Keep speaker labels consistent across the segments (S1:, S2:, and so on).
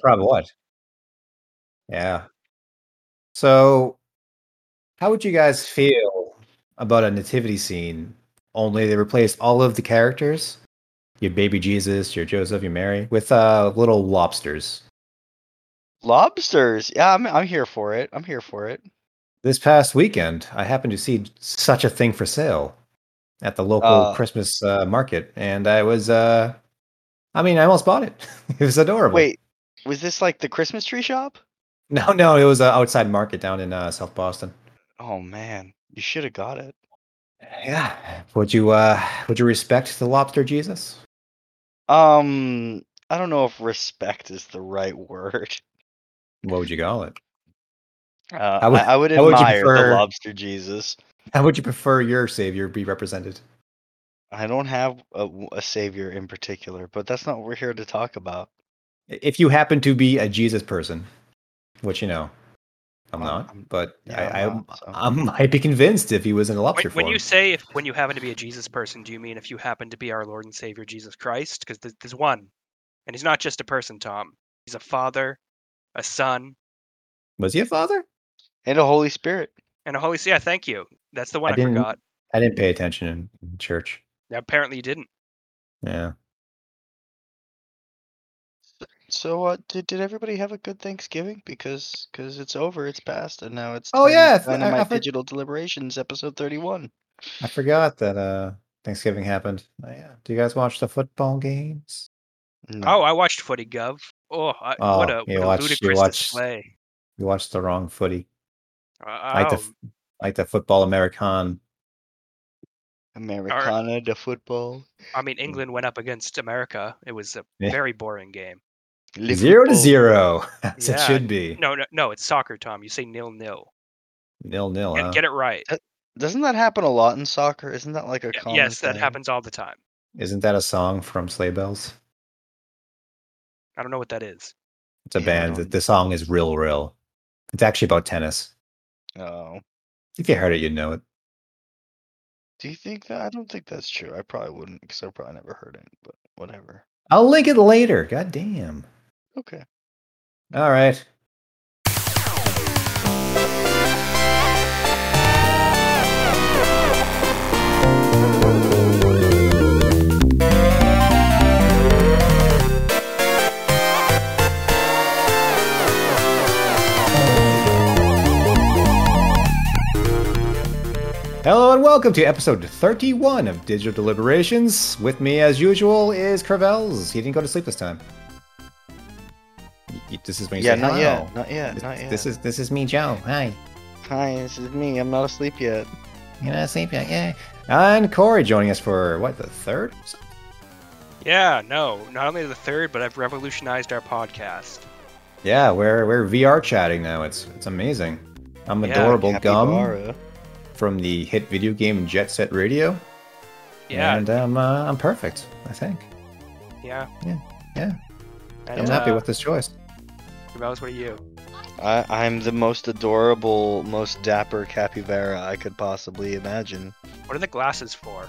S1: Probably what? Yeah. So, how would you guys feel about a nativity scene? Only they replaced all of the characters, your baby Jesus, your Joseph, your Mary, with uh, little lobsters.
S2: Lobsters. Yeah, I'm I'm here for it. I'm here for it.
S1: This past weekend, I happened to see such a thing for sale at the local
S2: Uh.
S1: Christmas uh, market, and I was, uh, I mean, I almost bought it. it was adorable.
S2: Wait, was this like the Christmas tree shop?
S1: no, no, it was an outside market down in uh, South Boston.
S2: Oh man, you should have got it.
S1: Yeah. Would you uh would you respect the lobster Jesus?
S2: Um, I don't know if respect is the right word.
S1: What would you call it?
S2: Uh,
S1: How would-
S2: I, I would
S1: how would you
S2: admire
S1: prefer-
S2: the lobster Jesus.
S1: How would you prefer your savior be represented?
S2: I don't have a, a savior in particular, but that's not what we're here to talk about.
S1: If you happen to be a Jesus person, which you know I'm
S2: Well,
S1: not,
S2: I'm-
S1: but
S2: Yeah,
S1: I, I,
S2: I'm not, so.
S1: I might be convinced if he was in a
S3: When,
S1: lobster
S3: when
S1: form.
S3: you say if when you happen to be a Jesus person, do you mean if you happen to be our Lord and Savior Jesus Christ? Because there's, there's one, and he's not just a person, Tom. He's a father, a son,
S1: was he a father?
S2: and a Holy Spirit.
S3: and a holy. Yeah, thank you. That's the
S1: I
S3: one I,
S1: didn't-
S3: forgot.
S1: I didn't pay attention in, in church.
S3: Apparently, you didn't.
S1: Yeah.
S2: So, uh, did did everybody have a good Thanksgiving? Because because it's over, it's past, and now it's
S1: Oh,
S2: Dyna-
S1: yeah, I th- I- I
S2: Dynamite
S1: for-
S2: Digital Deliberations episode thirty one.
S1: I forgot that uh Thanksgiving happened. Oh, yeah. Do you guys watch the football games?
S3: Oh, I watched Footy Gov. Oh, I, what
S1: Oh,
S3: a,
S1: you
S3: what a
S1: watched- you
S3: ludicrous
S1: watched-
S3: display!
S1: You watched the wrong footy. Like the
S3: Oh,
S1: f- like the football American.
S2: Americana to football.
S3: I mean, England went up against America. It was a
S1: Mm. Yeah.
S3: very boring game.
S2: Le
S1: zero to
S2: football.
S1: zero, as it
S3: Yeah.
S1: should be.
S3: No, no, no. It's soccer, Tom. You say nil nil.
S1: Nil nil.
S3: Get,
S1: huh?
S3: get it right.
S2: Doesn't that happen a lot in soccer? Isn't that like a
S3: Y-
S2: common?
S3: Yes, that
S2: thing?
S3: happens all the time.
S1: Isn't that a song from Sleigh Bells?
S3: I don't know what that is.
S1: It's a
S2: Yeah, I
S1: band. The,
S2: don't-
S1: the song is real, real. It's actually about tennis.
S2: Oh,
S1: If you heard it, you'd know it.
S2: do you think that? I don't think that's true. I probably wouldn't because I probably never heard it. But whatever.
S1: I'll link it later. God damn.
S2: Okay.
S1: All right. Hello and welcome to episode 31 of Digital Deliberations. With me, as usual, is Carvels. He didn't go to sleep this time. Y- y- This is when you
S2: yeah,
S1: say
S2: not
S1: hello.
S2: yet. Not yet. not yet.
S1: This is this is me, Joe. Hi.
S2: Hi, this is me. I'm not asleep yet.
S1: You know, sleep yet? Yeah. And Corey joining us for what the third?
S3: Yeah, no. Not only the third, but I've revolutionized our podcast.
S1: Yeah, we're we're VR chatting now. It's it's amazing. I'm
S3: Yeah,
S1: adorable gum
S2: Capybara.
S1: from the hit video game Jet Set Radio.
S3: Yeah,
S1: And um, uh, I'm perfect. I think.
S3: yeah,
S1: yeah, yeah.
S3: And,
S1: I'm happy
S3: uh,
S1: with this choice.
S3: Rebels, what are you?
S2: I, I'm the most adorable, most dapper capybara I could possibly imagine.
S3: What are the glasses for?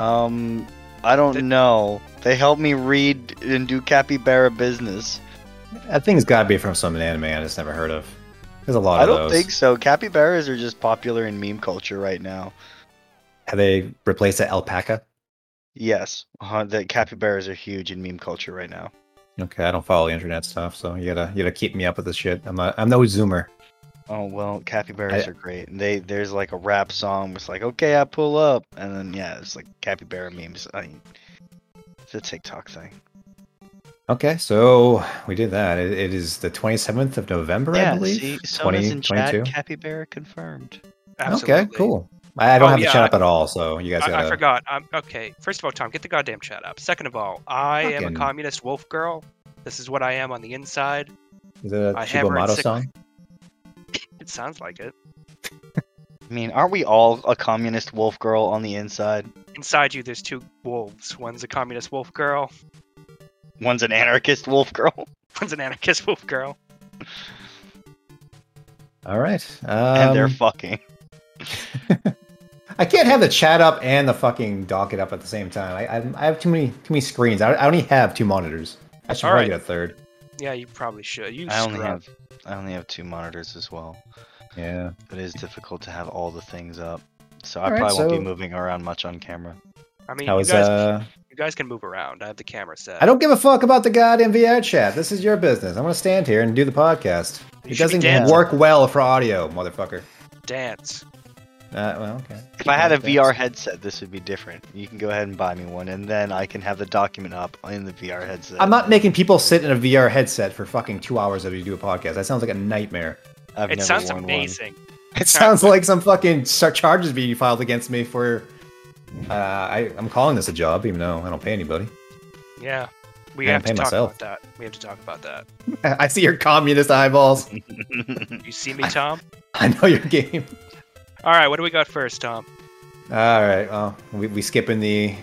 S2: Um, I don't
S3: Th-
S2: know. They help me read and do capybara business.
S1: That thing's got to be from some anime I just never heard of. There's a lot
S2: I
S1: of
S2: don't
S1: those.
S2: think so. Capybaras are just popular in meme culture right now.
S1: Have they replaced the alpaca?
S2: Yes, uh, the capybaras are huge in meme culture right now.
S1: Okay, I don't follow the internet stuff, so you gotta you gotta keep me up with this shit. I'm not, I'm no zoomer.
S2: Oh well, capybaras
S1: I-
S2: are great. And They there's like a rap song. It's like okay, I pull up, and then yeah, it's like capybara memes. I mean, it's a TikTok thing.
S1: Okay, so we did that. It, it is the 27th of November, I believe.
S2: see, someone's in chat.
S1: 2022.
S2: Capybara confirmed.
S3: Absolutely.
S1: Okay, cool. I, I don't
S3: Oh,
S1: have the
S3: yeah,
S1: chat
S3: I-
S1: up at all, so you guys
S3: I,
S1: gotta.
S3: I forgot. I'm okay. First of all, Tom, get the goddamn chat up. Second of all, I am
S1: Fucking-
S3: a communist wolf girl. This is what I am on the inside.
S1: Is it a
S3: I hammer and
S1: Chibomado
S3: sickle.
S1: song?
S3: It sounds like it.
S2: I mean, aren't we all a communist wolf girl on the inside?
S3: Inside you, there's two wolves. One's a communist wolf girl.
S2: One's an anarchist wolf girl,
S3: One's an anarchist wolf girl.
S1: All right.
S2: and they're
S1: Um,
S2: fucking.
S1: I can't have the chat up and the fucking docket up at the same time. I, I, I have too many too many screens. I, I only have two monitors. I should
S3: All
S1: probably
S3: right.
S1: get a third.
S3: Yeah, you probably should. You
S2: I only
S3: scrub.
S2: have I only have two monitors as well.
S1: Yeah.
S2: It is difficult to have all the things up, so I
S1: Alright,
S2: probably won't
S1: so-
S2: be moving around much on camera.
S3: I mean,
S1: How
S3: you
S1: is
S3: guys,
S1: uh?
S3: you guys can move around. I have the camera set.
S1: I don't give a fuck about the goddamn VR chat. This is your business. I'm gonna stand here and do the podcast.
S3: You
S1: it
S3: should be
S1: doesn't
S3: dancing.
S1: work well for audio, motherfucker.
S3: dance.
S1: Uh, well, okay.
S2: If I had a
S1: Okay.
S2: VR headset, this would be different. You can go ahead and buy me one, and then I can have the document up in the VR headset.
S1: I'm not making people sit in a VR headset for fucking two hours as we do a podcast. That sounds like a nightmare.
S2: I've
S3: it
S2: never
S3: sounds
S2: worn one.
S3: amazing.
S1: It sounds like some fucking char- charges being filed against me for. Uh, I, I'm calling this a job, even though I don't pay anybody.
S3: Yeah, we
S1: I
S3: have
S1: pay
S3: to talk
S1: myself.
S3: about that. We have to talk about that.
S1: I see your communist eyeballs.
S3: You see me, Tom?
S1: Hmm. I know your game.
S3: All right, what do we got first, Tom?
S1: All right. Well, we, we skipping the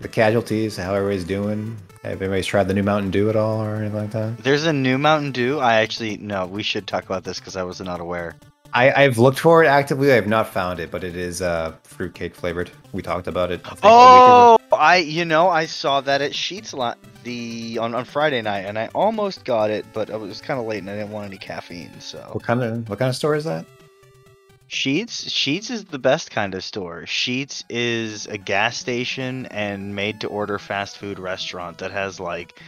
S1: the casualties, how everybody's doing. Have anybody's tried the new Mountain Dew at all or anything like that?
S2: There's a new Mountain Dew. I actually no. We should talk about this because I was not aware.
S1: I, I've looked for it actively. I've not found it, but it is uh, fruitcake flavored. We talked about it. I think, a week ago.
S2: Oh, I you know I saw that at Sheets lot the on, on Friday night, and I almost got it, but it was kind of late, and I didn't want any caffeine. So
S1: What kind of what kind of store is that?
S2: Sheets Sheets is the best kind of store. Sheets is a gas station and made to order fast food restaurant that has like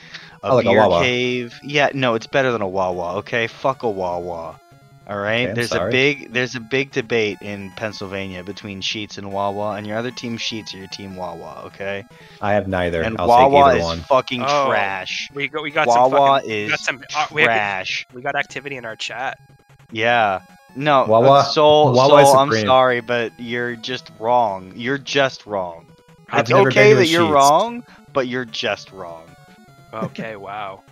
S2: a
S1: Oh, like a
S2: beer
S1: Wawa.
S2: cave. Yeah, no, it's better than a Wawa. Okay, fuck a Wawa. All right.
S1: Okay, I'm
S2: there's
S1: sorry.
S2: a big there's a big debate in Pennsylvania between Sheets and Wawa, and your other team Sheets or your team Wawa. Okay.
S1: I have neither.
S2: And
S1: I'll
S2: Wawa
S1: take either
S2: is
S1: one.
S2: fucking
S3: Oh,
S2: trash.
S3: We got we got
S2: Wawa
S3: some fucking, we
S2: is
S3: got some uh, we, had-
S2: trash.
S3: we got activity in our chat.
S2: Yeah. No,
S1: Wawa-
S2: Wawa, Soul,
S1: Wawa is
S2: Soul, I'm
S1: supreme.
S2: sorry, but you're just wrong. You're just wrong.
S1: I've
S2: it's
S1: never
S2: okay
S1: been to a
S2: that you're
S1: Sheetz.
S2: wrong, but you're just wrong.
S3: Okay, wow.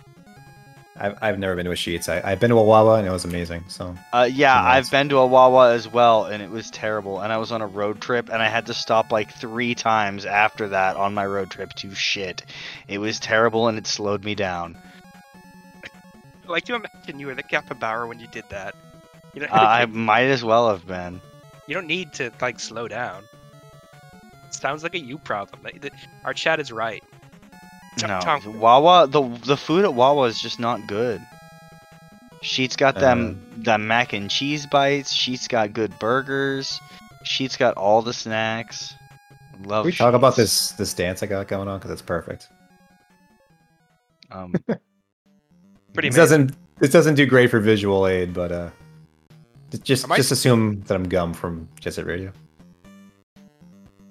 S1: I've, I've never been to a Sheets. I, I've been to a Wawa and it was amazing. So
S2: Uh, yeah,
S1: Who knows?
S2: I've been to a Wawa as well, and it was terrible. And I was on a road trip, and I had to stop like three times after that on my road trip to shit. It was terrible, and it slowed me down.
S3: Like you imagine you were the capybara when you did that. You don't,
S2: Uh, I might as well have been.
S3: you don't need to like slow down. Sounds like a you problem. Like, the- Our chat is right. Tom-
S2: No,
S3: Tom-
S2: Wawa. The the food at Wawa is just not good. Sheet's got them
S1: Uh.
S2: the mac and cheese bites. Sheet's got good burgers. Sheet's got all the snacks. Love.
S3: Oh,
S1: Can we talk about
S2: Sheetz.
S1: this this dance I got going on because it's perfect.
S2: Um,
S3: Pretty
S1: This
S3: amazing.
S1: doesn't this doesn't do great for visual aid, but uh, just just,
S3: Am I-
S1: just assume that I'm gum from Jet Set Radio.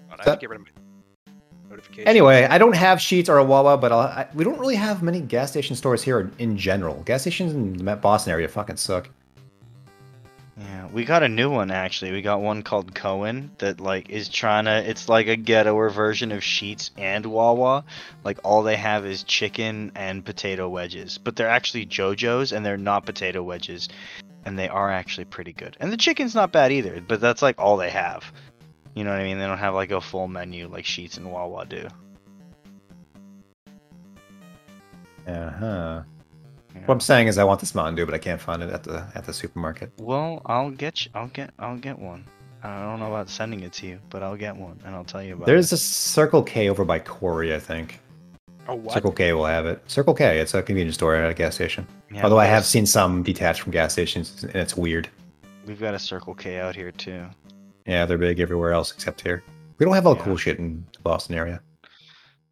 S3: Hold on, I have to get rid of my notification.
S1: Anyway, I don't have Sheets or a Wawa, but I'll, I, we don't really have many gas station stores here in, in general. Gas stations in the Boston area fucking suck.
S2: yeah, we got a new one actually. We got one called Cohen that like is trying to. It's like a ghettoer version of Sheets and Wawa. Like all they have is chicken and potato wedges, but they're actually JoJo's and they're not potato wedges, and they are actually pretty good. And the chicken's not bad either, but that's like all they have. You know what I mean? They don't have like a full menu like Sheets and Wawa do.
S1: Uh huh.
S2: Yeah.
S1: What I'm saying is, I want this Mountain Dew, but I can't find it at the at the supermarket.
S2: Well, I'll get you. I'll get. I'll get one. I don't know about sending it to you, but I'll get one and I'll tell you about it.
S1: There's a Circle K over by Corey, I think.
S3: a Oh, what?
S1: Circle K will have it. Circle K, it's a convenience store at a gas station.
S2: Yeah,
S1: Although I have
S2: there's-
S1: seen some detached from gas stations, and it's weird.
S2: We've got a Circle K out here too.
S1: Yeah, they're big everywhere else except here. We don't have all the
S2: Yeah.
S1: cool shit in the Boston area.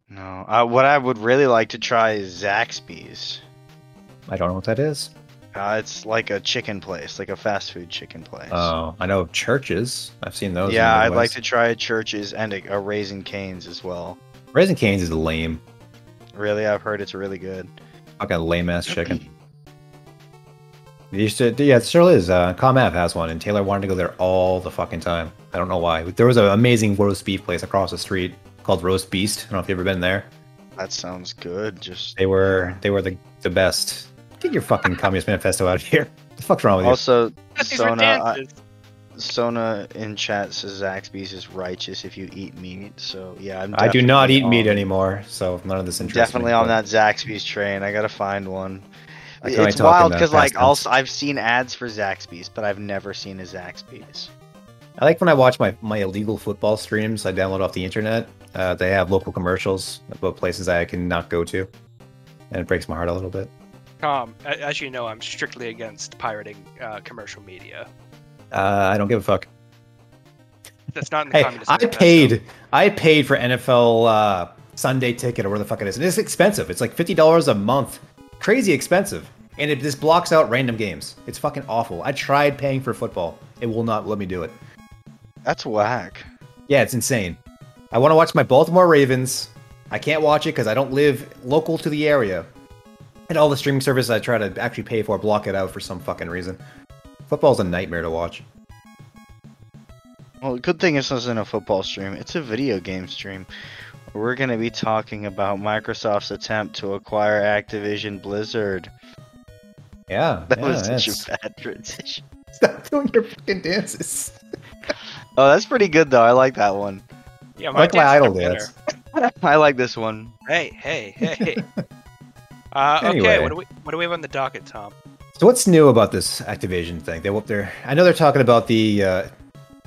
S2: No, uh, what I would really like to try is Zaxby's.
S1: I don't know what that is.
S2: Uh, it's like a chicken place, like a fast food chicken place.
S1: Oh, I know of churches. I've seen those. in
S2: yeah,
S1: the
S2: I'd like
S1: Midwest.
S2: to try a Church's and a, a Raisin Cane's as well.
S1: Raising Cane's is lame.
S2: Really, I've heard it's really good.
S1: Fucking lame ass chicken. They used to, yeah, it still is. Uh, ComAv has one, and Taylor wanted to go there all the fucking time. I don't know why. There was an amazing roast beef place across the street called Roast Beast. I don't know if you've ever been there.
S2: That sounds good. Just
S1: They were they were the the best. Get your fucking Communist Manifesto out of here. The fuck's wrong with you?
S2: also
S3: These were
S2: Sona. I,
S3: dances.
S2: Sona in chat says Zaxby's is righteous if you eat meat. So yeah, I'm
S1: I do not
S2: definitely
S1: eat meat
S2: on-
S1: anymore, so none of this
S2: I'm
S1: interests me,
S2: definitely on
S1: but-
S2: that Zaxby's train. I gotta find one.
S1: I can only
S2: It's
S1: talk in
S2: wild
S1: the
S2: because
S1: past
S2: like
S1: tense.
S2: also I've seen ads for Zaxby's, but I've never seen a Zaxby's.
S1: I like when I watch my, my illegal football streams I download off the internet. Uh, they have local commercials about places I cannot go to, and it breaks my heart a little bit.
S3: Tom, a- as you know, I'm strictly against pirating uh, commercial media.
S1: Uh, I don't give a fuck.
S3: That's not in the
S1: Hey,
S3: communist.
S1: I
S3: manifesto.
S1: paid. I paid for NFL uh, Sunday ticket or where the fuck it is, and it's expensive. It's like fifty dollars a month. Crazy expensive, and it just blocks out random games. It's fucking awful. I tried paying for football. It will not let me do it.
S2: That's whack.
S1: Yeah, it's insane. I want to watch my Baltimore Ravens. I can't watch it because I don't live local to the area, and all the streaming services I try to actually pay for block it out for some fucking reason. Football's a nightmare to watch.
S2: Well, good thing this isn't a football stream. It's a video game stream. We're going to be talking about Microsoft's attempt to acquire Activision Blizzard.
S1: Yeah,
S2: That
S1: yeah,
S2: was such
S1: it's-
S2: a bad transition.
S1: Stop doing your fucking dances.
S2: Oh, that's pretty good though. I like that one.
S3: Yeah,
S1: like my
S3: dad's
S1: idol
S3: still
S1: dance.
S2: I like this one.
S3: bitter. Hey, hey, hey. uh,
S1: Anyway.
S3: Okay, what do we what do we have on the docket, Tom?
S1: So what's new about this Activision thing? They whoop their. I know they're talking about the uh,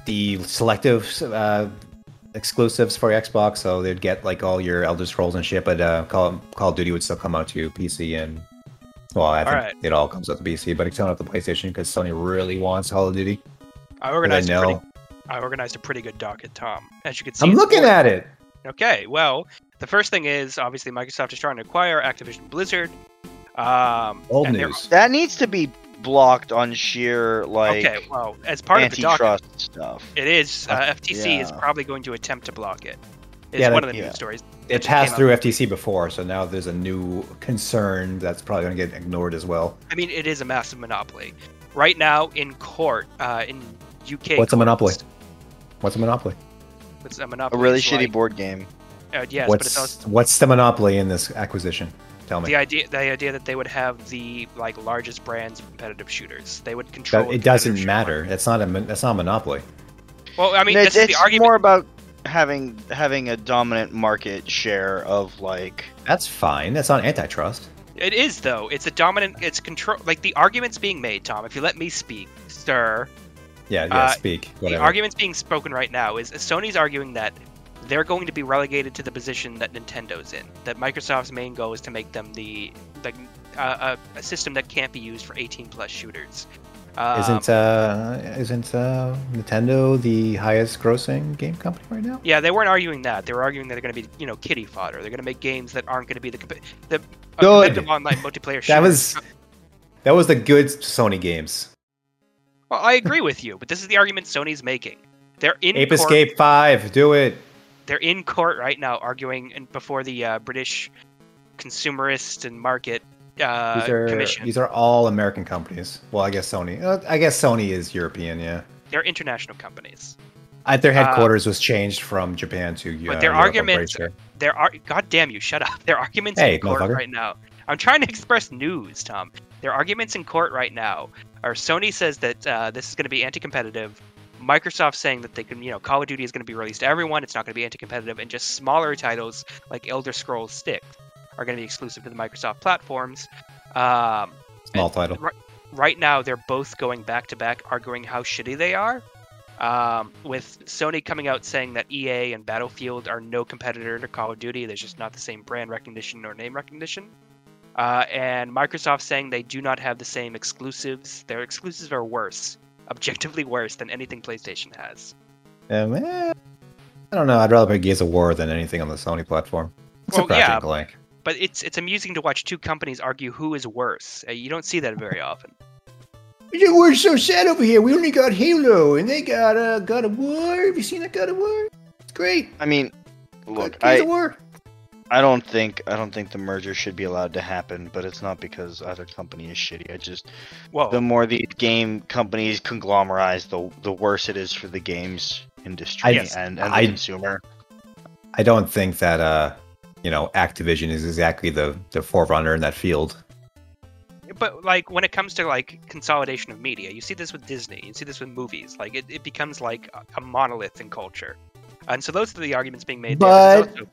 S1: the selective uh, exclusives for Xbox, so they'd get like all your Elder Scrolls and shit. But uh, Call Call of Duty would still come out to PC and well, I think
S3: Alright.
S1: it all comes out to PC, but it's coming out to PlayStation because Sony really wants Call of Duty. But
S3: I
S1: I
S3: organized a pretty,
S1: know
S3: I organized a pretty good docket, Tom. As you can see,
S1: I'm
S3: it's
S1: looking
S3: four-
S1: at it.
S3: Okay, well, the first thing is obviously Microsoft is trying to acquire Activision Blizzard. Um,
S1: Old
S3: and they're-
S1: news.
S2: That needs to be blocked on sheer like
S3: okay, well, as part of the docket,
S2: antitrust stuff.
S3: it is uh, FTC is
S2: yeah.
S3: probably going to attempt to block it. It's
S1: Yeah,
S3: one
S1: that-
S3: of the
S2: yeah.
S3: news stories.
S1: It
S3: just
S1: passed
S3: came out
S1: through FTC before, so now there's a new concern that's probably going to get ignored as well.
S3: I mean, it is a massive monopoly. Right now in court, uh, in UK,
S1: What's a monopoly?
S3: courts,
S1: What's a monopoly?
S3: It's a
S2: A
S3: monopoly.
S2: really
S3: It's
S2: shitty
S3: like-
S2: board game.
S3: Uh, yes, but it's also
S1: what's what's the monopoly in this acquisition? Tell me.
S3: the idea the idea that they would have the like largest brands of competitive shooters. They would control.
S1: That,
S3: the
S1: it
S3: competitive
S1: doesn't
S3: shooter
S1: matter. That's not a mon- that's not a monopoly.
S3: market. Well, I mean,
S2: it's,
S3: this is
S2: it's
S3: the argument.
S2: more about having having a dominant market share of like
S1: That's fine. That's not antitrust.
S3: It is though. It's a dominant. It's control. Like the arguments being made, Tom. If you let me speak, sir.
S1: Yeah, yeah.
S3: Uh,
S1: speak.
S3: The
S1: Whatever.
S3: arguments being spoken right now is Sony's arguing that they're going to be relegated to the position that Nintendo's in. That Microsoft's main goal is to make them the like uh, a, a system that can't be used for 18 plus shooters. Um,
S1: isn't uh isn't uh Nintendo the highest grossing game company right now?
S3: Yeah, they weren't arguing that. They were arguing that they're going to be, you know, kitty fodder. They're going to make games that aren't going to be the comp- the a
S1: Good.
S3: competitive online multiplayer. shooter.
S1: That was that was the good Sony games.
S3: Well, I agree with you, but this is the argument Sony's making. They're in
S1: Ape
S3: court.
S1: Escape Five, do it.
S3: They're in court right now arguing in, before the uh, British consumerist and market uh,
S1: These are
S3: commission.
S1: these are all American companies. Well, I guess Sony. uh, I guess Sony is European. Yeah,
S3: They're international companies.
S1: at their headquarters was changed from Japan to. Uh,
S3: Uh, but their
S1: Europe, I'm pretty
S3: arguments-
S1: sure.
S3: There are. God damn you! Shut up. Their arguments
S1: Hey,
S3: in court
S1: motherfucker.
S3: right now. I'm trying to express news, Tom. Their arguments in court right now are Sony says that uh, this is going to be anti-competitive. Microsoft saying that they can, you know, Call of Duty is going to be released to everyone. It's not going to be anti-competitive, and just smaller titles like Elder Scrolls 6 are going to be exclusive to the Microsoft platforms. Um,
S1: Small title.
S3: right now they're both going back to back arguing how shitty they are um, with sony coming out saying that ea and battlefield are no competitor to call of duty there's just not the same brand recognition or name recognition uh, and microsoft saying they do not have the same exclusives their exclusives are worse objectively worse than anything playstation has
S1: Um, eh, I don't know. I'd rather play Gears of War than anything on the Sony platform. It's a
S3: Well,
S1: Project
S3: yeah.
S1: Blank.
S3: but it's it's amusing to watch two companies argue who is worse Uh, you don't see that very often
S1: We're so sad over here. We only got Halo, and they got uh, God of War. Have you seen that God of War? It's great.
S2: I mean look,
S1: Gears
S2: I,
S1: of War.
S2: I don't think I don't think the merger should be allowed to happen, but it's not because either company is shitty. I just
S3: whoa
S2: the more the game companies conglomerize, the the worse it is for the games industry
S1: I-
S2: and, and the
S1: I-
S2: consumer.
S1: I don't think that uh, you know, Activision is exactly the the forerunner in that field.
S3: but like when it comes to like consolidation of media you see this with disney you see this with movies like it, it becomes like a- a monolith in culture and so those are the arguments being made there, but it's also-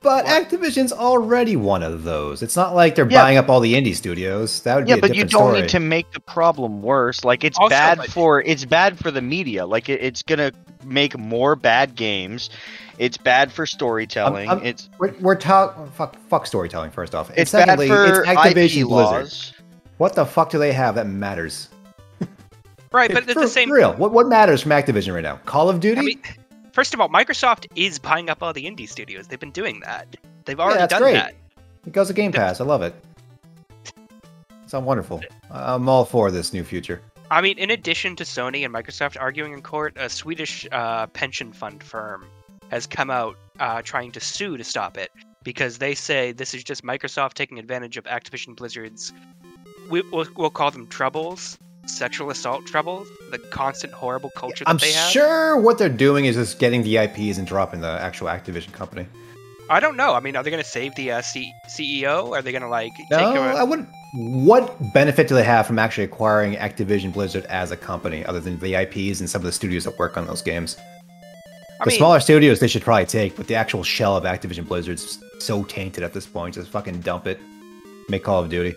S1: But
S3: What?
S1: Activision's already one of those. It's not like they're
S2: Yeah.
S1: buying up all the indie studios. That would
S2: Yeah,
S1: be a
S2: but you
S1: different
S2: don't
S1: story.
S2: need to make the problem worse. Like it's
S3: Also,
S2: bad
S3: like-
S2: for it's bad for the media. Like it, it's gonna make more bad games, It's bad for storytelling.
S1: I'm-
S2: it's
S1: We're, we're talking fuck, fuck storytelling first off. And
S2: it's bad
S1: secondly,
S2: for
S1: it's Activision
S2: IP
S1: Blizzard.
S2: laws.
S1: What the fuck do they have that matters?
S3: Right, but at
S1: For-
S3: the same
S1: for real. What what matters from Activision right now? Call of Duty.
S3: I mean, first of all, Microsoft is buying up all the indie studios. They've been doing that. They've already
S1: that's
S3: done
S1: great.
S3: that.
S1: it goes to Game Pass. I love it. Sound wonderful. I'm all for this new future.
S3: I mean, in addition to Sony and Microsoft arguing in court, a Swedish uh, pension fund firm has come out uh, trying to sue to stop it because they say this is just Microsoft taking advantage of Activision Blizzard's, we, we'll, we'll call them troubles, sexual assault troubles, the constant horrible culture that
S1: I'm
S3: they have.
S1: sure what they're doing is just getting the IPs and dropping the actual Activision company.
S3: I don't know. I mean, are they going to save the uh, C- CEO? Are they going to like
S1: No,
S3: take
S1: I
S3: over?
S1: wouldn't. What benefit do they have from actually acquiring Activision Blizzard as a company, other than the IPs and some of the studios that work on those games?
S3: I
S1: the
S3: mean,
S1: smaller studios they should probably take, but the actual shell of Activision Blizzard's so tainted at this point. Just fucking dump it. Make Call of Duty.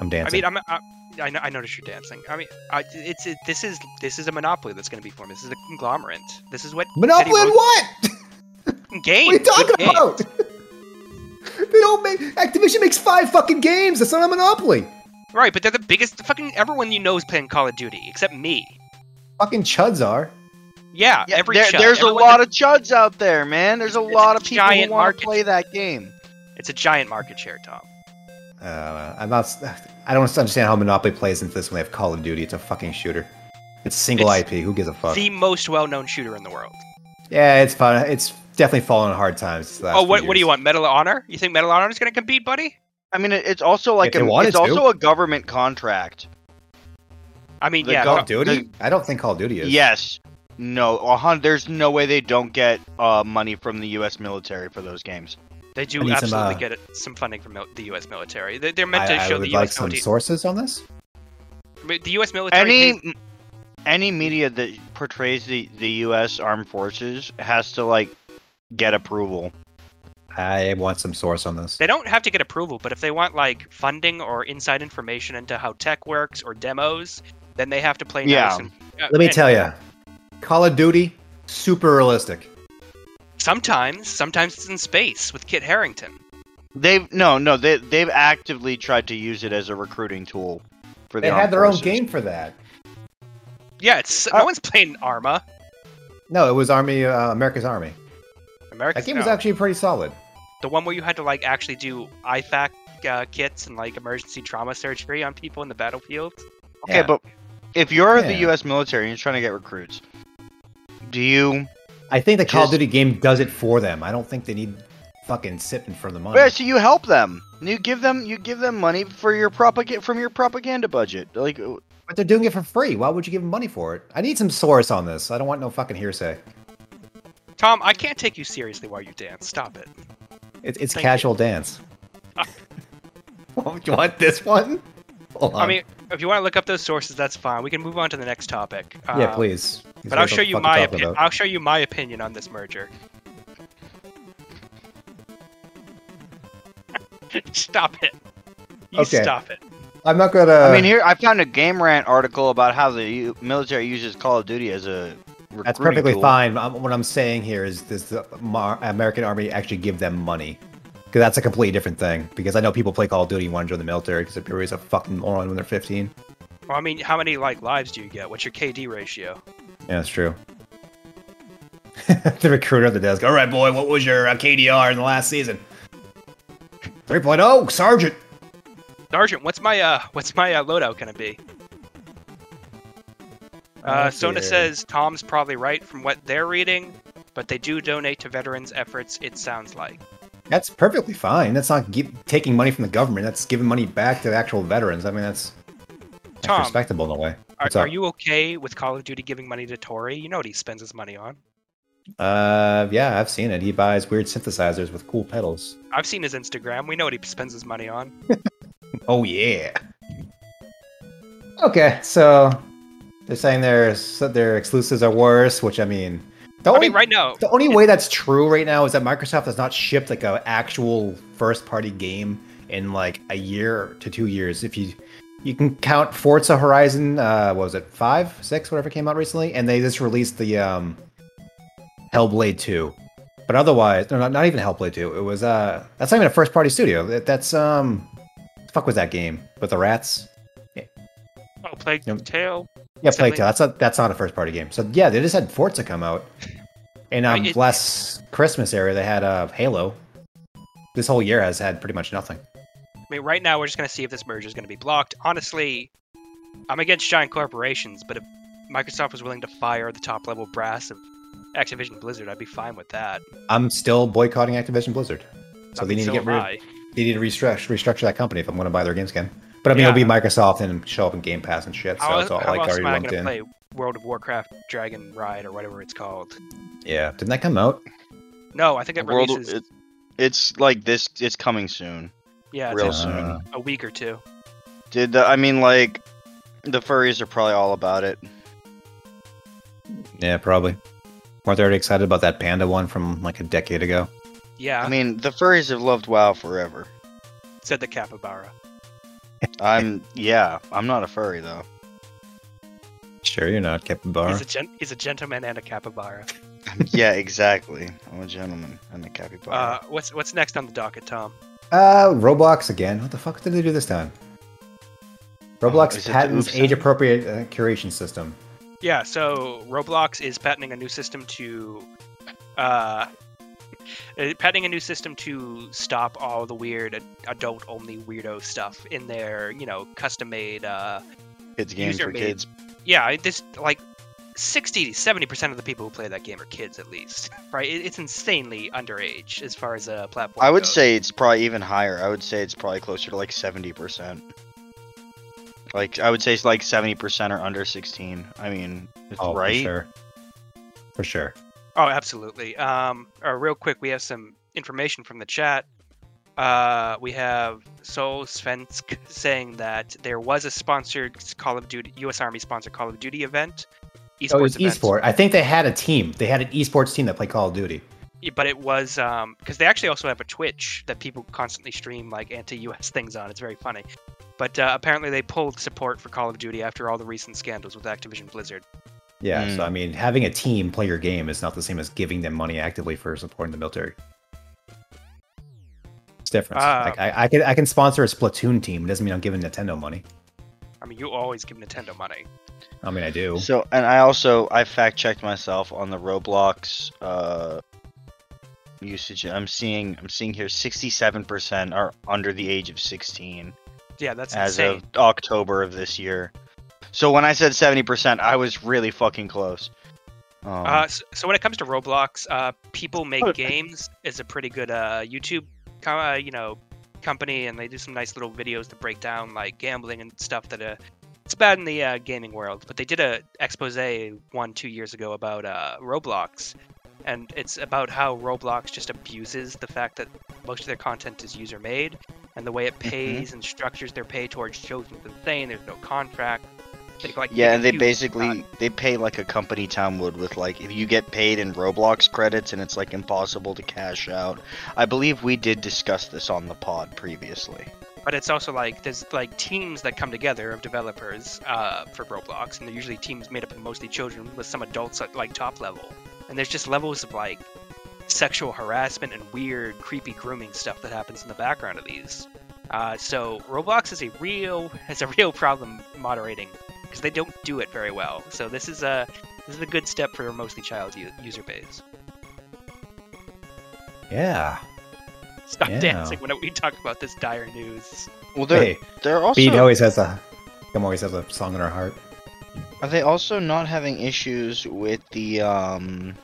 S1: I'm
S3: I
S1: dancing.
S3: mean, I'm, I, I, know- I noticed you're dancing. I mean, I, it's it, this is this is a monopoly that's going to be formed. This is a conglomerate. This is what
S1: Monopoly
S3: Teddy
S1: on what?
S3: Roosevelt- game.
S1: what are you talking
S3: good game.
S1: about? they don't make Activision makes five fucking games. That's not a monopoly.
S3: Right, but they're the biggest fucking everyone you know is playing Call of Duty except me.
S1: Fucking chuds are.
S3: Yeah,
S2: Yeah,
S3: every
S2: there-
S3: chud.
S2: there's
S3: Everyone-
S2: a lot of chuds out there, man. There's a
S3: It's a
S2: lot of people who
S3: giant
S2: want
S3: market.
S2: to play that game.
S3: It's a giant market share, Tom.
S1: Uh, I'm not. I don't understand how Monopoly plays into this when they have Call of Duty. It's a fucking shooter. It's single
S3: It's
S1: IP. Who gives a fuck?
S3: The most well-known shooter in the world.
S1: yeah, it's fun. It's definitely fallen on hard times. the last
S3: oh,
S1: few
S3: what what do
S1: years.
S3: you want? Medal of Honor? You think Medal of Honor is going to compete, buddy?
S2: I mean, it- it's also like
S1: If they
S2: a,
S1: wanted
S2: it's
S1: to.
S2: also a government contract.
S3: I mean,
S2: The
S3: yeah,
S2: Call
S1: Call
S3: co-
S1: of Duty? I don't think Call of Duty is.
S2: Yes. No. a hun- There's no way they don't get uh, money from the U.S. military for those games.
S3: they
S1: I
S3: do
S1: need some,
S3: absolutely
S1: uh,
S3: get it- some funding from mil- the U.S. military. They- They're meant to
S1: I, I
S3: show
S1: would
S3: the
S1: like
S3: U.S.
S1: some
S3: military.
S1: sources on this.
S3: the U.S. military. pays-
S2: Any any media that portrays the the U.S. armed forces has to like get approval.
S1: I want some source on this.
S3: They don't have to get approval, but if they want like funding or inside information into how tech works or demos, then they have to play nice.
S2: Yeah.
S3: And, uh,
S1: Let me
S3: and
S1: tell you, Call of Duty, super realistic.
S3: Sometimes, sometimes it's in space with Kit Harrington.
S2: They've no no they they've actively tried to use it as a recruiting tool for the
S1: They
S2: armed
S1: had their own
S2: forces.
S1: game for that.
S3: Yeah, it's
S2: Uh,
S3: no one's playing Arma.
S1: No, it was Army, uh, America's Army.
S3: American
S1: That game was actually pretty solid.
S3: the one where you had to like actually do IFAC uh, kits and like emergency trauma surgery on people in the battlefield.
S2: Okay,
S1: Yeah.
S2: but if you're the
S1: Yeah.
S2: U.S. military and you're trying to get recruits, do you?
S1: I think the Call of
S2: Just-
S1: Duty game does it for them. I don't think they need fucking sipping from the money.
S2: Yeah, so you help them. You give them you give them money for your propaganda from your propaganda budget. Like
S1: But they're doing it for free. Why would you give them money for it? I need some source on this. I don't want no fucking hearsay.
S3: Tom, I can't take you seriously while you dance. Stop it.
S1: It's, it's
S3: Thank you.
S1: casual dance. you want this one? Hold
S3: I
S1: on.
S3: mean, if you want to look up those sources, that's fine. We can move on to the next topic.
S1: yeah,
S3: Um,
S1: please.
S3: But I'll show you my opinion. I'll show you my opinion on this merger. stop it! You
S1: Okay.
S3: stop it.
S1: I'm not gonna.
S2: I mean, here I found a Game Rant article about how the U- military uses Call of Duty as a recruiting
S1: That's perfectly
S2: tool.
S1: fine. Um what I'm saying here is, does the Mar- American Army actually give them money? Because that's a completely different thing. Because I know people play Call of Duty and want to join the military because they're always a fucking moron when they're 15.
S3: Well, I mean, how many like lives do you get? What's your KD ratio?
S1: Yeah, that's true. the recruiter at the desk. All right, boy, what was your uh, KDR in the last season? 3.0, Sergeant.
S3: Sergeant, what's my uh, what's my uh, loadout gonna be? Uh, Sona says Tom's probably right from what they're reading, but they do donate to veterans' efforts. It sounds like.
S1: That's perfectly fine. That's not gi- taking money from the government. That's giving money back to the actual veterans. I mean, that's, that's
S3: Tom.
S1: respectable in a way.
S3: Are,
S1: What's up?
S3: are you okay with Call of Duty giving money to Tori? You know what he spends his money on.
S1: Uh, yeah, I've seen it. He buys weird synthesizers with cool pedals.
S3: I've seen his Instagram. We know what he spends his money on.
S1: Oh yeah. Okay, so they're saying their so their exclusives are worse, which I mean, the
S3: I
S1: only
S3: mean, right now,
S1: the only way that's true right now is that Microsoft has not shipped like a actual first party game in like a year to two years. If you you can count Forza Horizon. Uh, what was it? Five, six, whatever came out recently, and they just released the um, Hellblade Two. But otherwise, no, not, not even Hellblade Two. It was uh, that's not even a first party studio. That, that's um, the fuck was that game with the rats?
S3: Oh, Plague
S1: Yep.
S3: Tale.
S1: Yeah,
S3: Something-
S1: Plague Tale. That's not that's not a first party game. So yeah, they just had Forza come out, and um,
S3: It-
S1: last Christmas area they had uh, Halo. This whole year has had pretty much nothing.
S3: I mean, right now we're just gonna see if this merger is gonna be blocked. Honestly, I'm against giant corporations, but if Microsoft was willing to fire the top level brass of Activision Blizzard, I'd be fine with that.
S1: I'm still boycotting Activision Blizzard. So they
S3: I mean,
S1: need to get
S3: am
S1: rid.
S3: I.
S1: They need to restructure restructure that company if I'm going to buy their games again. But I mean, it'll be Microsoft and show up in Game Pass and shit. So
S3: How,
S1: it's all
S3: how
S1: like
S3: else
S1: already
S3: am I
S1: lumped
S3: gonna
S1: in.
S3: play World of Warcraft Dragon Ride or whatever it's called?
S1: Yeah, didn't that come out?
S3: No, I think it
S2: World,
S3: releases
S2: it, it's like this. It's coming soon,
S3: yeah, it's
S2: real
S3: in
S2: soon.
S1: Uh,
S3: a week or two.
S2: Did the, I mean like the furries are probably all about it?
S1: Yeah, probably. Weren't they already excited about that panda one from like a decade ago?
S3: Yeah,
S2: I mean, the furries have loved WoW forever.
S3: said the capybara.
S2: I'm yeah. I'm not a furry though.
S1: Sure, you're not capybara.
S3: He's a gen- he's a gentleman and a capybara.
S2: yeah, exactly. I'm a gentleman and a capybara.
S3: Uh, what's what's next on the docket, Tom?
S1: Uh, Roblox again. What the fuck did they do this time?
S2: Oh,
S1: Roblox
S2: is it the
S1: patents
S2: oops-
S1: age-appropriate uh, curation system.
S3: Yeah, so Roblox is patenting a new system to, uh, uh, patenting a new system to stop all the weird ad- adult-only weirdo stuff in their, you know, custom-made. Uh,
S2: kids games
S3: user
S2: for
S3: made.
S2: kids.
S3: yeah, I- this like sixty to seventy percent of the people who play that game are kids, at least, right? It, it's insanely underage as far as a platform.
S2: I would
S3: goes.
S2: say it's probably even higher. I would say it's probably closer to like seventy percent. Like I would say it's like seventy percent are under sixteen. I mean, it's
S1: Oh,
S2: right.
S1: for sure. For sure.
S3: Oh, absolutely. Um, uh, real quick, we have some information from the chat. Uh, we have Sol Svensk saying that there was a sponsored Call of Duty, U.S. Army sponsored Call of Duty event, esports
S1: oh, it's
S3: event.
S1: esport. I think they had a team. They had an esports team that played Call of Duty.
S3: Yeah, But it was because they actually also have a Twitch that people constantly stream like anti-U.S. things on. It's very funny. But uh, apparently they pulled support for Call of Duty after all the recent scandals with Activision Blizzard.
S1: Yeah.
S2: Mm.
S1: So I mean, having a team play your game is not the same as giving them money actively for supporting the military. It's different.
S3: Ah.
S1: like I, I can I can sponsor a Splatoon team. It doesn't mean I'm giving Nintendo money.
S3: I mean, you always give Nintendo money.
S1: I mean, I do.
S2: So, and I also I fact checked myself on the Roblox uh, usage. I'm seeing I'm seeing here 67% are under the age of 16
S3: Yeah, that's
S2: as
S3: insane.
S2: of October of this year. So when I said 70%, I was really fucking close. Um,
S3: Uh, so, so when it comes to Roblox, uh, people make
S2: Oh.
S3: games is a pretty good uh, YouTube, co- uh, you know, company, and they do some nice little videos to break down like gambling and stuff that uh, it's bad in the uh, gaming world. But they did a expose one two years ago about uh, Roblox, and it's about how Roblox just abuses the fact that most of their content is user made, and the way it
S2: Mm-hmm.
S3: pays and structures their pay towards children is insane. There's no contract. They, like,
S2: yeah,
S3: make a
S2: and they
S3: huge
S2: basically they pay like a company Tom would with like if you get paid in Roblox credits and it's like impossible to cash out. I believe we did discuss this on the pod previously.
S3: but it's also like there's like teams that come together of developers uh, for Roblox, and they're usually teams made up of mostly children with some adults at like top level. And there's just levels of like sexual harassment and weird, creepy grooming stuff that happens in the background of these. Uh, so Roblox is a real has a real problem moderating because they don't do it very well. So this is a this is a good step for a mostly child u- user base.
S1: Yeah.
S3: Stop
S1: Yeah.
S3: dancing when we talk about this dire news.
S2: Well, they're
S1: Hey,
S2: they're also
S1: Beat always has a. Kim always has a song in her heart.
S2: Are they also not having issues with the um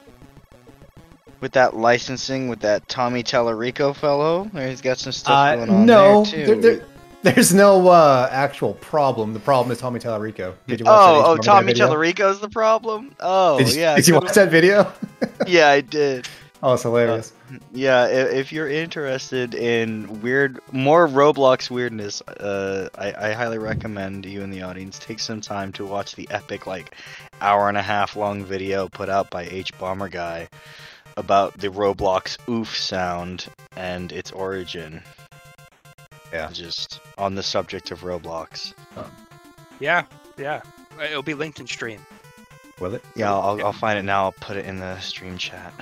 S2: with that licensing with that Tommy Tallarico fellow? He's got some stuff
S1: Uh,
S2: going on
S1: no,
S2: there too.
S1: there- there- there's no uh, actual problem. The problem is Tommy Tallarico. Did you watch that-
S2: oh, oh,
S1: did you remember
S2: Tommy
S1: that video?
S2: Tallarico's the problem. Oh,
S1: Did you,
S2: yeah, I
S1: did you
S2: could've-
S1: watch that video?
S2: yeah, I did.
S1: Oh, it's hilarious.
S2: Yeah, i- if you're interested in weird, more Roblox weirdness, uh, I, I highly recommend you in the audience take some time to watch the epic, like, hour and a half long video put out by H Bomber Guy about the Roblox oof sound and its origin.
S1: Yeah.
S2: Just on the subject of Roblox.
S1: Uh,
S3: Yeah, yeah. It'll be linked in stream.
S1: Will it?
S2: Yeah, I'll, I'll find it now. I'll put it in the stream chat.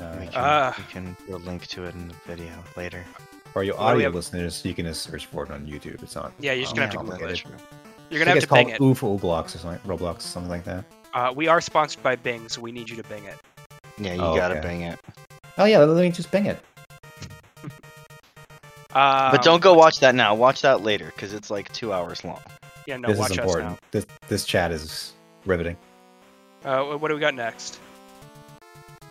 S1: Uh,
S2: We can,
S3: Ah.
S2: we can put a link to it in the video later.
S1: For you
S3: Well, we
S1: audio
S3: have-
S1: listeners, you can just search for it on YouTube. It's not.
S3: Yeah, you're just gonna have
S1: Yeah, I'll
S3: to.
S2: that's
S1: look at it.
S2: true.
S3: You're
S1: I
S3: gonna
S1: think
S3: have to ping
S1: it's
S3: it.
S1: called Oof Ooblox or something, Roblox, something like that.
S3: Uh, we are sponsored by Bing, so we need you to Bing it.
S2: Yeah, you
S1: Oh,
S2: gotta
S1: okay.
S2: bang it.
S1: Oh yeah, let me just bang it.
S3: Um,
S2: but don't go watch that now. Watch that later, because it's like two hours long.
S3: Yeah, no.
S1: this
S3: watch
S1: is important. This this chat is riveting.
S3: us now. Uh, what do we got next?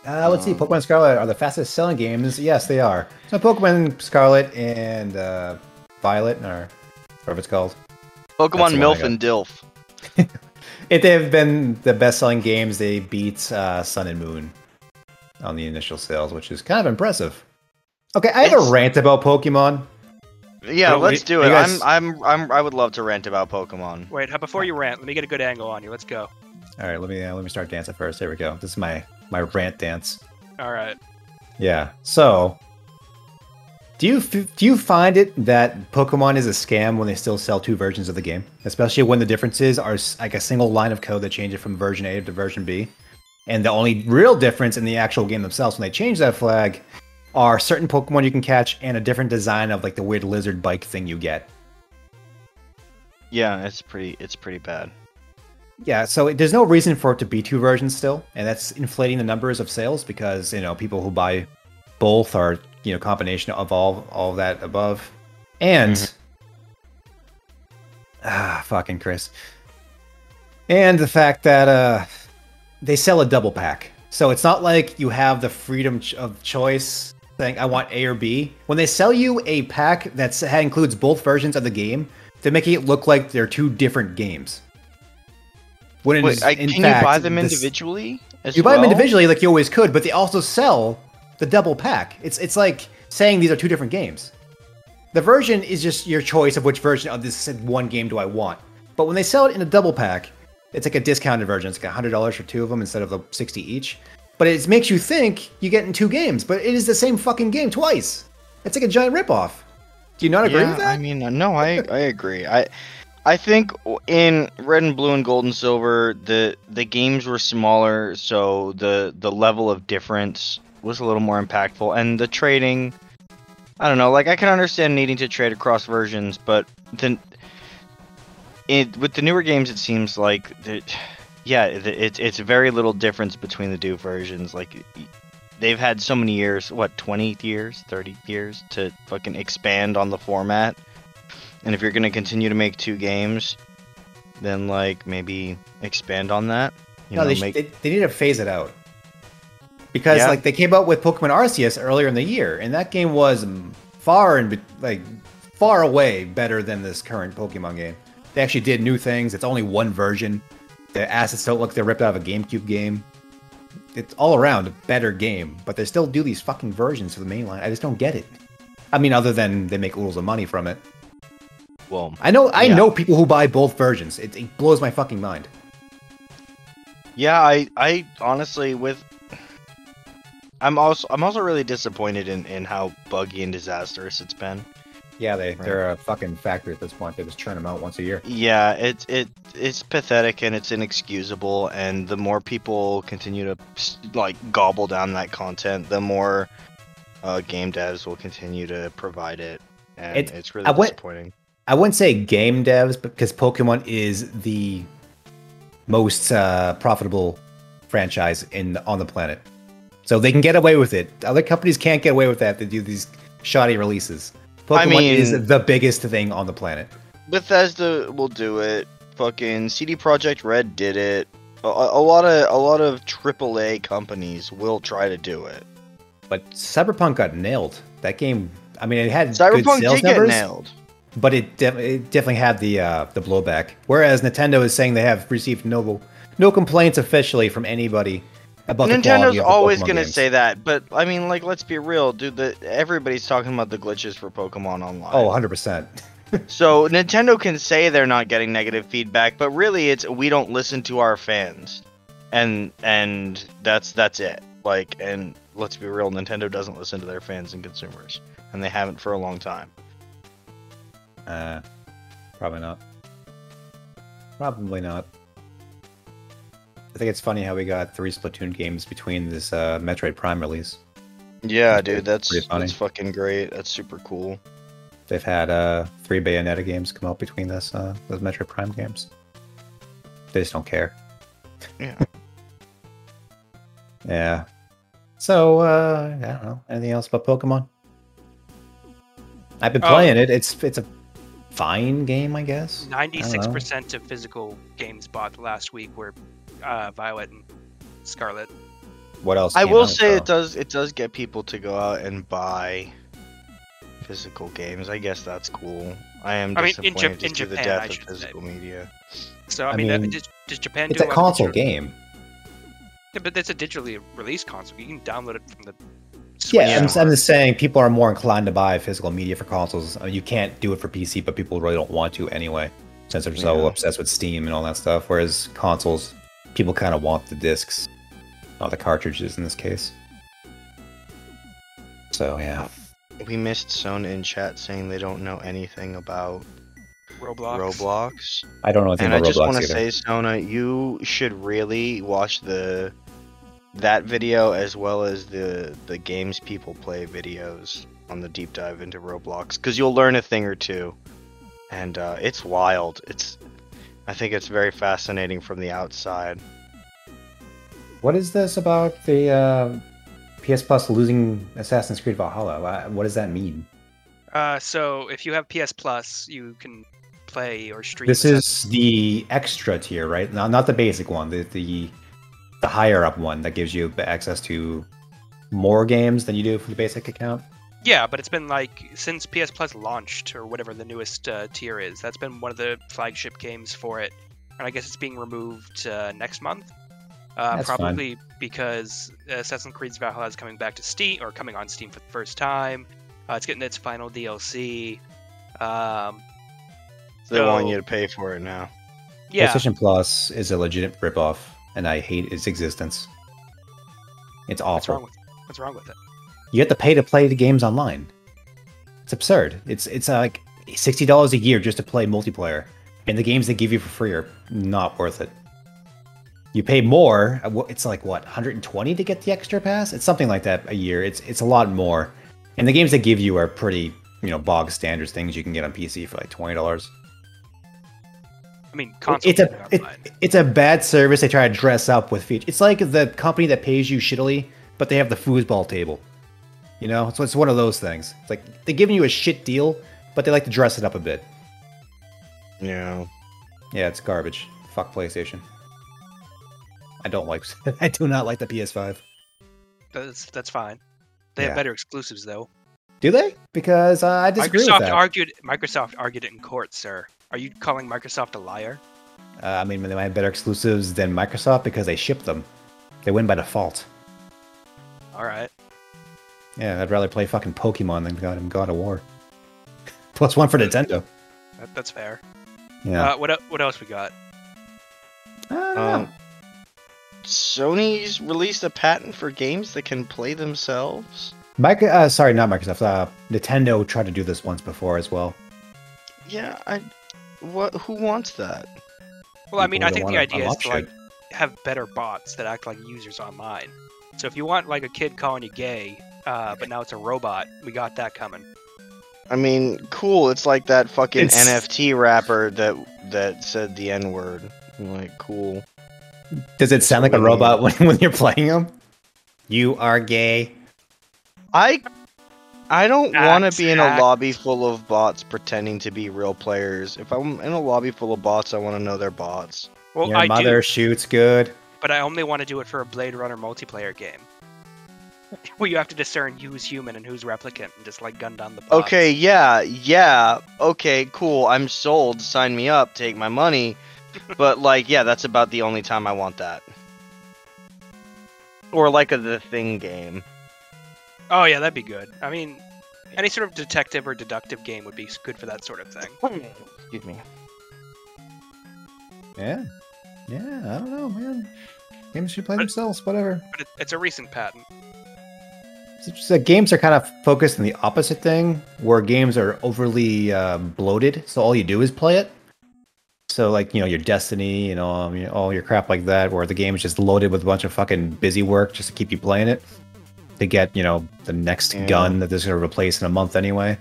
S1: Uh, let's see.
S2: Um,
S1: Pokemon Scarlet are the fastest selling games. Yes, they are. So Pokemon Scarlet and uh, Violet, or whatever it's called,
S2: Pokemon
S1: the one I
S2: Milf
S1: got.
S2: and Dilf.
S1: it, they've been the best selling games. They beat uh, Sun and Moon on the initial sales, which is kind of impressive. Okay, I have
S2: It's-
S1: a rant about Pokemon.
S2: Yeah,
S1: Wait, wait,
S2: let's do
S1: you
S2: it.
S1: guys-
S2: I'm, I'm, I'm, I would love to rant about Pokemon.
S3: Wait, how, before you rant, let me get a good angle on you. Let's go.
S1: All right, let me uh, let me start dancing first. Here we go. This is my my rant dance.
S3: All right.
S1: Yeah. So, do you f- do you find it that Pokemon is a scam when they still sell two versions of the game, especially when the differences are s- like a single line of code that changes from version A to version B, and the only real difference in the actual game themselves when they change that flag are certain Pokemon you can catch and a different design of like the weird lizard bike thing you get.
S2: Yeah, it's pretty, it's pretty bad.
S1: Yeah, so it, there's no reason for it to be two versions still, and that's inflating the numbers of sales because you know people who buy both are you know combination of all all that above, and
S2: Mm-hmm.
S1: ah fucking Chris, and the fact that uh they sell a double pack, so it's not like you have the freedom ch- of choice saying I want A or B. When they sell you a pack that's, that includes both versions of the game, they're making it look like they're two different games. When it
S2: Wait,
S1: is,
S2: I,
S1: in
S2: can you
S1: fact,
S2: buy them
S1: this-
S2: individually? as
S1: You buy them
S2: well?
S1: individually like you always could, but they also sell the double pack. It's it's like saying these are two different games. The version is just your choice of which version of this said one game do I want. But when they sell it in a double pack, it's like a discounted version. It's like $100 for two of them instead of the 60 each. But it makes you think you're getting two games, but it is the same fucking game twice. It's like a giant ripoff. Do you not agree
S2: yeah,
S1: with that?
S2: I mean, uh, no, I I agree. I I think w- in Red and Blue and Gold and Silver, the the games were smaller, so the the level of difference was a little more impactful, and the trading. I don't know. Like I can understand needing to trade across versions, but then it with the newer games, it seems like the yeah, the- it's it's very little difference between the two versions. Like y- they've had so many years, what, 20 years, 30 years to fucking expand on the format. And if you're going to continue to make two games, then like maybe expand on that. You
S1: no,
S2: know,
S1: they, sh-
S2: make
S1: they, they need to phase it out. Because
S2: Yeah.
S1: like they came out with Pokemon Arceus earlier in the year, and that game was mm, far and be- like far away better than this current Pokemon game. They actually did new things. It's only one version. The assets don't look like they're ripped out of a GameCube game. It's all around a better game, but they still do these fucking versions for the mainline. I just don't get it. I mean, other than they make oodles of money from it.
S2: well,
S1: I know, I
S2: Yeah.
S1: know people who buy both versions. It, it blows my fucking mind.
S2: Yeah, I I honestly with I'm also I'm also really disappointed in in how buggy and disastrous it's been.
S1: Yeah, they they're a fucking factory at this point. They just churn them out once a year.
S2: Yeah, it it it's pathetic and it's inexcusable. And the more people continue to like gobble down that content, the more uh, game devs will continue to provide it, and
S1: It's-
S2: it's, really
S1: I went-
S2: disappointing.
S1: I wouldn't say game devs but because Pokemon is the most uh, profitable franchise in on the planet, so they can get away with it. Other companies can't get away with that. They do these shoddy releases. Pokemon
S2: I mean-
S1: is the biggest thing on the planet.
S2: Bethesda will do it. Fucking CD Projekt Red did it. A, a a lot of a lot of AAA companies will try to do it.
S1: But Cyberpunk got nailed. That game. I mean, it had
S2: Cyberpunk
S1: good sales
S2: did get
S1: numbers,
S2: nailed.
S1: but it, def- it definitely had the uh, the blowback. Whereas Nintendo is saying they have received no no complaints officially from anybody about the
S2: Nintendo's
S1: quality of the
S2: always
S1: Pokemon
S2: going to
S1: games.
S2: say that, but I mean, like, let's be real, dude. The, everybody's talking about the glitches for Pokemon Online.
S1: Oh, 100%.
S2: So Nintendo can say they're not getting negative feedback, but really it's we don't listen to our fans. And and that's that's it. Like and let's be real, Nintendo doesn't listen to their fans and consumers. And they haven't for a long time.
S1: Uh, probably not. Probably not. I think it's funny how we got three Splatoon games between this uh, Metroid Prime release.
S2: Yeah,
S1: That's pretty-
S2: dude, that's
S1: pretty funny.
S2: that's fucking great. That's super cool.
S1: They've had uh, three Bayonetta games come out between this uh, those Metroid Prime games. They just don't care.
S2: Yeah.
S1: yeah. So uh, I don't know anything else but Pokemon. I've been
S3: Oh.
S1: playing it. It's it's a fine game, I guess.
S3: Ninety-six percent of physical games bought last week were uh, Violet and Scarlet.
S1: What else?
S2: I
S1: came
S2: will
S1: out,
S2: say it
S1: though?
S2: does it does get people to go out and buy physical games. I guess that's cool. I am
S3: I mean, in
S2: disappointed
S3: Jap-
S2: to
S3: in
S2: see the
S3: Japan,
S2: death
S3: I
S2: of
S3: should say.
S2: physical media.
S3: So I,
S1: I
S3: mean, that-
S1: mean,
S3: does, does Japan
S1: It's
S3: do
S1: a
S3: lot of
S1: console
S3: digital-
S1: game.
S3: Yeah, but that's a digitally released console. You can download it from the. Switch
S1: Yeah, I'm,
S3: somewhere.
S1: I'm just saying people are more inclined to buy physical media for consoles. I mean, you can't do it for PC, but people really don't want to anyway, since they're so
S2: Yeah.
S1: obsessed with Steam and all that stuff. Whereas consoles, people kind of want the discs, not the cartridges in this case. So yeah,
S2: We missed Sony in chat saying they don't know anything about
S3: Roblox.
S2: Roblox.
S1: I don't know anything
S2: And I
S1: about
S2: just
S1: Roblox
S2: want to
S1: either.
S2: say, Sona, you should really watch the that video as well as the the games people play videos on the deep dive into Roblox because you'll learn a thing or two, and uh, it's wild. It's I think it's very fascinating from the outside.
S1: what is this about the uh, PS Plus losing Assassin's Creed Valhalla? Wha- What does that mean?
S3: Uh, so if you have PS Plus, you can play or stream.
S1: This
S3: Assassin's
S1: is the extra tier, right? Not not the basic one, the the the higher up one that gives you b- access to more games than you do for the basic account.
S3: Yeah, but it's been like since PS Plus launched or whatever the newest uh, tier is. That's been one of the flagship games for it, and I guess it's being removed uh, next month. Uh,
S1: That's fine.
S3: probably because Assassin's Creed Valhalla is coming back to Steam or coming on Steam for the first time. Uh, it's getting its final DLC. Um,
S2: They want
S3: So-
S2: you to pay for it now.
S3: yeah,
S1: PlayStation Plus is a legitimate ripoff, and I hate its existence. It's
S3: what's wrong
S1: awful.
S3: with what's wrong with it?
S1: You have to pay to play the games online. It's absurd. It's it's uh, like sixty dollars a year just to play multiplayer, and the games they give you for free are not worth it. You pay more. uh, wha- It's like what, 120 to get the extra pass? It's something like that a year. It's it's a lot more, and the games they give you are pretty you know bog standard things you can get on PC for like twenty dollars.
S3: I mean, console
S1: It's a
S3: gaming
S1: it,
S3: online.
S1: it's a bad service. They try to dress up with features. It's like the company that pays you shittily, but they have the foosball table. You know, so it's one of those things. It's like they're giving you a shit deal, but they like to dress it up a bit.
S2: Yeah.
S1: Yeah, it's garbage. Fuck PlayStation. I don't like. I do not like the PS5.
S3: That's that's fine. They
S1: Yeah.
S3: have better exclusives though.
S1: Do they? Because uh, I disagree
S3: Microsoft
S1: with that.
S3: argued. Microsoft argued it in court, sir. Are you calling Microsoft a liar?
S1: uh, I mean, they might have better exclusives than Microsoft because they ship them. They win by default.
S3: All right.
S1: Yeah, I'd rather play fucking Pokemon than God, God of War. Plus one for Nintendo.
S3: That, that's fair.
S1: Yeah.
S3: Uh, what el- what else we got?
S1: Ah,
S2: Um, Sony's released a patent for games that can play themselves.
S1: Micro, uh, sorry, not Microsoft. Uh, Nintendo tried to do this once before as well.
S2: Yeah, I. What? Who wants that?
S3: Well, I mean,
S1: People
S3: I
S1: that
S3: think the
S1: wanna
S3: idea is
S1: unlock
S3: to
S1: shit.
S3: like have better bots that act like users online. So if you want like a kid calling you gay, uh, but now it's a robot, we got that coming.
S2: I mean, cool. It's like that fucking
S1: It's-
S2: NFT rapper that that said the N word. Like, cool.
S1: Does it
S2: It's
S1: sound like a
S2: really-
S1: robot when, when you're playing them? You are gay.
S2: I I don't want
S3: Axe,
S2: to be in a
S3: axe.
S2: lobby full of bots pretending to be real players. If I'm in a lobby full of bots, I want to know they're bots.
S3: Well,
S1: Your
S3: I
S1: mother shoots good.
S3: do, but I only want to do it for a Blade Runner multiplayer game. Well, you have to discern who's human and who's replicant, and just like gun down the. Bots.
S2: Okay, yeah, yeah. Okay, cool. I'm sold. Sign me up. Take my money. but like, yeah, that's about the only time I want that. Or like a the thing game.
S3: Oh yeah, that'd be good. I mean, any sort of detective or deductive game would be s- good for that sort of thing.
S2: Excuse me.
S1: Yeah. Yeah, I don't know, man. Games should play
S3: But-
S1: themselves, whatever.
S3: But it, it's a recent patent.
S1: it's like games are kind of focused on the opposite thing, where games are overly um, bloated, so all you do is play it. So like you know your Destiny and all you know, all your crap like that, where the game is just loaded with a bunch of fucking busy work just to keep you playing it to get you know the next
S2: Yeah.
S1: gun that they're going to replace in a month anyway.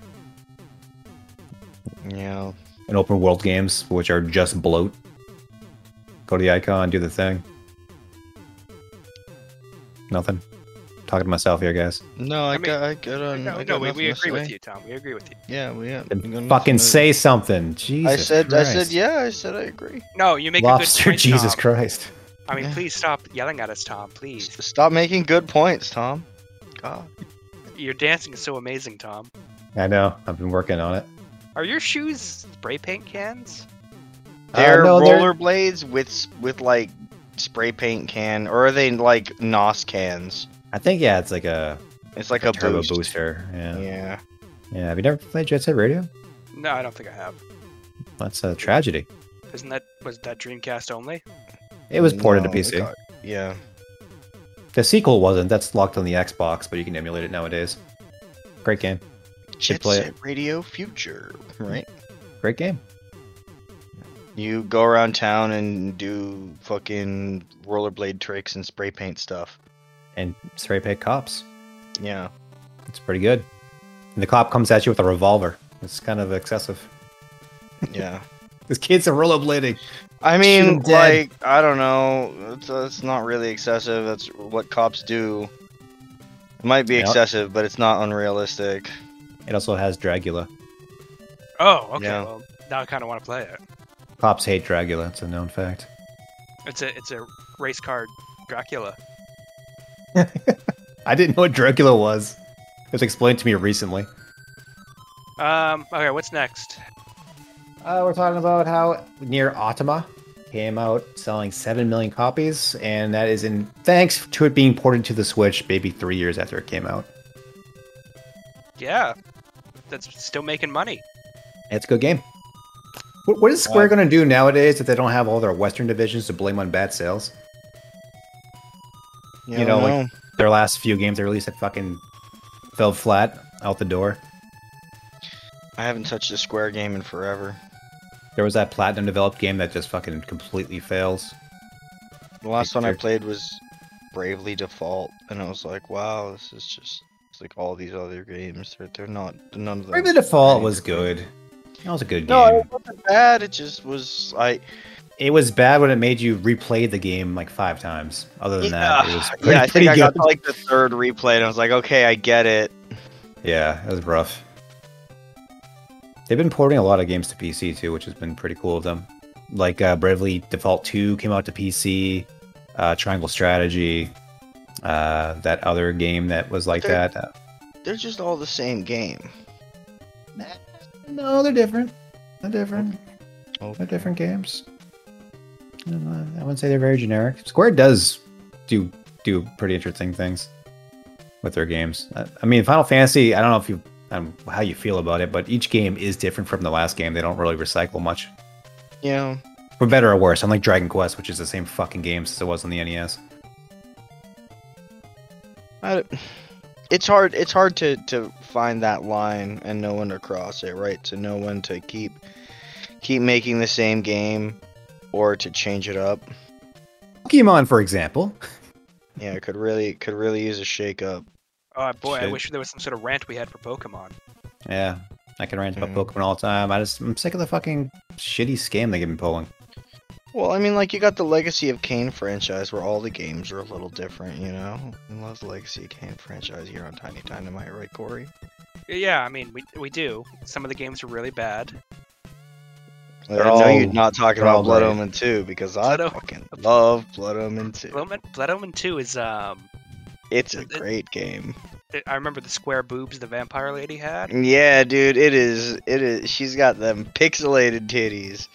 S2: Yeah.
S1: And open world games, which are just bloat. Go to the icon, do the thing. Nothing. Talking to myself here, guys.
S2: No, I,
S3: I mean-
S2: got, I got on.
S3: no,
S2: Um, I
S3: no,
S2: got
S3: we, we
S2: nothing to
S3: agree with
S2: say.
S3: you, Tom. We agree with you.
S2: Yeah, we yeah.
S1: Then
S2: we got nothing
S1: fucking
S2: to-
S1: say something. Jesus.
S2: I said, I said,
S1: Christ.
S2: yeah, I said I agree.
S3: No, you make a
S1: Lobster,
S3: good point,
S1: Jesus
S3: Tom.
S1: Christ.
S3: I mean,
S2: Yeah.
S3: please stop yelling at us, Tom. Please.
S2: S- Stop making good points, Tom. God.
S3: Your dancing is so amazing, Tom.
S1: I know. I've been working on it.
S3: Are your shoes spray paint cans?
S1: Uh,
S2: They're
S1: no, they're-
S2: rollerblades with s- with like spray paint can, or are they like nos cans?
S1: I think yeah, it's like a,
S2: It's like a
S1: turbo
S2: boost.
S1: booster. Yeah. yeah.
S2: Yeah.
S1: Have you never played Jet Set Radio?
S3: No, I don't think I have.
S1: That's a tragedy.
S3: Isn't that was that Dreamcast only?
S1: It was ported
S2: No,
S1: to PC.
S2: God. Yeah.
S1: The sequel wasn't. That's locked on the Xbox, but you can emulate it nowadays. Great game.
S2: Jet
S1: play Hmm.
S2: Set Radio Future, right?
S1: Great game.
S2: You go around town and do fucking rollerblade tricks and spray paint stuff.
S1: And Spray Paint Cops.
S2: Yeah.
S1: It's pretty good. And the cop comes at you with a revolver. It's kind of excessive.
S2: Yeah.
S1: This kid's a rollerblading.
S2: I
S1: Shoot 'em
S2: mean,
S1: dead.
S2: like, I don't know. It's, uh, it's not really excessive. That's what cops do. It might be
S1: Yeah.
S2: excessive, but it's not unrealistic.
S1: It also has Dracula.
S3: Oh, okay.
S2: Yeah.
S3: Well, now I kind of want to play it.
S1: Cops hate Dracula. It's a known fact.
S3: It's a it's a race car Dracula.
S1: I didn't know what Dracula was. It was explained to me recently.
S3: Um. Okay. What's next?
S1: Uh, we're talking about how Near Automata came out selling 7 million copies, and that is in thanks to it being ported to the Switch maybe three years after it came out.
S3: Yeah. That's still making money.
S1: It's a good game. What, what is Square going to do nowadays if they don't have all their Western divisions to blame on bad sales?
S2: You,
S1: You
S2: know,
S1: know, like- Their last few games they released that fucking fell flat out the door.
S2: I haven't touched a Square game in forever.
S1: There was that platinum developed game that just fucking completely fails.
S2: The last one I
S1: Sure.
S2: played was Bravely Default, and I was like, wow, this is just it's like all these other games. They're, they're not none of them.
S1: Maybe the Default was good. That was a good game.
S2: no, it wasn't bad. It just was. I
S1: It was bad when it made you replay the game like five times. Other than that, it was
S2: Yeah,
S1: pretty,
S2: yeah, I think
S1: pretty
S2: I got
S1: good.
S2: to like the third replay, and I was like, okay, I get it.
S1: yeah, it was rough. They've been porting a lot of games to PC too, which has been pretty cool of them. Like uh, Bravely Default 2 came out to PC, uh, Triangle Strategy, uh, that other game that was like
S2: They're-
S1: that. Uh,
S2: They're just all the same game.
S1: no, they're different. They're different.
S2: Oh,
S1: They're different games. I don't know, I wouldn't say they're very generic. Square does do do pretty interesting things with their games. I, I mean, Final Fantasy. I don't know if you um, how you feel about it, but each game is different from the last game. They don't really recycle much,
S2: Yeah,
S1: for better or worse. Unlike Dragon Quest, which is the same fucking game since it was on the E NES.
S2: I, it's hard. It's hard to to find that line and know when to cross it, right? To know when to keep keep making the same game or to change it up.
S1: Pokemon, for example.
S2: Yeah, it could really could really use a shake up.
S3: Oh boy, I
S1: Shit.
S3: wish there was some sort of rant we had for Pokemon.
S1: Yeah, I can rant about
S2: Mhm.
S1: Pokemon all the time. I just I'm sick of the fucking shitty scam they've been pulling.
S2: Well, I mean, like you got the Legacy of Kane franchise, where all the games are a little different, you know. I love the Legacy of Kane franchise here on Tiny Dynamite, right, Corey?
S3: Yeah, I mean, we, we do. Some of the games are really bad.
S2: Like,
S1: They're
S2: I know
S1: all-
S2: you're not talking
S1: they're all
S2: about Blood
S1: great.
S2: Omen 2 because I
S3: Blood Omen-
S2: fucking love Blood Omen 2.
S3: Blood Omen- Blood Omen 2 is um,
S2: It's a
S3: it-
S2: great game.
S3: I remember the square boobs the vampire lady
S2: Mm,
S3: had.
S2: Yeah, dude, it is. It is. She's got them pixelated titties.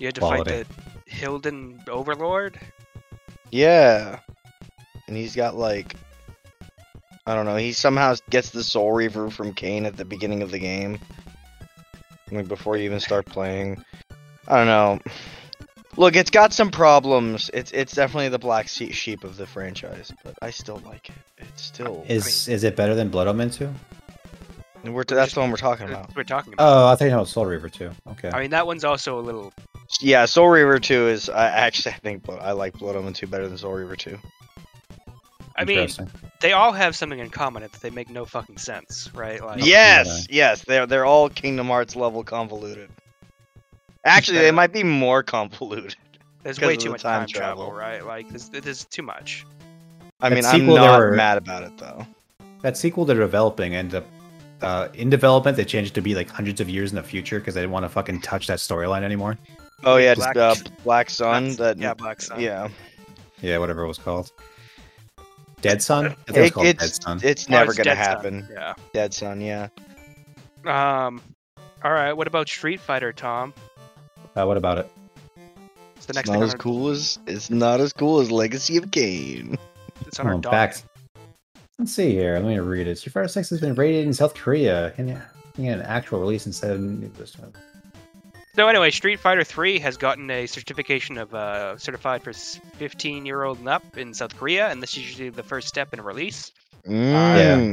S3: You had to
S1: Quality.
S3: fight the Hilden Overlord.
S2: Yeah, and he's got like, I don't know. He somehow gets the Soul Reaver from Kane at the beginning of the game, like before you even start playing. I don't know. Look, it's got some problems. It's it's definitely the black se- sheep of the franchise, but I still like it. It's still
S1: Is is it better than Blood Omen 2?
S2: we're, that's the one we're talking about.
S3: We're talking
S2: Uh,
S3: about.
S1: Oh, I think it was Soul Reaver 2. Okay.
S3: I mean, that one's also a little.
S2: Yeah, Soul Reaver 2 is I actually I think Blood, I like Blood Omen 2 better than Soul Reaver 2.
S3: I mean,
S1: Interesting.
S3: they all have something in common that they make no fucking sense, right? Like,
S2: Yes, yes, they're they're all Kingdom Hearts level convoluted. Actually, they might be more convoluted.
S3: there's
S2: 'cause
S3: way
S2: of
S3: too
S2: the
S3: much
S2: time
S3: time travel,
S2: travel.
S3: right? Like, there's, there's too much.
S2: I
S1: That
S2: mean, I'm
S1: sequel, there
S2: not
S1: were-
S2: mad about it though.
S1: that sequel they're developing ended up uh, in development they changed it to be like hundreds of years in the future because they didn't want to fucking touch that storyline anymore
S2: Oh yeah,
S3: Black-
S2: just uh, Black Sun.
S3: That's-
S2: That
S3: yeah, Black Sun. Oh,
S2: yeah.
S1: yeah whatever it was called dead sun i think it was
S2: It-
S1: called dead
S2: it's
S1: sun
S2: it's
S3: Oh,
S2: never
S3: it's
S2: gonna
S3: Dead Sun,
S2: happen. Dead Sun, yeah.
S3: Yeah. Um. All right. What about Street Fighter, Tom?
S1: uh, what about it
S3: It's the
S2: It's
S3: next
S2: not
S3: thing.
S2: as
S3: on our,
S2: cool as it's not as cool as Legacy of Kane.
S3: It's on our
S1: Oh,
S3: docket.
S1: back. let's see here let me read it Street Fighter 6 has been rated in south korea and yeah, you get an actual release instead of this one.
S3: So anyway, Street Fighter 3 has gotten a certification of uh, certified for 15-year-old and up in South Korea, and this is usually the first step in a release.
S2: Mm.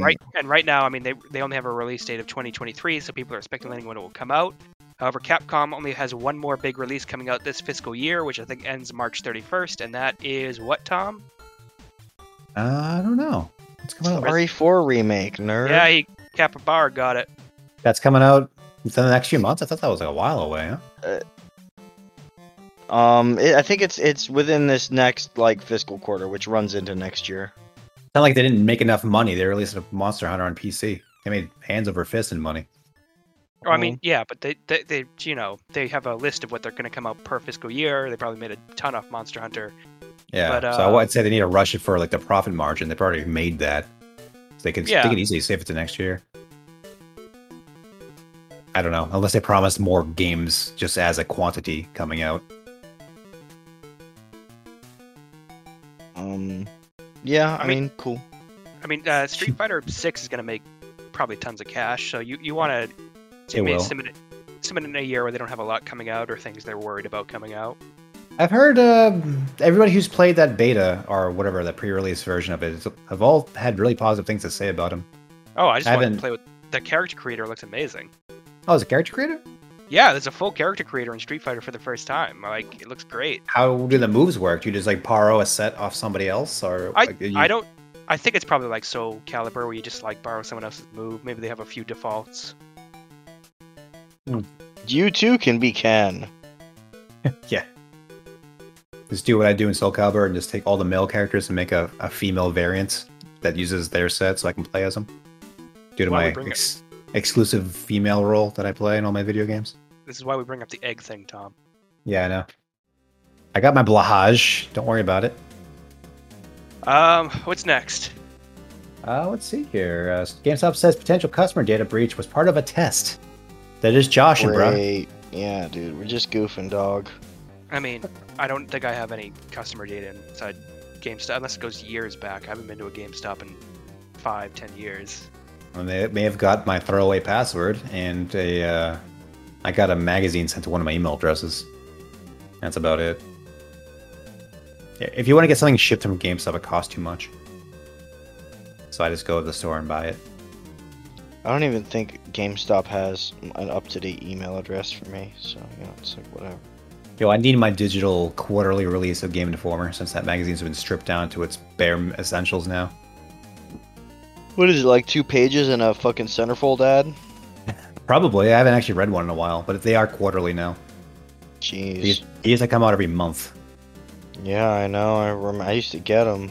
S3: Uh, Right, and right now, I mean, they they only have a release date of 2023, so people are speculating when it will come out. However, Capcom only has one more big release coming out this fiscal year, which I think ends March 31st, and that is what, Tom?
S1: uh, i don't know it's coming out
S2: RE4 remake, nerd.
S3: Yeah, he Capybara got it.
S1: that's coming out within the next few months i thought that was like a while away huh?
S2: Um, it, I think it's it's within this next like fiscal quarter, which runs into next year.
S1: not like they didn't make enough money they released a monster hunter on pc they made hands over fist in money
S3: Or, I mean, yeah, but they, they, they, you know, they have a list of what they're going to come out per fiscal year. They probably made a ton off Monster Hunter.
S1: Yeah.
S3: But,
S1: so
S3: uh,
S1: I'd say they need to rush it for like the profit margin. They've already made that. So they can
S3: Yeah.
S1: they can easily save it to next year. I don't know. Unless they promise more games just as a quantity coming out.
S2: Um, yeah, I,
S3: I
S2: mean,
S3: mean-
S2: cool.
S3: I mean, uh, Street Fighter Six is going to make probably tons of cash, so you you want to
S1: It will.
S3: submit it, submit it in a year where they don't have a lot coming out or things they're worried about coming out.
S1: I've heard uh, everybody who's played that beta or whatever that pre-release version of it is- have all had really positive things to say about him.
S3: Oh, I just
S1: I
S3: wanted
S1: haven't-
S3: to play with the character creator. Looks amazing.
S1: Oh, is a character creator?
S3: Yeah, there's a full character creator in Street Fighter for the first time. Like, it looks great.
S1: How do the moves work? Do you just like borrow a set off somebody else, or
S3: I
S1: like, you-
S3: I don't. I think it's probably like Soul Calibur, where you just like borrow someone else's move. Maybe they have a few defaults.
S2: You too can be Ken.
S1: just do what I do in Soul Calibur and just take all the male characters and make a, a female variant that uses their set so I can play as them. Due to
S3: Why
S1: my
S3: would bring it?
S1: ex- exclusive female role that I play in all my video games.
S3: This is why we bring up the egg thing, Tom.
S1: Yeah, I know. I got my blahage. Don't worry about it.
S3: Um, what's next?
S1: Uh, let's see here. Uh, GameStop says potential customer data breach was part of a test. That is Josh and bro.
S2: Great. Yeah, dude, we're just goofing, dog.
S3: I mean, I don't think I have any customer data inside GameStop unless it goes years back. I haven't been to a GameStop in five, ten years.
S1: And they may have got my throwaway password and a. Uh, I got a magazine sent to one of my email addresses. That's about it. Yeah, If you want to get something shipped from GameStop, it costs too much. So I just go to the store and buy it.
S2: I don't even think GameStop has an up-to-date email address for me, so you know, it's like whatever.
S1: Yo, I need my digital quarterly release of Game Informer since that magazine's been stripped down to its bare essentials now.
S2: What is it like? Two pages and a fucking centerfold ad?
S1: Probably. I haven't actually read one in a while, but they are quarterly now.
S2: Jeez.
S1: These, these that come out every month.
S2: Yeah, I know. I rem- I used to get them.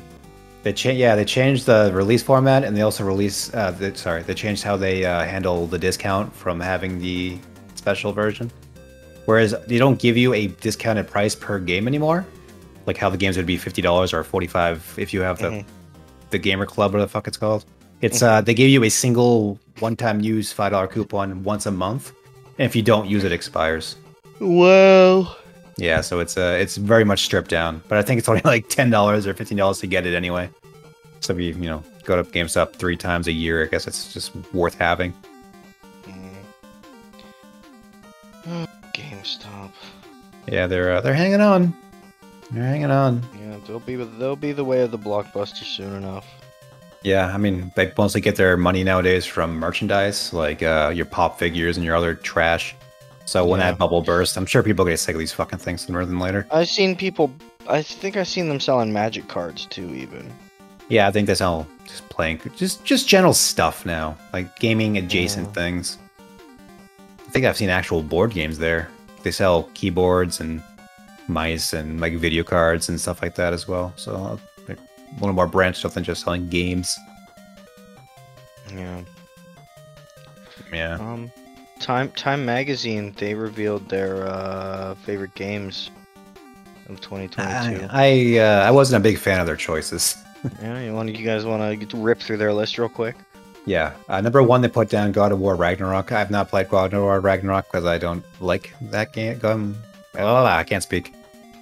S1: They cha- yeah, they changed the release format, and they also release. Uh, the, sorry, they changed how they uh, handle the discount from having the special version. Whereas they don't give you a discounted price per game anymore, like how the games would be fifty dollars or forty five if you have the
S2: Mhm.
S1: the gamer club or the fuck it's called. It's uh, they give you a single one time use five dollar coupon once a month, and if you don't use it, it expires.
S2: Well,
S1: Yeah, so it's uh, it's very much stripped down, but I think it's only like ten dollars or fifteen dollars to get it anyway. So if you you know go to GameStop three times a year, I guess it's just worth having.
S2: Mm. Hmm. GameStop.
S1: Yeah, they're uh, they're hanging on. They're hanging on.
S2: Yeah, they'll be they'll be the way of the blockbuster soon enough.
S1: Yeah, I mean, they mostly get their money nowadays from merchandise, like uh, your pop figures and your other trash. So when
S2: Yeah.
S1: that bubble bursts, I'm sure people get sick of these fucking things sooner than later.
S2: I've seen people. I think I've seen them selling magic cards too, even.
S1: Yeah, I think that's all. Just playing, just just general stuff now, like gaming adjacent
S2: Yeah.
S1: things. I think I've seen actual board games there. They sell keyboards and mice and like video cards and stuff like that as well. So they're a little more branched out than just selling games.
S2: Yeah.
S1: Yeah.
S2: Um, Time Time Magazine they revealed their uh, favorite games of 2022.
S1: I I, uh, I wasn't a big fan of their choices.
S2: yeah, you want you guys want to rip through their list real quick?
S1: Yeah. Uh, number one, they put down God of War Ragnarok. I've not played God of War Ragnarok because I don't like that game. Um, ah, I can't speak.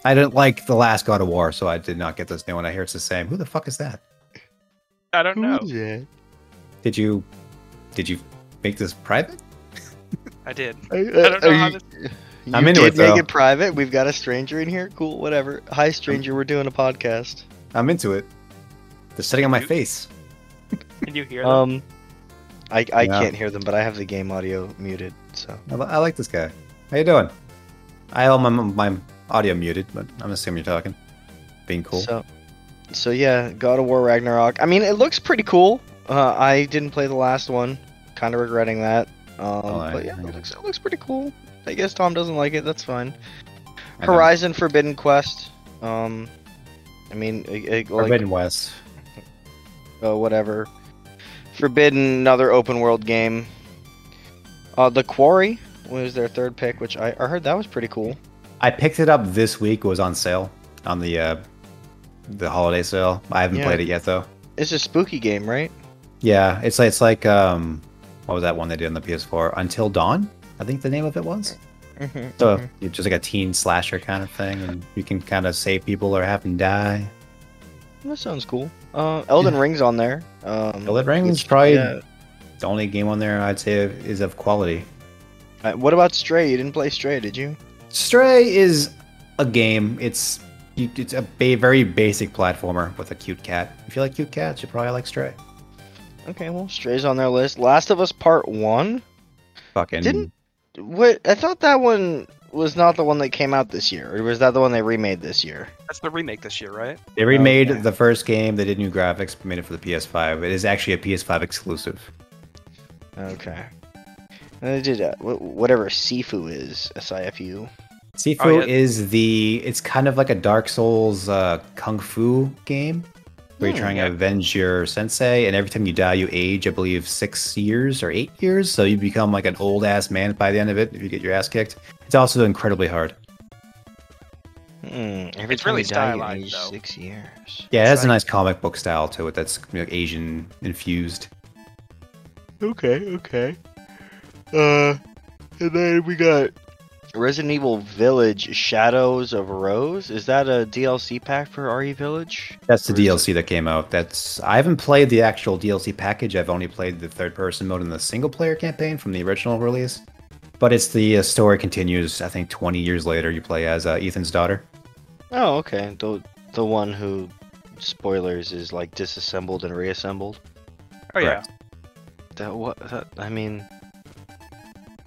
S1: I didn't like the last God of War, so I did not get this new one. I hear it's the same. Who the fuck is that?
S3: I don't know.
S2: Yeah.
S1: Did you, did you make this private?
S3: I did.
S2: I,
S3: don't know how
S2: Uh, you, you
S1: I'm into
S2: did
S1: it,
S2: make
S1: though.
S2: it private. We've got a stranger in here. Cool, whatever. Hi, stranger. We're doing a podcast.
S1: I'm into it. They're sitting on my
S3: You-
S1: face.
S3: Can you hear that?
S2: Um, I I
S1: Yeah.
S2: can't hear them, but I have the game audio muted. So
S1: I, li- I like this guy. How you doing? I have my my audio muted, but I'm assuming you're talking. Being cool.
S2: So, so yeah, God of War Ragnarok. I mean, it looks pretty cool. Uh, I didn't play the last one, kind of regretting that. Um,
S1: Oh, I-
S2: but yeah,
S1: I-
S2: it looks, it looks pretty cool. I guess Tom doesn't like it. That's fine.
S1: I know.
S2: Horizon Forbidden Quest. Um, I mean, it, it, like,
S1: Forbidden West.
S2: uh, whatever. Forbidden, another open world game. Uh, the Quarry was their third pick, which I, I heard that was pretty cool.
S1: I picked it up this week. It was on sale on the uh, the holiday sale. I haven't
S2: Yeah.
S1: played it yet though.
S2: It's a spooky game, right?
S1: Yeah, it's like it's like um, what was that one they did on the PS4? Until Dawn, I think the name of it was.
S2: Mm-hmm.
S1: So it's just like a teen slasher kind of thing, and you can kind of save people or have them die.
S2: That sounds cool. Uh, Elden Ring's on there. Um,
S1: Elden Ring is
S2: which-
S1: probably
S2: yeah.
S1: the only game on there I'd say is of quality.
S2: Uh, what about Stray? You didn't play Stray, did you?
S1: Stray is a game. It's you- it's a ba- very basic platformer with a cute cat. If you like cute cats, you probably like Stray.
S2: Okay, well, Stray's on their list. Last of Us Part One.
S1: Fucking
S2: Didn't- What? I thought that one was not the one that came out this year, or was that the one they remade this year?
S3: That's the remake this year, right?
S1: They remade
S2: Okay.
S1: the first game. They did new graphics, made it for the PS5. It is actually a PS5 exclusive.
S2: Okay. And they did uh, wh- whatever Sifu is, S I F U.
S1: Sifu
S3: Oh, yeah.
S1: is the. It's kind of like a Dark Souls uh, kung fu game where
S2: Hmm,
S1: you're trying
S3: yeah.
S1: to avenge your sensei, and every time you die, you age, I believe, six years or eight years. So you become like an old ass man by the end of it if you get your ass kicked. It's also incredibly hard.
S2: Mm, every
S3: It's
S2: time
S3: really
S2: you die, you
S3: stylized,
S2: age
S3: though.
S2: Six years.
S1: Yeah, it has a
S3: Sorry.
S1: nice comic book style to it that's you know, Asian infused.
S2: Okay, okay. Uh, and then we got Resident Evil Village Shadows of Rose. Is that a DLC pack for RE Village?
S1: That's the
S2: Or is it-
S1: DLC that came out. That's I haven't played the actual DLC package. I've only played the third person mode in the single player campaign from the original release. But it's the uh, story continues. I think 20 years later, you play as uh, Ethan's daughter.
S2: Oh, okay. The the one who spoilers is like disassembled and reassembled.
S3: Oh yeah.
S1: Correct.
S2: That what? That, I mean,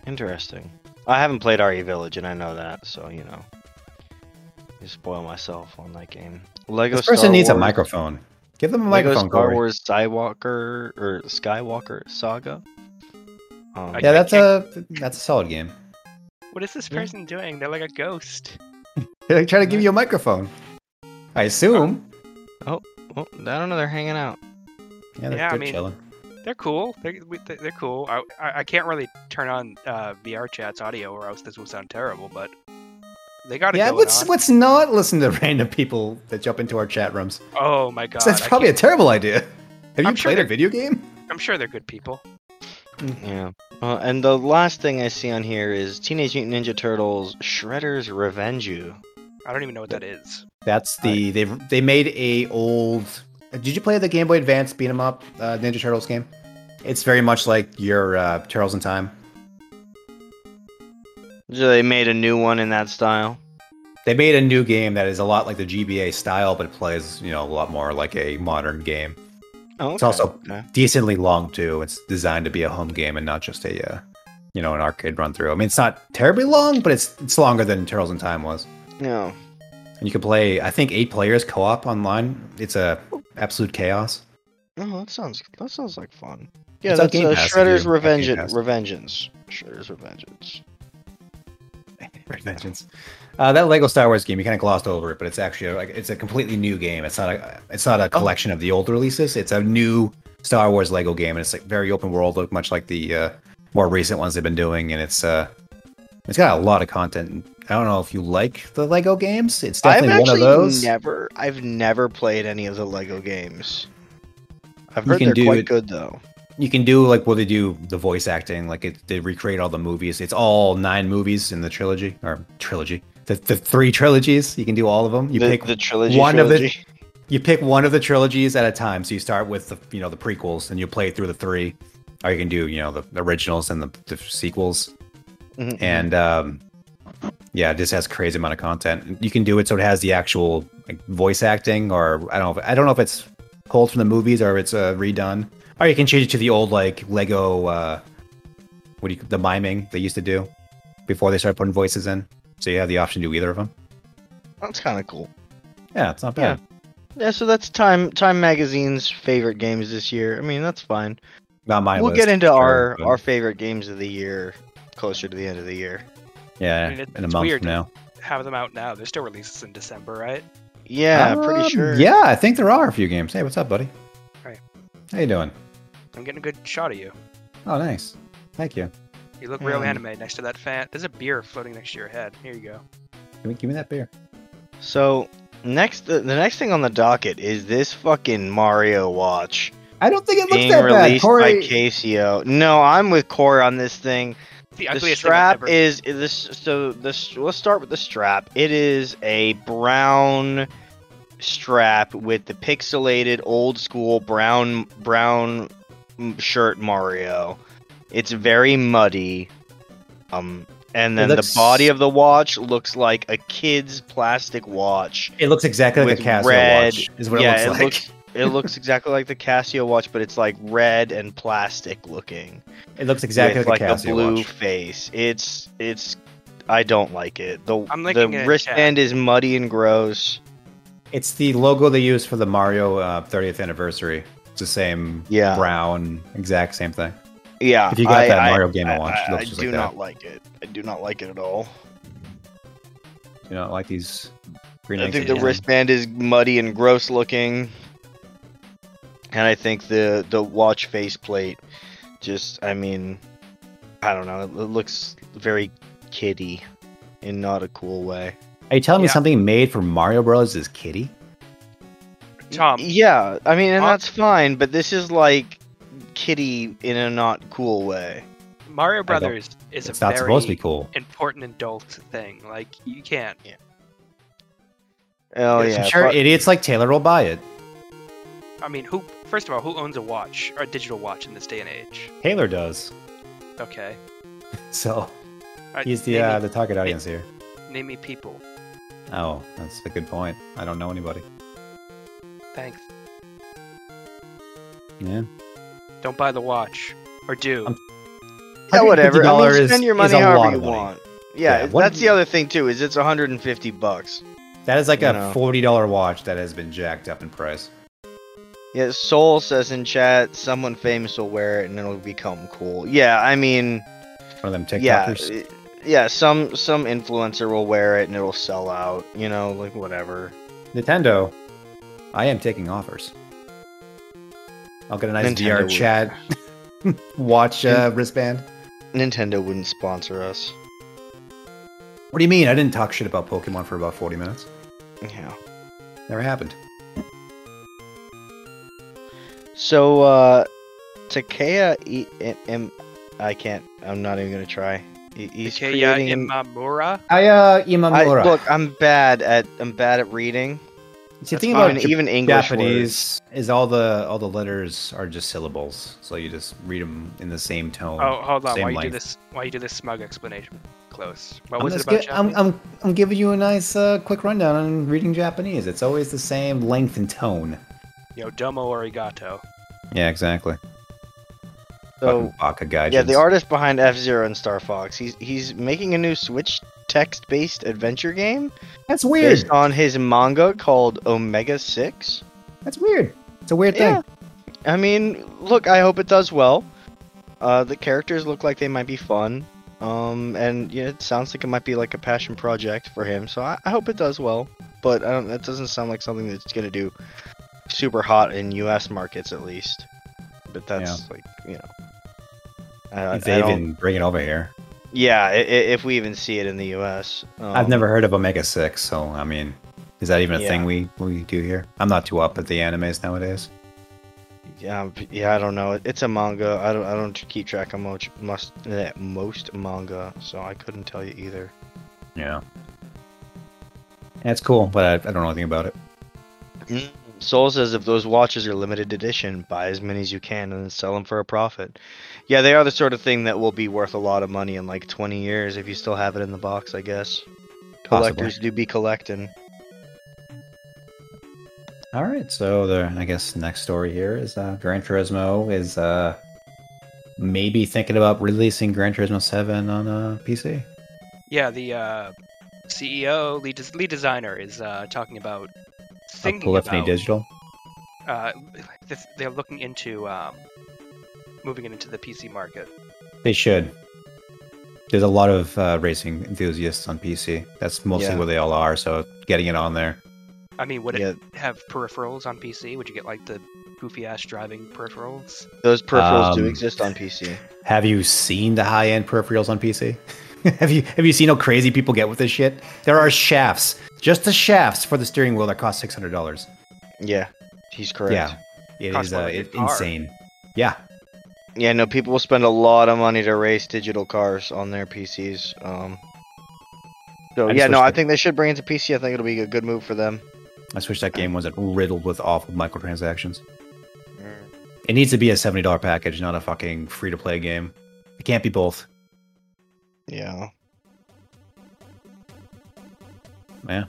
S2: interesting. I haven't played RE Village, and I know that, so you know, you spoil myself on that game. Lego.
S1: This person
S2: Star
S1: needs a
S2: Wars-
S1: microphone. Give them a
S2: Lego
S1: microphone,
S2: Star
S1: Corey.
S2: Wars Skywalker or Skywalker Saga. Um,
S3: I-
S1: Yeah,
S3: I
S1: that's a that's a solid game.
S3: What is this
S2: Yeah.
S3: person doing? They're like a ghost.
S1: They're trying to give you a microphone. I assume.
S2: well, oh, I don't know. They're hanging out.
S1: Yeah, they're,
S3: Yeah, I
S1: they're
S3: mean-
S1: chilling.
S3: They're cool. They're we- they're they're cool. I I I can't really turn on uh, VR chat's audio, or else this would sound terrible. But they got it
S1: Yeah,
S3: going
S1: let's
S3: on.
S1: let's not listen to random people that jump into our chat rooms.
S3: Oh my god.
S1: that's
S3: I
S1: probably a
S3: can't-
S1: terrible idea. Have you
S3: I'm
S1: played
S3: sure
S1: a
S3: they're-
S1: video game?
S3: I'm sure they're good people.
S2: Yeah. Uh, and the last thing I see on here is Teenage Mutant Ninja Turtles Shredder's Revenge. You.
S3: I don't even know what that is.
S1: That's the they have they made a old. Did you play the Game Boy Advance beat 'em up uh, Ninja Turtles game? It's very much like your uh, Turtles in Time.
S2: So they made a new one in that style.
S1: They made a new game that is a lot like the GBA style, but it plays you know a lot more like a modern game.
S2: Oh,
S1: It's also-
S2: okay.
S1: Decently long too. It's designed to be a home game and not just a uh, you know an arcade run through. I mean, it's not terribly long, but it's it's longer than Turtles in Time was.
S2: no.
S1: And you can play, I think, eight players co-op online. It's a absolute chaos.
S2: No, Oh, that sounds that sounds like fun. Yeah,
S1: It's on
S2: that's
S1: Game
S2: uh,
S1: Pass if
S2: Shredder's
S1: you have Game
S2: Revenge
S1: Pass.
S2: Revengeance. Shredder's Revengeance.
S1: Great vengeance. Uh, that Lego Star Wars game, you kind of glossed over it, but it's actually like it's a completely new game. It's not a it's
S2: Oh.
S1: not a collection of the old releases. It's a new Star Wars Lego game, and it's like very open world, look much like the uh, more recent ones they've been doing. And it's uh, it's got a lot of content. I don't know if you like the Lego games. It's definitely
S2: I've
S1: one of
S2: actually
S1: those.
S2: never I've never played any of the Lego games. I've
S1: You
S2: heard
S1: can
S2: they're
S1: do
S2: quite
S1: it-
S2: good though.
S1: you can do like what they do the voice acting like it, they recreate all the movies it's all nine movies in the trilogy or trilogy the, the three trilogies you can do all of them you
S2: the,
S1: pick
S2: the trilogy
S1: one of the-
S2: trilogy.
S1: you pick one of the trilogies at a time so you start with the you know the prequels and you play through the three or you can do you know the originals and the, the sequels
S2: Mhm.
S1: and um yeah it just has crazy amount of content you can do it so it has the actual like, voice acting or i don't know if, i don't know if it's pulled from the movies or if it's uh, redone or you can change it to the old like lego uh what do you the miming they used to do before they started putting voices in so you have the option to do either of them
S2: Mm-hmm. that's kind of cool.
S1: yeah it's not bad
S2: Yeah, so that's Time Time Magazine's favorite games this year. I mean, that's fine.
S1: not my
S2: we'll
S1: list,
S2: get into
S1: sure,
S2: our
S1: but-
S2: our favorite games of the year closer to the end of the year.
S1: yeah
S3: I mean, it-
S1: in a
S3: it's
S1: month
S3: weird.
S1: from now
S3: Have them out now. There's still releases in December, right?
S2: Yeah,
S1: Um,
S2: pretty sure.
S1: Yeah, I think there are a few games. Hey, what's up, buddy?
S3: Hey.
S1: How you doing?
S3: I'm getting a good shot of you.
S1: Oh, nice. Thank you.
S3: You look
S1: Mm.
S3: real
S2: Um,
S3: anime next to that fan. There's a beer floating next to your head. Here you go.
S1: Give me, give me that beer.
S2: So next, the, the next thing on the docket is this fucking Mario watch
S1: I don't think it looks
S2: being
S1: that bad.
S2: released
S1: Corey,
S2: by Casio. No, I'm with Core on this thing.
S3: It's The
S2: the
S3: ugliest thing I've
S2: strap
S3: ever.
S2: is is this. So this. Let's start with the strap. It is a brown strap with the pixelated old school brown brown m- shirt Mario. It's very muddy. Um, and
S1: It
S2: then
S1: looks-
S2: the body of the watch looks like a kid's plastic watch.
S1: it looks exactly like a
S2: with
S1: Casio
S2: red-
S1: watch. Is what
S2: yeah,
S1: it looks
S2: it
S1: like.
S2: looks- It looks exactly like the Casio watch, but it's like red and plastic looking
S1: it looks exactly
S2: with
S1: like a
S2: like
S1: Casio
S2: a blue
S1: watch.
S2: face. It's it's I don't like it. The
S3: I'm
S2: the
S3: linking it in
S2: wristband is muddy and gross.
S1: It's the logo they use for the Mario uh, 30th anniversary. It's the same
S2: Yeah.
S1: brown, exact same thing.
S2: Yeah.
S1: If you got
S2: I-
S1: that
S2: I-
S1: Mario game
S2: I,
S1: to watch, it
S2: I,
S1: looks
S2: I
S1: just
S2: do
S1: like that.
S2: not like it. I do not like it at all.
S1: You know, like these green
S2: I
S1: eggs
S2: think
S1: and
S2: the
S1: ham.
S2: wristband is muddy and gross looking. And I think the the watch faceplate just I mean I don't know, it, it looks very kiddie in not a cool way.
S1: Are you telling me
S3: Yeah.
S1: something made for Mario Bros. is kitty?
S3: Tom,
S1: e-
S2: Yeah, I mean, and
S3: Tom-
S2: that's fine, but this is like kitty in a not cool way.
S3: Mario
S1: don't-
S3: Brothers is
S1: it's
S3: a
S1: not
S3: very
S1: supposed to be cool.
S3: important adult thing. Like you can't.
S2: Oh
S1: Yes,
S2: yeah,
S1: I'm sure
S2: but-
S1: idiots like Taylor will buy it.
S3: I mean, who? First of all, who owns a watch or a digital watch in this day and age?
S1: Taylor does.
S3: Okay.
S1: So
S3: I-
S1: he's the
S3: name,
S1: uh,
S3: me,
S1: the target audience here.
S3: name me people.
S1: Oh, that's a good point. I don't know anybody.
S3: Thanks.
S1: Yeah.
S3: Don't buy the watch, or do.
S1: I'm-
S2: yeah, whatever. I
S1: $150
S2: mean,
S1: is-
S2: spend your
S1: is
S2: money
S1: a lot
S2: however
S1: of
S2: you
S1: money.
S2: want. Yeah,
S1: Yeah,
S2: it-
S1: what-
S2: that's the other thing too. Is it's 150 bucks.
S1: That is like
S2: You
S1: a
S2: know.
S1: forty dollar watch that has been jacked up in price.
S2: Yeah, Soul says in chat, someone famous will wear it and it'll become cool. Yeah, I mean,
S1: One of them
S2: yeah,
S1: TikTokers.
S2: it- yeah. Some some influencer will wear it and it'll sell out. You know, like whatever.
S1: Nintendo. I am taking offers. I'll get a nice
S2: Nintendo
S1: VR
S2: would-
S1: chat watch uh, wristband.
S2: Nintendo wouldn't sponsor us.
S1: What do you mean? I didn't talk shit about Pokemon for about forty minutes.
S2: Yeah.
S1: Never happened.
S2: So, uh, Takea, e- M- M- I can't. I'm not even gonna try. He- He's
S3: Ikea
S2: creating.
S3: Imamura.
S1: I uh
S2: I,
S1: Imamura.
S2: look, I'm bad at. I'm bad at reading.
S1: See, the thing
S2: I
S1: about
S2: mean,
S1: Jap-
S2: even English words.
S1: Japanese is all the all the letters are just syllables, so you just read them in the same tone.
S3: Oh, hold on.
S1: Same
S3: Why you do
S1: length.
S3: this? Why you do this smug explanation? close. What
S1: I'm,
S3: was it
S1: just
S3: about?
S1: gi- I'm,
S3: Japanese?
S1: I'm, I'm giving you a nice uh, quick rundown on reading Japanese. It's always the same length and tone.
S3: Yo, domo arigato.
S1: Yeah, exactly.
S2: So
S1: Fucking Bakugaijins.
S2: yeah, the artist behind F Zero and Star Fox, he's he's making a new Switch text-based adventure game
S1: That's weird.
S2: based on his manga called Omega Six.
S1: That's weird. It's a weird thing.
S2: Yeah. I mean, look, I hope it does well. Uh, the characters look like they might be fun. Um, and yeah, it sounds like it might be like a passion project for him. So I, I hope it does well. But I don't, that doesn't sound like something that's gonna do super hot in U.S. markets at least. But that's like you know.
S1: if
S2: I, I
S1: they
S2: don't-
S1: even bring it over here.
S2: yeah, i- i- if we even see it in the U.S. Um,
S1: I've never heard of Omega Six, so I mean, is that even a
S2: Yeah.
S1: thing we we do here? I'm not too up at the animes nowadays.
S2: Yeah, p- yeah, I don't know. It- It's a manga. I don't, I don't keep track of most, most, eh, most manga, so I couldn't tell you either.
S1: Yeah. That's cool, but I, I don't know anything about it.
S2: Mm, Soul says if those watches are limited edition, buy as many as you can and then sell them for a profit. Yeah, they are the sort of thing that will be worth a lot of money in like 20 years if you still have it in the box, I guess.
S1: Possibly.
S2: Collectors do be collecting.
S1: All right, so the I guess next story here is uh, Gran Turismo is uh, maybe thinking about releasing Gran Turismo Seven on uh, PC.
S3: Yeah, the uh, CEO, lead, des- lead designer, is uh, talking about thinking
S1: Polyphony
S3: about.
S1: Digital.
S3: uh, th- they're looking into um, moving it into the PC market.
S1: They should. There's a lot of uh, racing enthusiasts on PC. That's mostly
S2: Yeah.
S1: where they all are. So getting it on there.
S3: I mean, would
S2: Yeah,
S3: it have peripherals on PC? Would you get like the goofy ass driving peripherals?
S2: those peripherals do
S1: Um,
S2: exist on PC.
S1: Have you seen the high end peripherals on PC? have you have you seen how crazy people get with this shit? There are shafts. Just the shafts for the steering wheel that cost six hundred dollars.
S2: Yeah, he's correct.
S1: Yeah. It
S3: Cost
S1: is
S3: more
S1: uh,
S3: than your
S1: it-
S3: car.
S1: insane. Yeah.
S2: Yeah, no, people will spend a lot of money to race digital cars on their PCs. Um, so
S1: I just
S2: yeah, no,
S1: wish
S2: I
S1: they-
S2: think they should bring it to PC. I think it'll be a good move for them.
S1: I just wish that game wasn't riddled with awful microtransactions. It needs to be a seventy dollar package, not a fucking free to play game. It can't be both.
S2: Yeah.
S1: Yeah.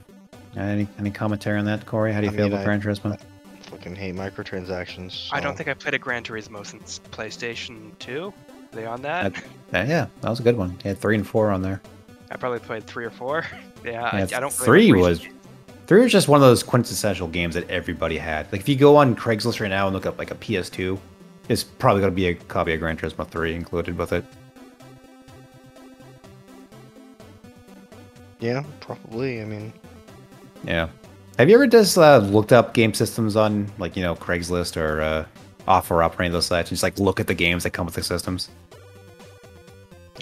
S1: Any any commentary on that, Corey? How do you
S2: I
S1: feel
S2: mean,
S1: about
S2: I-
S1: Gran Turismo?
S2: Fucking hate microtransactions.
S3: I
S1: Oh.
S3: don't
S2: so-
S3: think I've played a Gran Turismo since PlayStation 2. Are they on that?
S1: Uh, yeah, that was a good one. He had three and four on there.
S3: I probably played three or four. Yeah, I,
S1: Yeah,
S3: I don't.
S1: three
S3: remember
S1: was- Three was just one of those quintessential games that everybody had. Like if you go on Craigslist right now and look up like a PS2, it's probably going to be a copy of Gran Turismo 3 included with it.
S2: Yeah, probably. I mean,
S1: Yeah. Have you ever just uh, looked up game systems on like you know Craigslist or uh, OfferUp or any of those sites and just like look at the games that come with the systems?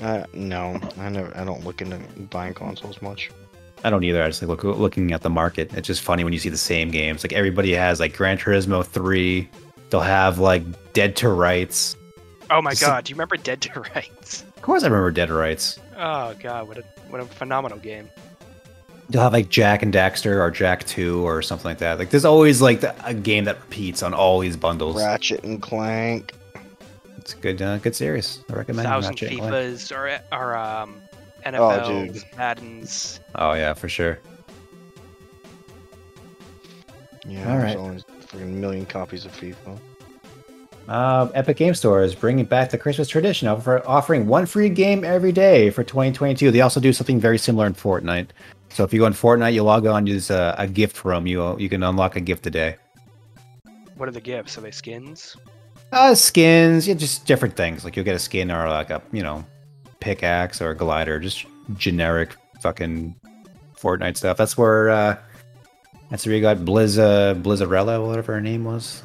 S2: I no, I never. I don't look into buying consoles much.
S1: I don't either. I just like look, looking at the market. It's just funny when you see the same games. Like everybody has like Gran Turismo 3. They'll have like Dead to Rights.
S3: Oh my
S1: Just-
S3: god! Do you remember Dead to Rights?
S1: Of course, I remember Dead to Rights.
S3: Oh god, what a what a phenomenal game.
S1: They'll have like Jack and Daxter or Jack 2 or something like that. Like there's always like the, a game that repeats on all these bundles.
S2: Ratchet and Clank.
S1: It's a good, uh, good series. I recommend
S3: Thousand
S1: Ratchet and Clank.
S3: FIFAs or or um, NFLs,
S2: Oh, dude.
S3: Maddens.
S1: Oh yeah, for sure.
S2: Yeah,
S1: All
S2: there's
S1: right.
S2: always freaking million copies of FIFA.
S1: Uh, Epic Game Store is bringing back the Christmas tradition of offering one free game every day for 2022. They also do something very similar in Fortnite. So if you go in Fortnite, you log on, use a, a gift room. You you can unlock a gift a day.
S3: What are the gifts? Are they skins?
S1: Uh, skins, yeah, just different things. Like you'll get a skin or like a you know pickaxe or a glider, just generic fucking Fortnite stuff. That's where uh, that's where you got Blizza Blizzarella, whatever her name was,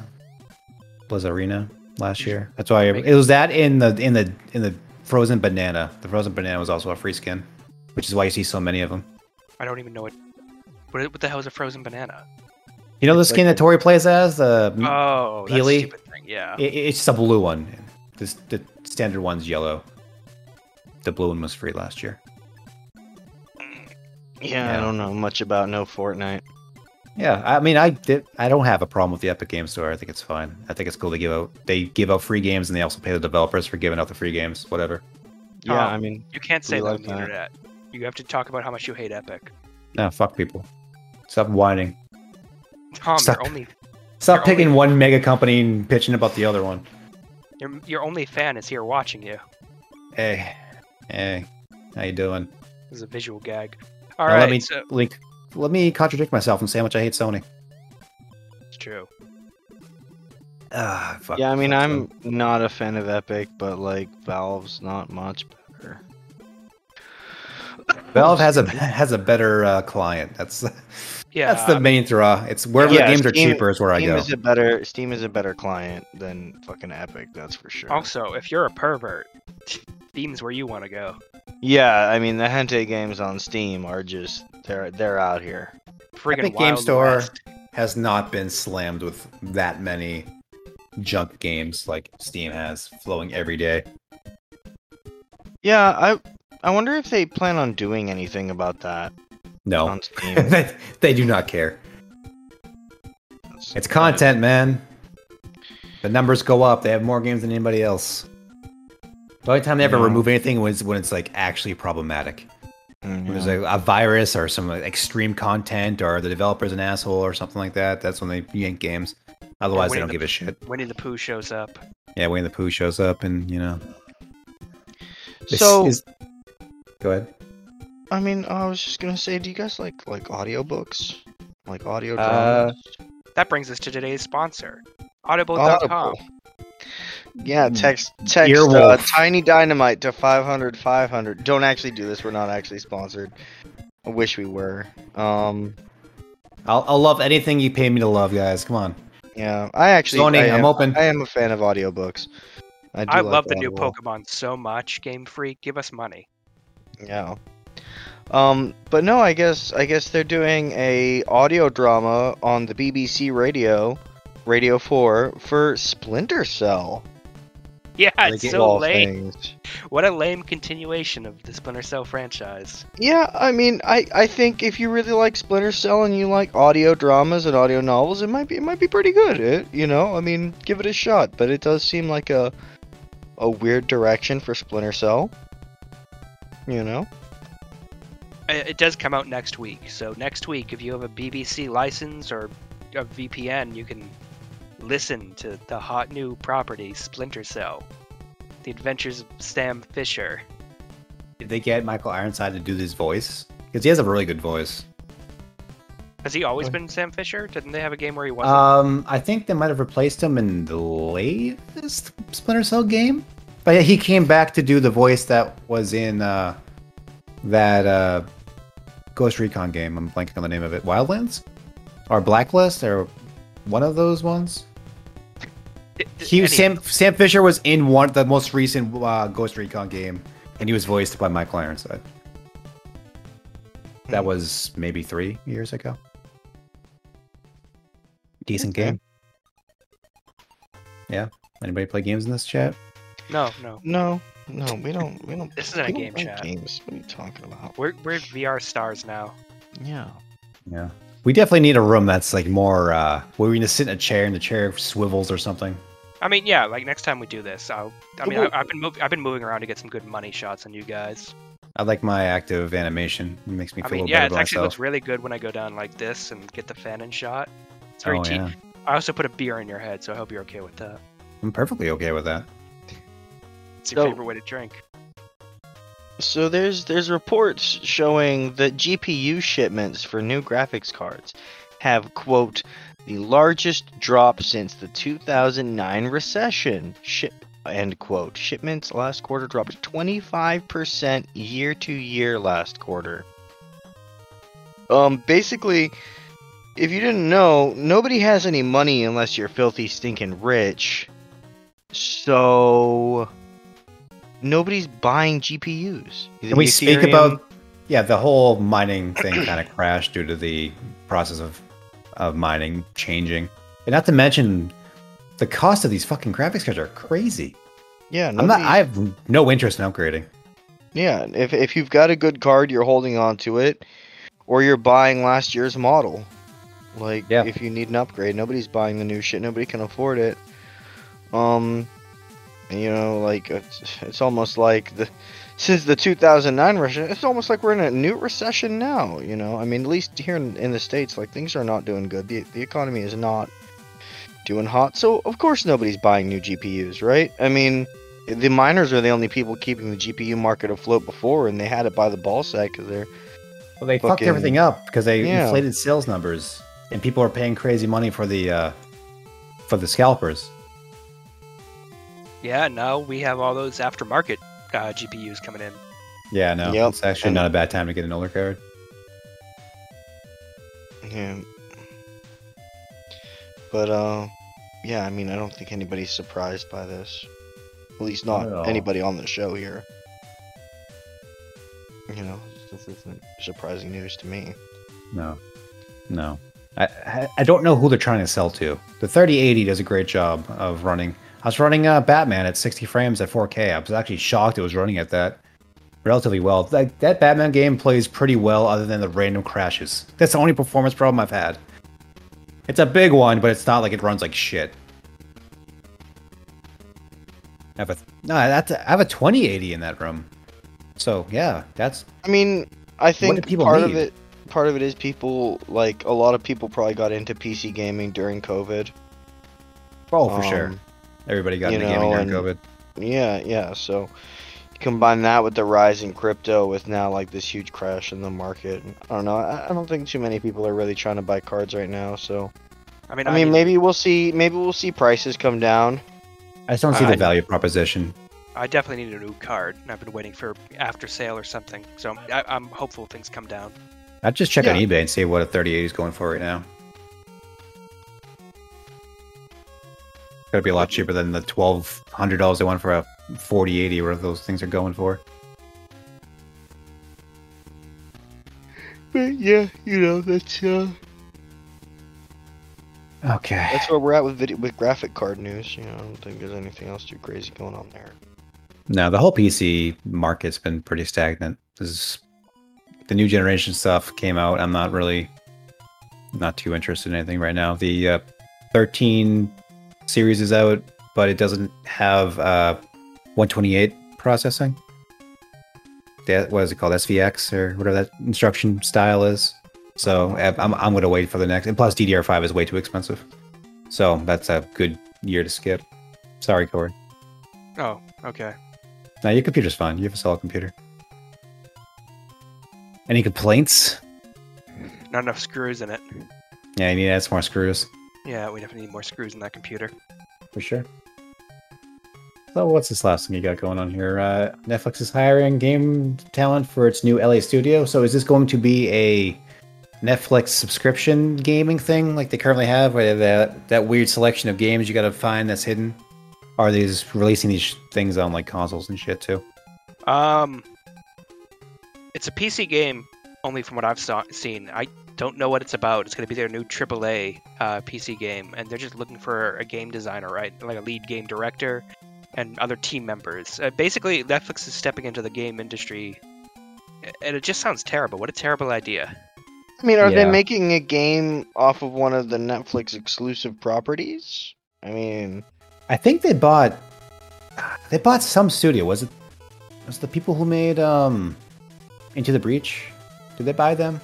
S1: Blizzarina last year. That's why
S3: Make-
S1: it was that in the in the in the frozen banana. The frozen banana was also a free skin, which is why you see so many of them.
S3: I don't even know what. What, what the hell is a frozen banana?
S1: You know the
S2: It's like
S1: skin that
S2: the- Uh,
S1: Tori plays as the
S3: Oh, that
S1: Peely?
S3: stupid thing. Yeah.
S1: It, it- it's just a blue one. This, the standard one's yellow. The blue one was free last year.
S2: Yeah,
S1: Yeah.
S2: I don't know much about no Fortnite.
S1: Yeah, I mean, I did. I don't have a problem with the Epic Game Store. I think it's fine. I think it's cool to give out. They give out free games, and they also pay the developers for giving out the free games. Whatever.
S2: Yeah,
S3: Um,
S2: I mean,
S3: You can't say
S2: We
S3: that
S2: like
S3: on the
S2: that.
S3: internet. You have to talk about how much you hate Epic.
S1: No, fuck people. Stop whining.
S3: Tom,
S1: Stop.
S3: you're only
S1: Stop
S3: They're
S1: picking one mega company and pitching about the other one.
S3: your your only fan is here watching you.
S1: Hey, hey, Eh, how you doing?
S3: This is a visual gag. All
S1: Now
S3: right,
S1: let me
S3: so
S1: link. Let me contradict myself and say how much I hate Sony.
S3: it's true.
S1: Ah, fuck.
S2: Yeah, I mean,
S1: fuck
S2: I'm
S1: them.
S2: not a fan of Epic, but like Valve's not much better.
S1: Valve has a has a better uh, client. That's
S3: Yeah, uh,
S1: that's the main draw. It's wherever
S2: Yeah,
S1: the games are
S2: Steam-
S1: cheaper is where I
S2: Steam
S1: go.
S2: is a better Steam is a better client than fucking Epic, that's for sure.
S3: Also, if you're a pervert, Steam's where you want to go.
S2: Yeah, I mean the Hente games on Steam are just they're they're out here.
S3: Friggin'
S1: Epic Game
S3: Wild
S1: Store.
S3: West.
S1: has not been slammed with that many junk games like Steam has flowing every day.
S2: Yeah, I I wonder if they plan on doing anything about that
S1: No,
S2: on Steam.
S1: they, they do not care. It's content, man. The numbers go up. They have more games than anybody else. The only time they ever
S2: Yeah.
S1: remove anything was when it's like actually problematic.
S2: Mm,
S1: When there's
S2: yeah.
S1: a, a virus or some like, extreme content or the developer's an asshole or something like that. That's when they yank games. Otherwise, they
S3: Winnie
S1: don't
S3: the-
S1: give a shit.
S3: Winnie the Pooh shows up.
S1: Yeah, Winnie the Pooh shows up and, you know. this
S2: So
S1: is- Go ahead.
S2: I mean, oh, I was just gonna say, do you guys like like audiobooks, like audio
S1: Uh,
S2: dramas?
S3: That brings us to today's sponsor,
S2: Oh,
S3: Audible.com.
S2: Yeah,
S1: Mm.
S2: text text uh,
S1: Earwolf.
S2: tiny dynamite to 500 500. Don't actually do this. We're not actually sponsored. I wish we were. Um,
S1: I'll, I'll love anything you pay me to love, guys. Come on.
S2: yeah, I actually
S1: Sony,
S2: I
S1: I'm
S2: am,
S1: open.
S2: I am a fan of audiobooks. I, do
S3: I
S2: like
S3: love the new
S2: Audible.
S3: Pokemon so much. Game Freak, give us money.
S2: Yeah. Um, but no, I guess I guess they're doing a audio drama on the BBC Radio, Radio 4 for Splinter Cell.
S3: Yeah,
S2: Like,
S3: it's
S2: of
S3: so
S2: all
S3: lame.
S2: things.
S3: What a lame continuation of the Splinter Cell franchise.
S2: Yeah, I mean, I, I think if you really like Splinter Cell and you like audio dramas and audio novels, it might be it might be pretty good. It, you know, I mean, give it a shot. But it does seem like a a weird direction for Splinter Cell. You know,
S3: I- Uh, It does come out next week, so next week, if you have a BBC license or a VPN, you can listen to the hot new property Splinter Cell: The Adventures of Sam Fisher.
S1: Did they get Michael Ironside to do this voice? Because he has a really good voice.
S3: Has he always
S2: Right.
S3: been Sam Fisher? Didn't they have a game where he wasn't?
S2: Uh,
S1: Um, I think they might have replaced him in the latest Splinter Cell game, but yeah, he came back to do the voice that was in uh, that uh, Ghost Recon game. I'm blanking on the name of it. Wildlands or Blacklist or one of those ones.
S3: Th- th-
S1: He
S3: any-
S1: Sam Sam Fisher was in one the most recent uh, Ghost Recon game, and he was voiced by Michael Ironside. That
S2: Hmm.
S1: was maybe three years ago. Decent
S2: Okay.
S1: game. Yeah. Anybody play games in this chat?
S3: No, no.
S2: no, no, we don't, we don't.
S3: This isn't a
S2: we don't
S3: game
S2: like
S3: chat.
S2: Games. What are you talking about?
S3: We're, we're VR stars now.
S2: Yeah.
S1: Yeah. We definitely need a room that's like more uh where we can just sit in a chair and the chair swivels or something.
S3: I mean, yeah. Like next time we do this, I'll. I mean, I,
S2: Well-
S3: I've been mov- I've been moving around to get some good money shots on you guys.
S1: I like my active animation. It makes me
S3: I
S1: feel a
S3: mean,
S1: little
S3: yeah,
S1: better
S3: it
S1: about
S3: actually looks
S1: myself.
S3: really good when I go down like this and get the fan in shot. It's very
S1: oh,
S3: cheap.
S1: yeah.
S3: I also put a beer in your head, so I hope you're okay with that.
S1: I'm perfectly okay with that.
S3: It's your
S2: So-
S3: favorite way to drink.
S2: So there's there's reports showing that GPU shipments for new graphics cards have quote the largest drop since the 2009 recession. Ship end quote. Shipments last quarter dropped 25% year to year last quarter. Um basically if you didn't know, nobody has any money unless you're filthy stinking rich. So nobody's buying GPUs.
S1: Can we
S2: The
S1: speak
S2: Ethereum-
S1: about yeah, the whole mining thing kind of crashed due to the process of of mining changing. And not to mention the cost of these fucking graphics cards are crazy.
S2: Yeah,
S1: I'm not.
S2: nobody-
S1: I have no interest in upgrading.
S2: Yeah, if if you've got a good card, you're holding on to it, or you're buying last year's model. Like,
S1: Yeah.
S2: if you need an upgrade, nobody's buying the new shit. Nobody can afford it. Um, You know, like it's, it's almost like the since the 2009 recession, it's almost like we're in a new recession now. You know, I mean, at least here in, in the states, like things are not doing good. The the economy is not doing hot, so of course nobody's buying new GPUs, right? I mean, the miners are the only people keeping the GPU market afloat before, and they had it by the ball sack because they're
S1: Well, they fucked
S2: Fucking-
S1: everything up because they
S2: Yeah.
S1: inflated sales numbers, and people are paying crazy money for the uh, for the scalpers.
S3: Yeah, now we have all those aftermarket uh, GPUs coming in.
S1: Yeah, no,
S2: Yep,
S1: it's actually
S2: and-
S1: not a bad time to get an older card.
S2: Yeah. But uh yeah, I mean I don't think anybody's surprised by this. At least
S1: Not
S2: not
S1: at all.
S2: anybody on the show here. You know, this isn't surprising news to me.
S1: No, no. I- I I don't know who they're trying to sell to. The 3080 does a great job of running. I was running uh, Batman at 60 frames at 4K. I was actually shocked it was running at that relatively well. Like that Batman game plays pretty well, other than the random crashes. That's the only performance problem I've had. It's a big one, but it's not like it runs like shit. I have a no. That's a, I have a 2080 in that room. So yeah, that's
S2: I mean, I
S1: do
S2: think
S1: people
S2: part of
S1: need?
S2: it part of it is people like a lot of people probably got into PC gaming during COVID.
S1: oh for sure.
S2: Um,
S1: Everybody got
S2: you
S1: into gaming
S2: know,
S1: during COVID.
S2: and- Yeah, yeah. So you combine that with the rise in crypto, with now like this huge crash in the market. I don't know. I, I don't think too many people are really trying to buy cards right now. So
S3: I mean,
S2: I mean, maybe we'll see. Maybe we'll see prices come down.
S1: I just don't see
S3: I-
S1: the value proposition.
S3: I definitely need a new card, and I've been waiting for after sale or something. So I, I'm hopeful things come down.
S1: I'd just check on
S2: Yeah.
S1: eBay and see what a 3080 is going for right now. Gotta be a lot cheaper than the twelve hundred dollars they want for a 4080, where those things are going for.
S2: But yeah, you know that's uh,
S1: Okay.
S2: that's where we're at with video with graphic card news. You know, I don't think there's anything else too crazy going on there.
S1: No, the whole PC market's been pretty stagnant. This is, the new generation stuff came out. I'm not really, not too interested in anything right now. The uh, 13 series is out, but it doesn't have uh, 128 processing. That what is it called? SVX or whatever that instruction style is. So I- I'm I'm gonna wait for the next. And plus, DDR5 is way too expensive. So that's a good year to skip. Sorry, Corey.
S3: Oh, okay.
S1: No, your computer's fine. You have a solid computer. Any complaints?
S3: Not enough screws in it.
S1: Yeah, you need to add some more screws.
S3: Yeah, we definitely need more screws in that computer.
S1: For sure. So, what's this last thing you got going on here? Uh, Netflix is hiring game talent for its new LA studio. So, is this going to be a Netflix subscription gaming thing like they currently have, where they have that, that weird selection of games you got to find that's hidden? Are they just releasing these things on like consoles and shit too?
S3: Um, it's a PC game, only from what I've saw- seen. I don't know what it's about. It's going to be their new AAA uh, PC game, and they're just looking for a game designer, right? Like a lead game director and other team members. Uh, basically, Netflix is stepping into the game industry, a- and it just sounds terrible. What a terrible idea.
S2: I mean, are
S1: Yeah.
S2: they making a game off of one of the Netflix exclusive properties? I mean,
S1: I think they bought they bought some studio. Was it was it the people who made um Into the Breach? Did they buy them?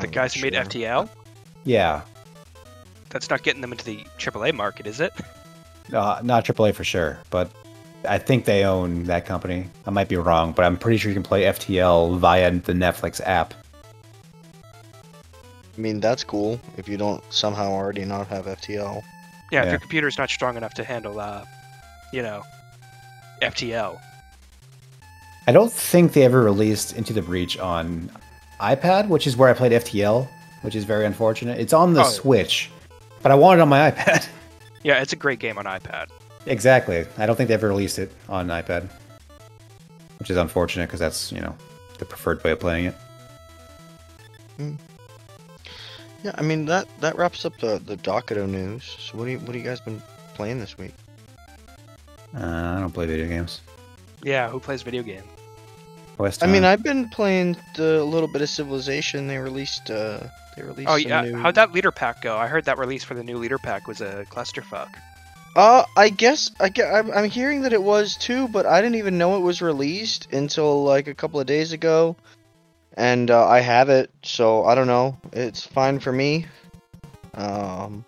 S3: The guys who made FTL?
S1: Yeah.
S3: That's not getting them into the AAA market, is it?
S1: Uh, not AAA for sure, but I think they own that company. I might be wrong, but I'm pretty sure you can play FTL via the Netflix app.
S2: I mean, that's cool if you don't somehow already not have FTL.
S3: Yeah, if
S1: Yeah.
S3: your computer's not strong enough to handle, uh, you know, FTL.
S1: I don't think they ever released Into the Breach on iPad, which is where I played FTL, which is very unfortunate. It's on the
S3: Oh.
S1: Switch, but I want it on my iPad.
S3: Yeah, it's a great game on iPad.
S1: Exactly. I don't think they ever released it on iPad, which is unfortunate because that's you know the preferred way of playing it.
S2: Yeah, I mean that that wraps up the the Docado news. So what do you what do you guys been playing this week?
S1: Uh, I don't play video games.
S3: Yeah, who plays video games?
S1: West.
S2: I
S3: Uh,
S2: mean,
S1: Time.
S2: I've been playing the little bit of Civilization. They released uh they released
S3: Oh
S2: some
S3: yeah,
S2: new...
S3: how'd that leader pack go? I heard that release for the new leader pack was a clusterfuck.
S2: Uh, I guess I ge- I'm, I'm hearing that it was too, but I didn't even know it was released until like a couple of days ago, and uh, I have it, so I don't know. It's fine for me. Um,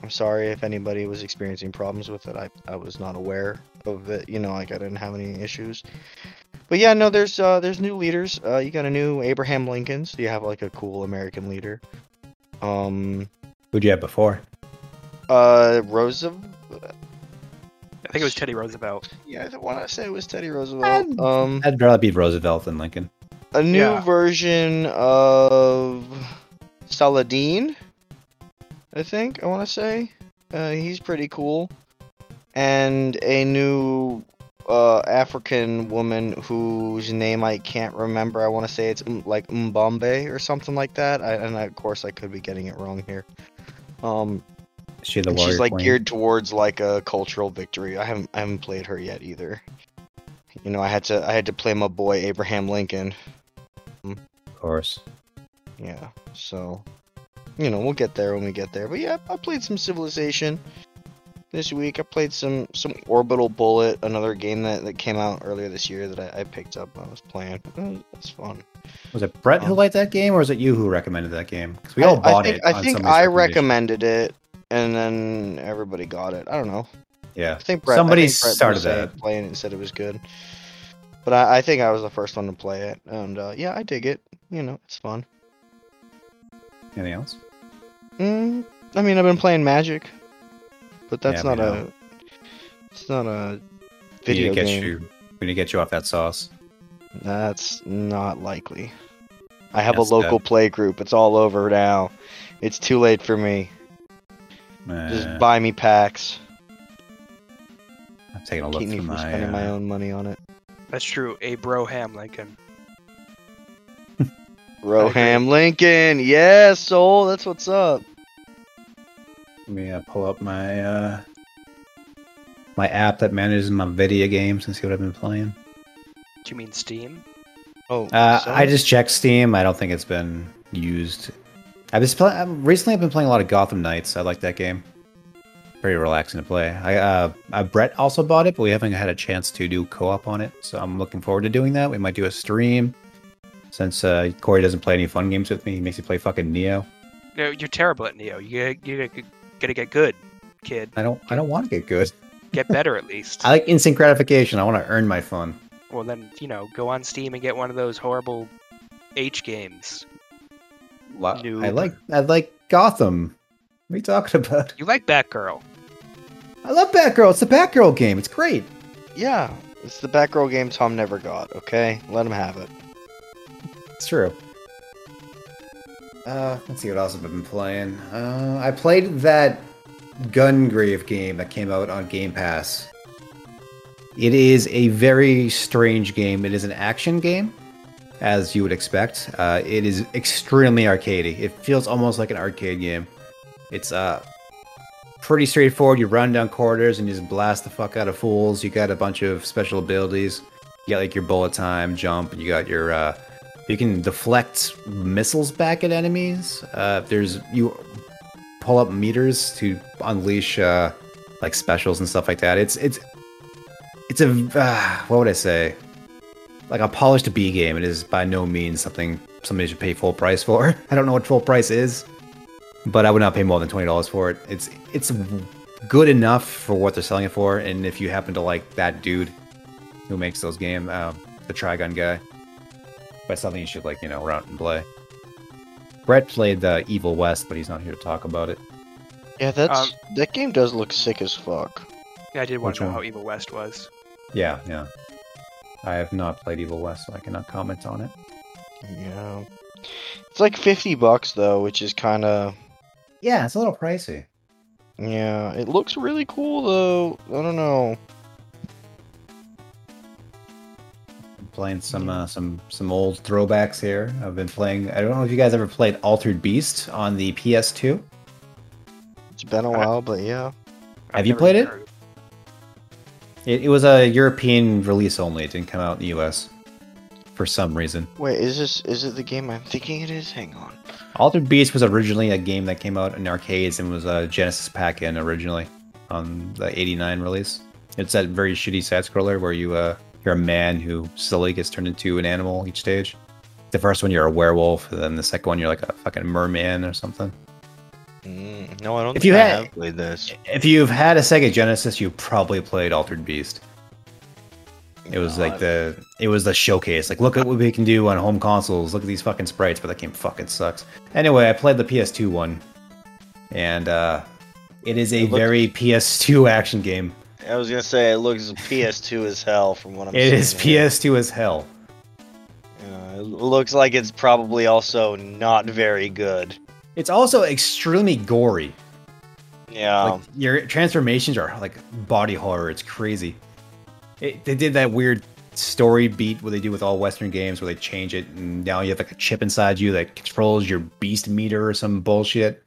S2: I'm sorry if anybody was experiencing problems with it. I I was not aware of it. You know, like I didn't have any issues. But yeah, no, there's uh, there's new leaders. Uh, you got a new Abraham Lincoln. So you have like a cool American leader. Um,
S1: Who'd you have before?
S2: uh, Roosevelt.
S3: I think it was Teddy Roosevelt.
S2: Yeah, the one I said was Teddy Roosevelt.
S1: Um,
S2: Um,
S1: I'd rather be Roosevelt than Lincoln.
S2: a new
S3: yeah.
S2: version of Saladin, I think. I want to say uh, he's pretty cool, and a new uh, African woman whose name I can't remember. I want to say it's um, like Mbombe or something like that. I, and I, of course, I could be getting it wrong here. Um,
S1: Is she the
S2: And
S1: warrior
S2: she's like
S1: queen?
S2: geared towards like a cultural victory. I haven't I haven't played her yet either. You know, I had to I had to play my boy Abraham Lincoln.
S1: Of course.
S2: Yeah. So, you know, we'll get there when we get there. But yeah, I played some Civilization this week. I played some some Orbital Bullet, another game that, that came out earlier this year that I, I picked up when I was playing. It's fun.
S1: Was it Brett who
S2: Um,
S1: liked that game, or was it you who recommended that game? Because we
S2: I-
S1: all
S2: I,
S1: bought
S2: think,
S1: it.
S2: I
S1: on
S2: think
S1: somebody's
S2: I
S1: recommendation.
S2: recommended it, and then everybody got it. I don't know.
S1: Yeah.
S2: I think Brett,
S1: Somebody
S2: I think Brett
S1: started
S2: was, uh,
S1: that.
S2: playing it and said it was good. But I, I think I was the first one to play it, and uh, yeah, I dig it. You know, it's fun.
S1: Anything else?
S2: Mm, I mean, I've been playing Magic, but that's
S1: Yeah, we
S2: not a. It's not a
S1: we
S2: video
S1: need to get
S2: game.
S1: you. We need to get you off that sauce.
S2: That's not likely. I have
S1: That's
S2: a local play group. It's all over now. It's too late for me.
S1: Eh,
S2: Just buy me packs.
S1: I'm taking a look
S2: Keep me
S1: through
S2: from
S1: my.
S2: spending
S1: uh,
S2: my own money on it.
S3: That's true. Abraham Lincoln.
S2: Roham Lincoln, yes, soul. That's what's up.
S1: Let me uh, pull up my uh, my app that manages my video games and see what I've been playing.
S3: Do you mean Steam?
S2: Oh,
S1: Uh,
S2: so-
S1: I just checked Steam. I don't think it's been used. I've just play- I've- recently. I've been playing a lot of Gotham Knights. I like that game. Pretty relaxing to play. I, uh, uh, Brett also bought it, but we haven't had a chance to do co-op on it. So I'm looking forward to doing that. We might do a stream. Since uh, Corey doesn't play any fun games with me, he makes me play fucking Neo.
S3: No, you're terrible at Neo. You you gotta get good, kid.
S1: I don't. I don't want to get good.
S3: Get better at least.
S1: I like instant gratification. I want to earn my fun.
S3: Well, then you know, go on Steam and get one of those horrible H games.
S1: Lo-
S3: Noob.
S1: I like. I like Gotham. What are you talking about?
S3: You like Batgirl?
S1: I love Batgirl. It's the Batgirl game. It's great.
S2: Yeah, it's the Batgirl game Tom never got. Okay, let him have it.
S1: It's true. Uh, let's see what else I've been playing. Uh, I played that Gungrave game that came out on Game Pass. It is a very strange game. It is an action game, as you would expect. Uh, it is extremely arcadey. It feels almost like an arcade game. It's uh pretty straightforward. You run down corridors and you just blast the fuck out of fools. You got a bunch of special abilities. You got like your bullet time, jump. You got your uh, you can deflect missiles back at enemies. Uh, there's you pull up meters to unleash uh, like specials and stuff like that. It's it's it's a uh, what would I say? Like a polished B game. It is by no means something somebody should pay full price for. I don't know what full price is, but I would not pay more than twenty dollars for it. It's it's good enough for what they're selling it for. And if you happen to like that dude who makes those game, uh, the Trigun guy, but something you should like you know run out and play. Brett played the Evil West, but he's not here to talk about it.
S2: Yeah, that's that game does look sick as fuck.
S3: Yeah, I did want
S1: Which
S3: to know
S1: one?
S3: how Evil West was.
S1: Yeah, yeah. I have not played Evil West, so I cannot comment on it.
S2: Yeah, it's like fifty bucks though, which is kind of
S1: Yeah, it's a little pricey.
S2: yeah. It looks really cool though. I don't know.
S1: I'm playing some uh, some some old throwbacks here. I've been playing. I don't know if you guys ever played Altered Beast on the PS2.
S2: It's been a while, but yeah.
S3: I've
S1: Have you
S3: never
S1: played
S3: even
S1: it?
S3: heard of
S1: It, it was a European release only. It didn't come out in the US for some reason.
S2: Wait, is this is it the game I'm thinking it is? Hang on.
S1: Altered Beast was originally a game that came out in arcades and was a Genesis pack in originally. on the 89 release. It's that very shitty side scroller where you uh, you're a man who slowly gets turned into an animal each stage. The first one you're a werewolf, and then the second one you're like a fucking merman or something.
S2: Mm, no, I don't.
S1: If
S2: think
S1: you
S2: I
S1: had-
S2: have played this,
S1: If you've had a Sega Genesis, you probably played Altered Beast. It was
S2: No,
S1: like
S2: I-
S1: the it was the showcase. Like, look at what we can do on home consoles. Look at these fucking sprites, but that game fucking sucks. Anyway, I played the PS2 one, and uh, it is a
S2: It looked-
S1: very PS2 action game.
S2: I was gonna say it looks PS2 as hell from what I'm.
S1: It is
S2: seeing here.
S1: PS2 as hell.
S2: Uh, it looks like it's probably also not very good.
S1: It's also extremely gory.
S2: Yeah.
S1: Like your transformations are like body horror. It's crazy. It, they did that weird story beat what they do with all Western games, where they change it, and now you have like a chip inside you that controls your beast meter or some bullshit.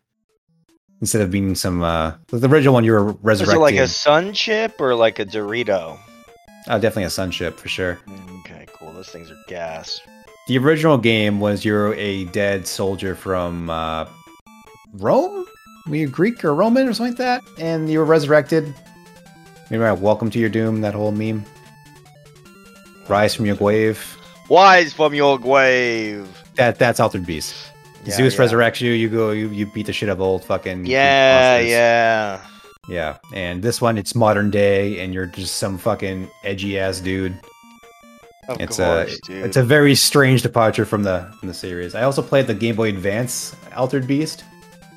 S1: Instead of being some uh, the original one, you were
S2: is
S1: resurrecting.
S2: it like a sun chip or like a Dorito?
S1: oh, definitely a sunship for sure.
S2: Okay, cool. Those things are gas.
S1: The original game was you're a dead soldier from uh, Rome? Were you Greek or Roman or something like that? And you were resurrected. Maybe I welcome to your doom, that whole meme. Rise from your grave.
S2: Wise from your grave.
S1: That that's Altered Beast.
S2: Yeah,
S1: Zeus
S2: yeah.
S1: resurrects you, you go you, you beat the shit up old fucking Greek
S2: Yeah,
S1: monsters.
S2: yeah.
S1: Yeah. And this one it's modern day and you're just some fucking edgy ass dude.
S2: Of
S1: It's
S2: course,
S1: a
S2: dude.
S1: it's a very strange departure from the from the series. I also played the Game Boy Advance Altered Beast,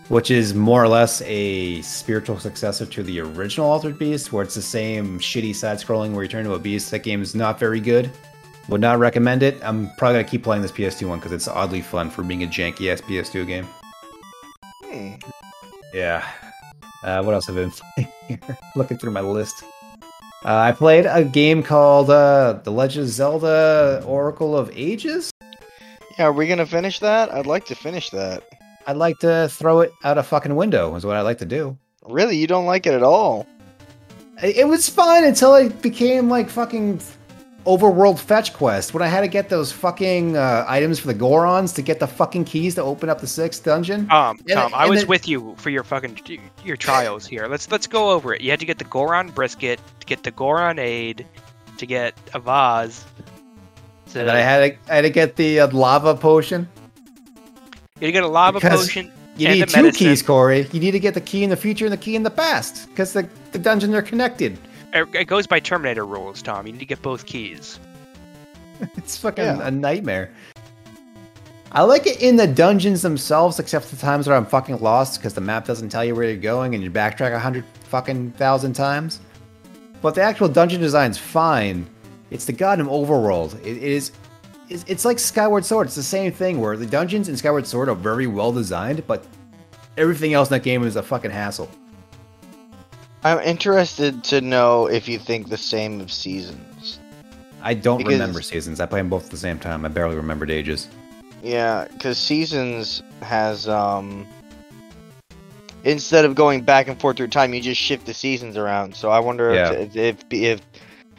S1: which is more or less a spiritual successor to the original Altered Beast, where it's the same shitty side scrolling where you turn into a beast. That game's not very good. Would not recommend it. I'm probably gonna keep playing this PS2 one because it's oddly fun for being a janky ass PS2 game.
S2: Hmm.
S1: Yeah. Uh, what else have I been playing here? Looking through my list. Uh, I played a game called uh, The Legend of Zelda Oracle of Ages.
S2: Yeah, are we gonna finish that? I'd like to finish that.
S1: I'd like to throw it out a fucking window is what I like to do.
S2: Really, you don't like it at all?
S1: I- It was fun until it became like fucking overworld fetch quest when I had to get those fucking uh, items for the Gorons to get the fucking keys to open up the sixth dungeon.
S3: Tom,
S1: Yeah,
S3: Um, Tom, I
S1: and
S3: was
S1: then-
S3: with you for your fucking your trials here. Let's let's go over it. You had to get the Goron brisket, to get the Goron aid, to get a vase. To,
S1: And then I had to, I had to get the uh, lava potion.
S3: you had to get a lava
S1: Because-
S3: potion.
S1: You
S3: And
S1: need
S3: the
S1: two
S3: medicine.
S1: keys, Corey. You need to get the key in the future and the key in the past because the, the dungeons are connected.
S3: It Er, it goes by Terminator rules, Tom. You need to get both keys.
S1: It's fucking
S2: Yeah.
S1: a nightmare. I like it in the dungeons themselves, except for the times where I'm fucking lost because the map doesn't tell you where you're going and you backtrack a hundred fucking thousand times. But the actual dungeon design's fine. It's the goddamn overworld. It, it is. It's, it's like Skyward Sword. It's the same thing where the dungeons in Skyward Sword are very well designed, but everything else in that game is a fucking hassle.
S2: I'm interested to know if you think the same of seasons.
S1: I don't
S2: Because-
S1: remember seasons. I play them both at the same time. I barely remembered ages.
S2: Yeah, because seasons has um. Instead of going back and forth through time, you just shift the seasons around. So I wonder
S1: Yeah.
S2: if, if if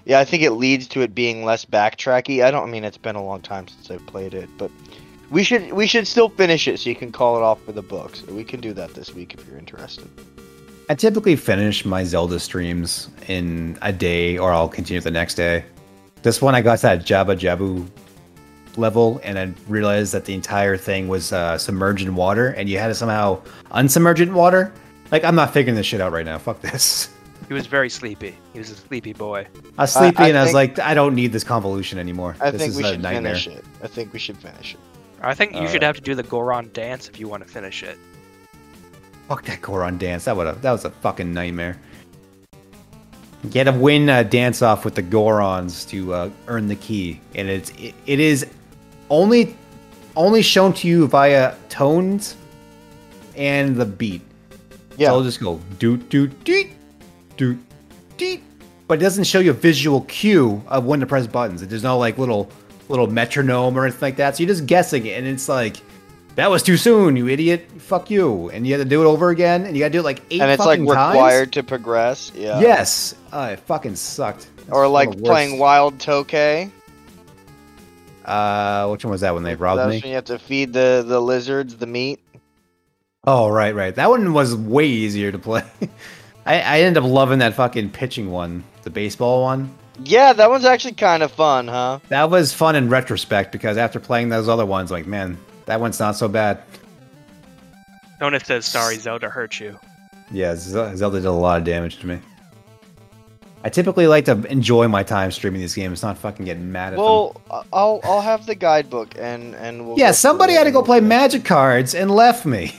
S2: yeah, I think it leads to it being less backtracky. I don't. I mean, it's been a long time since I've played it, but we should we should still finish it so you can call it off for the books. We can do that this week if you're interested.
S1: I typically finish my Zelda streams in a day, or I'll continue the next day. This one, I got to that Jabba Jabu level, and I realized that the entire thing was uh, submerged in water, and you had to somehow unsubmerge it in water. Like, I'm not figuring this shit out right now. Fuck this.
S3: He was very sleepy. He was a sleepy boy.
S1: I was sleepy,
S2: I
S1: and I was
S2: think-
S1: like, I don't need this convolution anymore.
S2: I
S1: this
S2: think
S1: is
S2: we
S1: a
S2: should
S1: nightmare.
S2: finish it. I think we should finish it.
S3: I think you
S1: All
S3: should
S1: right.
S3: have to do the Goron dance if you want to finish it.
S1: Fuck that Goron dance. That would have that was a fucking nightmare. You had to win a dance off with the Gorons to uh, earn the key, and it's it, it is only only shown to you via tones and the beat.
S2: Yeah.
S1: So I'll just go doot doot deet doot deet, but it doesn't show you a visual cue of when to press buttons. There's no like little little metronome or anything like that. So you're just guessing it, and it's like that was too soon, you idiot. Fuck you. And you had to do it over again, and you got to do it like eight
S2: and it's like
S1: fucking
S2: required
S1: times.
S2: to progress. Yeah.
S1: Yes. Uh, it fucking sucked. It's one
S2: Or
S1: of
S2: like
S1: the
S2: playing
S1: worst.
S2: Wild Tokay.
S1: Uh, which one was that when they robbed
S2: That's
S1: me?
S2: when you have to feed the the lizards the meat.
S1: Oh, right, right. That one was way easier to play. I, I ended up loving that fucking pitching one, the baseball one.
S2: Yeah, that one's actually kind of fun, huh?
S1: That was fun in retrospect because after playing those other ones, like man, that one's not so bad.
S3: Donut says, sorry, Zelda hurt you.
S1: Yeah, Ze- Zelda did a lot of damage to me. I typically like to enjoy my time streaming these games, not fucking get mad at them.
S2: Well, I- I'll I'll have the guidebook and and we'll.
S1: Yeah,
S2: go
S1: somebody
S2: through it
S1: had to
S2: and
S1: go
S2: we'll-
S1: play magic cards and left me.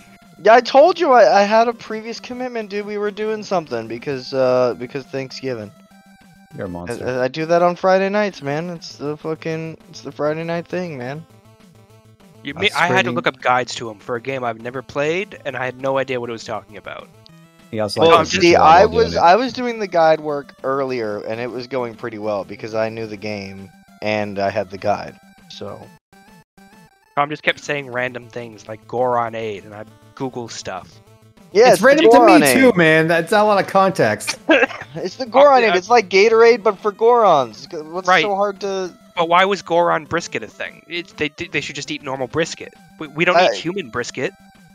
S2: Yeah, I told you I, I had a previous commitment, dude. We were doing something because uh because Thanksgiving.
S1: You're a
S2: I,
S1: monster.
S2: I- I do that on Friday nights, man. It's the fucking it's the Friday night thing, man.
S3: You,
S1: I
S3: me, I had to
S1: scream.
S3: look up guides to him for a game I've never played, and I had no idea what it was talking about.
S1: He also
S2: Well,
S1: likes to
S2: see,
S1: while
S2: I
S1: doing
S2: was
S1: it.
S2: I was doing the guide work earlier, and it was going pretty well because I knew the game and I had the guide. So
S3: Tom just kept saying random things like Goron Aid, and I Google stuff.
S2: yeah,
S1: it's,
S2: the
S1: random to
S2: Goron
S1: me
S2: Aid.
S1: too, man. That's not a lot of context.
S2: It's the Goron.
S3: yeah.
S2: Aid. It's like Gatorade, but for Gorons. What's
S3: Right.
S2: so hard to?
S3: But why was Goron brisket a thing? It's they did- they should just eat normal brisket. We, we don't
S2: I-
S3: eat human brisket.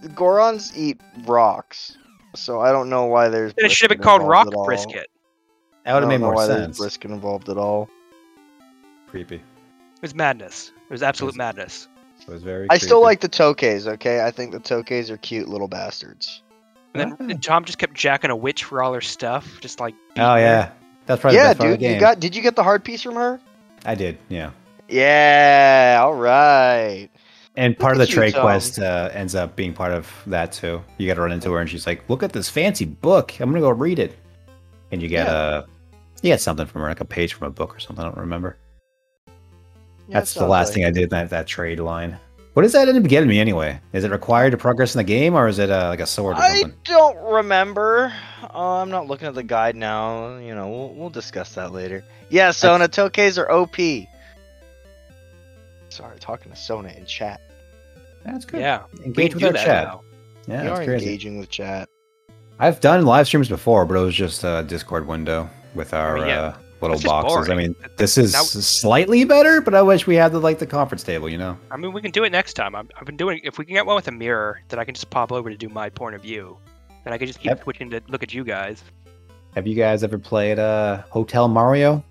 S2: Gorons eat rocks, so I don't know why there's.
S3: Then it should have been
S2: brisket
S3: called rock
S2: involved at all.
S3: brisket.
S1: That would have
S2: I
S1: made
S2: don't know
S1: more
S2: why there's
S1: sense.
S2: Brisket involved at all.
S1: Creepy.
S3: It was madness. It was absolute
S1: Yes.
S3: madness.
S1: It was very.
S2: I still
S1: creepy.
S2: like the Tokes. Okay, I think the Tokes are cute little bastards.
S3: And then Tom just kept jacking a witch for all her stuff, just like
S1: Oh yeah, that's probably
S2: yeah,
S1: the best part of
S2: dude.
S1: the game.
S2: You got? Did you get the hard piece from her?
S1: I did. Yeah.
S2: Yeah. All right.
S1: And part of the
S2: Look at you,
S1: trade
S2: Tom.
S1: quest uh, ends up being part of that too. You got to run into her, and she's like, "Look at this fancy book. I'm gonna go read it." And you get
S2: Yeah.
S1: a, you get something from her, like a page from a book or something. I don't remember.
S2: Yeah,
S1: That's the last thing I did in that that trade line. What does that end up getting me anyway? Is it required to progress in the game, or is it uh, like a sword or
S2: I
S1: something?
S2: don't remember. Uh, I'm not looking at the guide now. You know, we'll, we'll discuss that later. Yeah, Sona Tokes are OP. Sorry, talking to Sona in chat.
S1: That's good.
S3: yeah. We
S1: engage with
S3: can do
S1: our
S3: that
S1: chat.
S3: now.
S1: Yeah,
S2: you
S1: that's
S2: are
S1: crazy.
S2: engaging with chat.
S1: I've done live streams before, but it was just a Discord window with our
S3: mean, yeah.
S1: uh, little
S3: That's just
S1: boxes. I
S3: boring.
S1: mean, this is
S3: Now-
S1: slightly better, but I wish we had the like the conference table. You know,
S3: I mean, we can do it next time. I'm, I've been doing. If we can get one with a mirror, then I can just pop over to do my point of view, and I can just keep
S1: Yep.
S3: switching to look at you guys.
S1: have you guys ever played uh, Hotel Mario?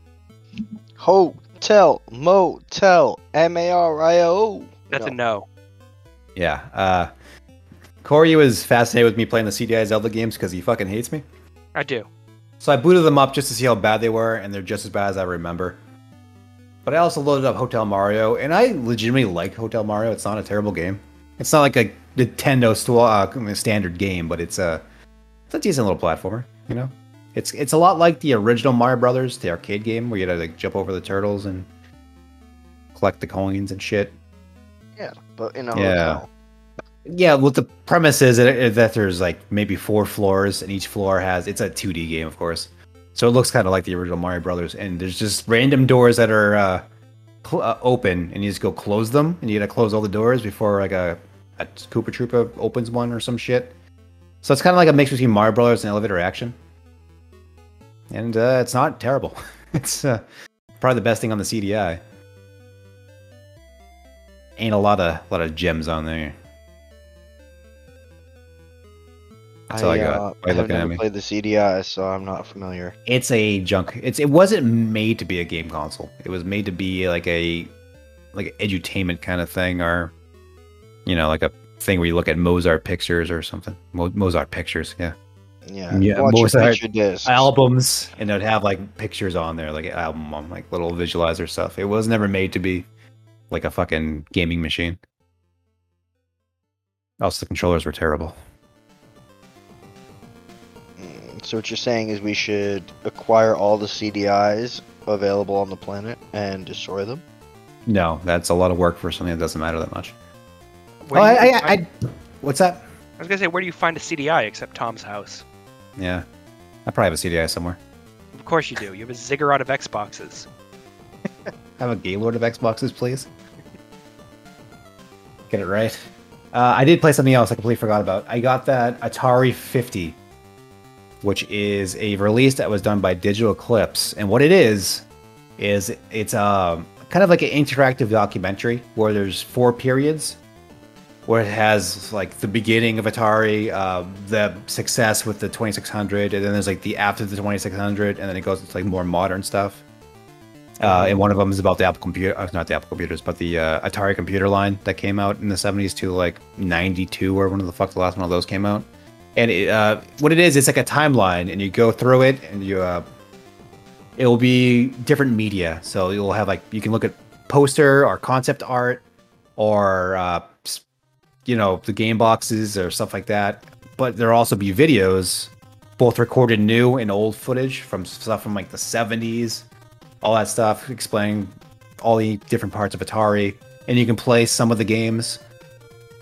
S2: Hotel, motel, M A R I O. No.
S3: That's a no.
S1: Yeah. Uh, Corey was fascinated with me playing the CDI Zelda games because he fucking hates me.
S3: I do.
S1: So I booted them up just to see how bad they were, and they're just as bad as I remember. But I also loaded up Hotel Mario, and I legitimately like Hotel Mario. It's not a terrible game. It's not like a Nintendo st- uh, I mean, standard game, but it's a it's a decent little platformer. You know, it's it's a lot like the original Mario Brothers, the arcade game where you had to like jump over the turtles and collect the coins and shit.
S2: Yeah, but in a
S1: Yeah.
S2: hotel.
S1: Yeah, well, the premise is that, uh, that there's like maybe four floors, and each floor has it's a 2D game, of course. So it looks kind of like the original Mario Brothers, and there's just random doors that are uh, cl- uh, open, and you just go close them, and you gotta close all the doors before like a, a Koopa Troopa opens one or some shit. So it's kind of like a mix between Mario Brothers and Elevator Action, and uh, it's not terrible. it's uh, probably the best thing on the CDI. Ain't a lot of lot of gems on there. That's all I got.
S2: Uh,
S1: Why you
S2: I've
S1: looking at
S2: never
S1: me?
S2: played the CDI, so I'm not familiar.
S1: it's a junk it's it wasn't made to be a game console it was made to be like a like an edutainment kind of thing or you know like a thing where you look at mozart pictures or something Mo- mozart pictures yeah
S2: Yeah.
S1: Yeah,
S2: Watch your
S1: Mozart.
S2: picture discs.
S1: albums and it'd have like pictures on there like album on like little visualizer stuff it was never made to be like a fucking gaming machine also the controllers were terrible
S2: Mm, So what you're saying is we should acquire all the CDIs available on the planet and destroy them?
S1: no that's a lot of work for something that doesn't matter that much oh,
S3: Where do
S1: I,
S3: you
S1: I,
S3: find-
S1: I, what's that
S3: I was gonna say, where do you find a CDI except Tom's house?
S1: yeah i probably have a cdi somewhere
S3: Of course you do. You have a ziggurat of Xboxes.
S1: have a Gaylord of Xboxes, please? Get it right. Uh, I did play something else I completely forgot about. I got that Atari 50, which is a release that was done by Digital Eclipse. And what it is, is it's um, kind of like an interactive documentary where there's four periods where it has like the beginning of Atari, uh, the success with the 2600, and then there's like the after the 2600, and then it goes into like more modern stuff. Uh, and one of them is about the Apple computer, uh, not the Apple computers, but the uh, Atari computer line that came out in the 70s to like 92 or when the fuck the last one of those came out. And it, uh, what it is, it's like a timeline, and you go through it, and you uh, it will be different media. So you'll have like you can look at poster or concept art or uh, s- you know the game boxes or stuff like that. But there'll also be videos, both recorded new and old footage from stuff from like the 70s, all that stuff, explaining all the different parts of Atari. And you can play some of the games.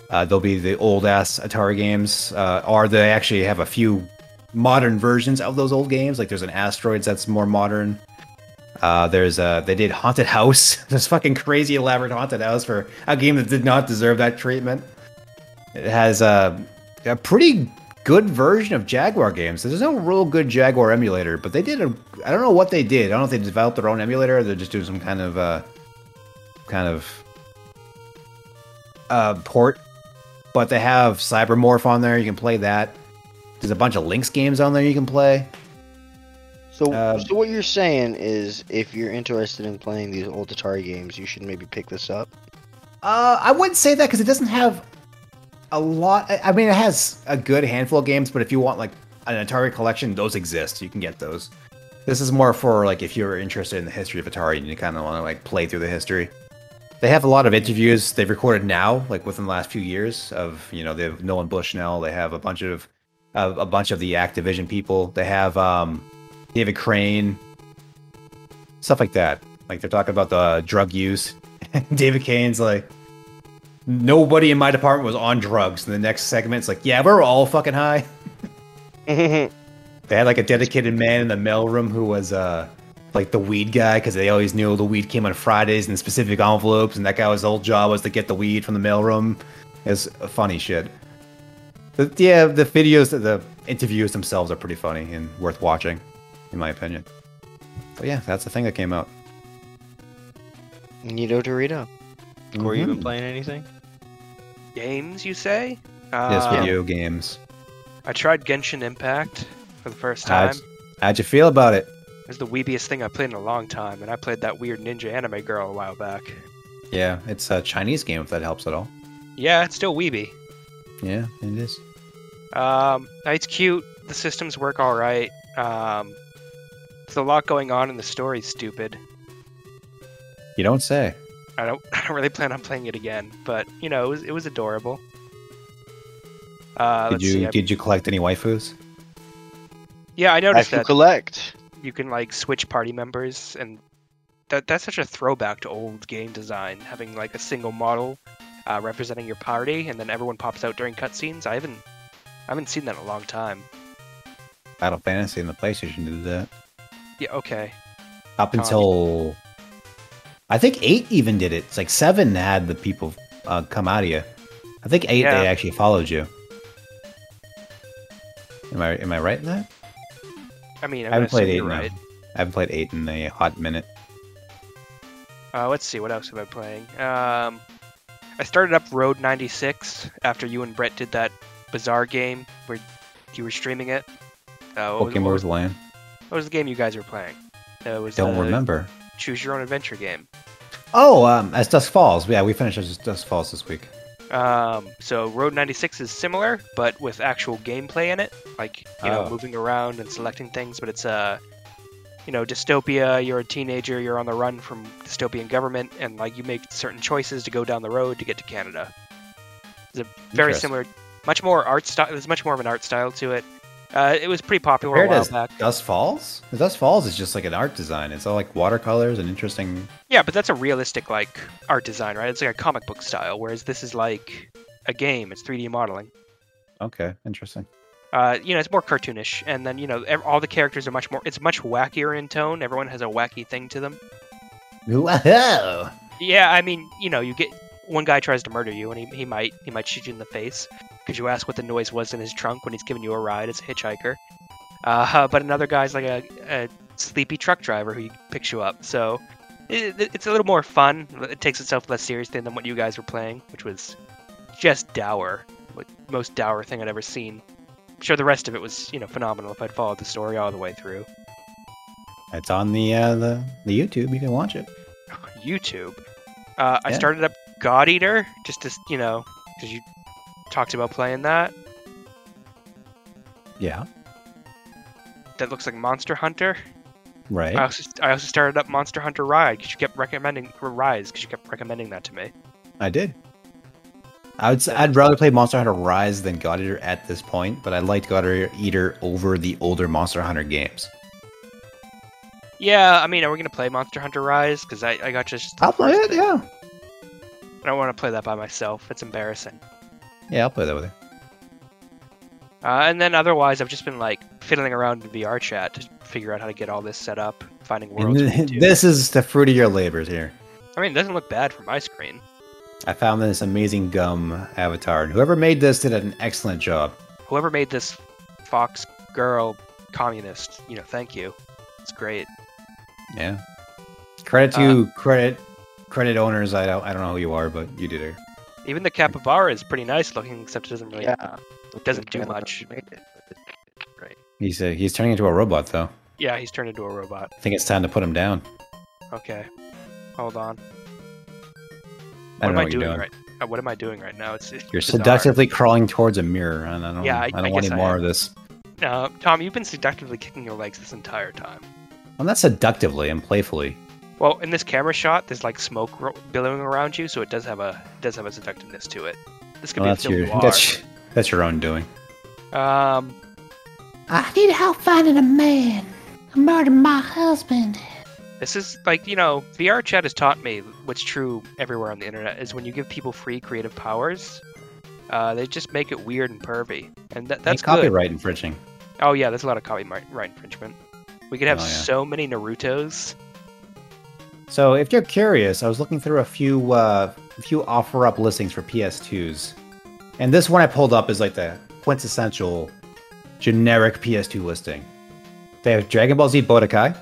S1: Uh, there'll be the old ass Atari games, uh, or they actually have a few modern versions of those old games. Like there's an Asteroids that's more modern. Uh, there's uh they did Haunted House, this fucking crazy elaborate Haunted House for a game that did not deserve that treatment. It has a, a pretty good version of Jaguar games. There's no real good Jaguar emulator, but they did a I don't know what they did. I don't know if they developed their own emulator or they're just doing some kind of uh kind of uh port. But they have Cybermorph on there, you can play that. There's a bunch of Lynx games on there you can play.
S4: So,
S1: Uh,
S3: Um,
S4: so what you're saying is, if you're interested in playing these old Atari games, you should maybe pick this up.
S1: Uh, I wouldn't say that because it doesn't have a lot. I- I mean, it has a good handful of games, but if you want like an Atari collection, those exist. You can get those. This is more for like if you're interested in the history of Atari and you kind of want to like play through the history. They have a lot of interviews they've recorded now, like within the last few years. Of you know, they have Nolan Bushnell. They have a bunch of a, a bunch of the Activision people. They have um, David Crane, stuff like that. Like they're talking about the drug use. David Crane's like, nobody in my department was on drugs. And the next segment's like, yeah, we're all fucking high. They had like a dedicated man in the mailroom who was uh like the weed guy because they always knew the weed came on Fridays in specific envelopes, and that guy was old job was to get the weed from the mailroom. It's funny shit. But yeah, the videos, the interviews themselves are pretty funny and worth watching, in my opinion. But yeah, that's the thing that came out.
S4: Nito Dorito.
S2: Corey, you
S3: Mm-hmm.
S1: Mhm.
S2: been playing anything?
S3: Games, you say?
S1: Yes,
S3: Uh,
S1: video games.
S3: I tried Genshin Impact for the first time.
S1: How'd, how'd you feel about it?
S3: It was the weebiest thing I played in a long time, and I played that weird ninja anime girl a while back.
S1: Yeah, it's a Chinese game if that helps at all.
S3: Yeah, it's still weeby.
S1: Yeah, it is.
S3: Um, it's cute. The systems work all right. Um, there's a lot going on, and the story's stupid.
S1: You don't say.
S3: I don't, I don't really plan on playing it again, but you know, it was, it was adorable. Uh,
S1: Did
S3: let's see.
S1: you
S3: I-
S1: did you collect any waifus?
S3: yeah, I
S4: If
S3: noticed
S4: you
S3: that
S4: collect.
S3: you can like switch party members, and that that's such a throwback to old game design, having like a single model uh, representing your party, and then everyone pops out during cutscenes. I haven't, I haven't seen that in a long time.
S1: Battle Fantasy and the PlayStation did that.
S3: Yeah, okay. Uh,
S1: Up until I think eight even did it. It's like seven had the people uh, come out of you. I think eight
S3: Yeah.
S1: they actually followed you. Am I am I right in that?
S3: I mean, I'm
S1: I haven't
S3: gonna
S1: played
S3: assume
S1: eight
S3: you're
S1: in a-
S3: right.
S1: I haven't played eight in a hot minute.
S3: Uh, let's see, what else have I playing? Um, I started up Road 96 after you and Brett did that bizarre game where you were streaming it. Uh, what, was, what,
S1: Pokemon's
S3: was,
S1: Land.
S3: what was the game you guys were playing? Uh, it was
S1: Don't
S3: the
S1: remember.
S3: Choose Your Own Adventure game.
S1: Oh, um, as Dusk Falls. Yeah, we finished as Dusk Falls this week.
S3: Um, so Road 96 is similar, but with actual gameplay in it, like you know
S1: Oh.
S3: moving around and selecting things. But it's uh, you know dystopia. You're a teenager. You're on the run from dystopian government, and like you make certain choices to go down the road to get to Canada. It's a very
S1: Interesting.
S3: similar, much more art style. There's much more of an art style to it. Uh, it was pretty popular
S1: Compared
S3: a while
S1: to-
S3: back.
S1: Dust Falls? Dust Falls is just like an art design. It's all like watercolors and interesting.
S3: Yeah, but that's a realistic like art design, right? It's like a comic book style, whereas this is like a game. It's 3D modeling.
S1: Okay, interesting.
S3: uh, you know, it's more cartoonish, and then you know, ev- all the characters are much more. It's much wackier in tone. Everyone has a wacky thing to them.
S1: Whoa!
S3: Yeah, I mean, you know, you get one guy tries to murder you, and he, he might he might shoot you in the face because you ask what the noise was in his trunk when he's giving you a ride as a hitchhiker. Uh, but another guy's like a, a sleepy truck driver who picks you up. So it, it's a little more fun. It takes itself less seriously than what you guys were playing, which was just dour, like most dour thing I'd ever seen. I'm sure the rest of it was, you know, phenomenal if I'd followed the story all the way through.
S1: It's on the uh, the the YouTube. You can watch it.
S3: YouTube. Uh, I
S1: Yeah.
S3: started up God Eater just to, s- you know, because you talked about playing that.
S1: Yeah.
S3: That looks like Monster Hunter.
S1: Right.
S3: I also I also started up Monster Hunter Ride because you kept recommending or Rise because you kept recommending that to me.
S1: I did. I would. s- I'd rather play Monster Hunter Rise than God Eater at this point, but I liked God Eater over the older Monster Hunter games.
S3: Yeah, I mean, are we gonna play Monster Hunter Rise? Because I, I got just the
S1: I'll play
S3: first
S1: it.
S3: bit.
S1: Yeah.
S3: I don't want to play that by myself. It's embarrassing.
S1: Yeah, I'll play that with you.
S3: Uh, and then otherwise, I've just been like fiddling around in VR chat to figure out how to get all this set up, finding
S1: And
S3: worlds. for
S1: th-
S3: you to do.
S1: this is the fruit of your labors here.
S3: I mean, it doesn't look bad for my screen.
S1: I found this amazing gum avatar, and whoever made this did an excellent job.
S3: Whoever made this Fox girl communist, you know, thank you. It's great.
S1: Yeah. Credit to credit credit owners. I don't. I don't know who you are, but you did it.
S3: Even the capybara is pretty nice looking, except it doesn't really. Doesn't do much.
S4: Right.
S1: He's a, he's turning into a robot, though.
S3: Yeah, he's turned into a robot.
S1: I think it's time to put him down.
S3: Okay, hold on.
S1: I don't
S3: What am
S1: know
S3: I
S1: what you're
S3: doing
S1: doing.
S3: right? uh, What am I doing right now? It's, it's
S1: You're
S3: bizarre.
S1: seductively crawling towards a mirror, and I don't.
S3: Yeah, I-
S1: I don't
S3: I
S1: want
S3: guess
S1: any
S3: I
S1: more
S3: am.
S1: of this.
S3: No, Uh, Tom, you've been seductively kicking your legs this entire time.
S1: Well, not seductively and playfully.
S3: Well, in this camera shot, there's like smoke ro- billowing around you, so it does have a does have a seductiveness to it. This could
S1: Well,
S3: be a
S1: that's
S3: film
S1: your
S3: noir.
S1: that's your- that's your own doing.
S3: Um,
S5: I need help finding a man. I murdered my husband.
S3: This is like, you know, VR chat has taught me what's true everywhere on the internet is when you give people free creative powers, uh, they just make it weird and pervy. And that, that's
S1: Hey,
S3: good.
S1: copyright infringing.
S3: Oh, yeah, there's a lot of copyright right infringement. We could have
S1: Oh, yeah.
S3: so many Narutos.
S1: So, if you're curious, I was looking through a few uh, a few offer up listings for PS2s, and this one I pulled up is like the quintessential generic PS2 listing. They have Dragon Ball Z Budokai.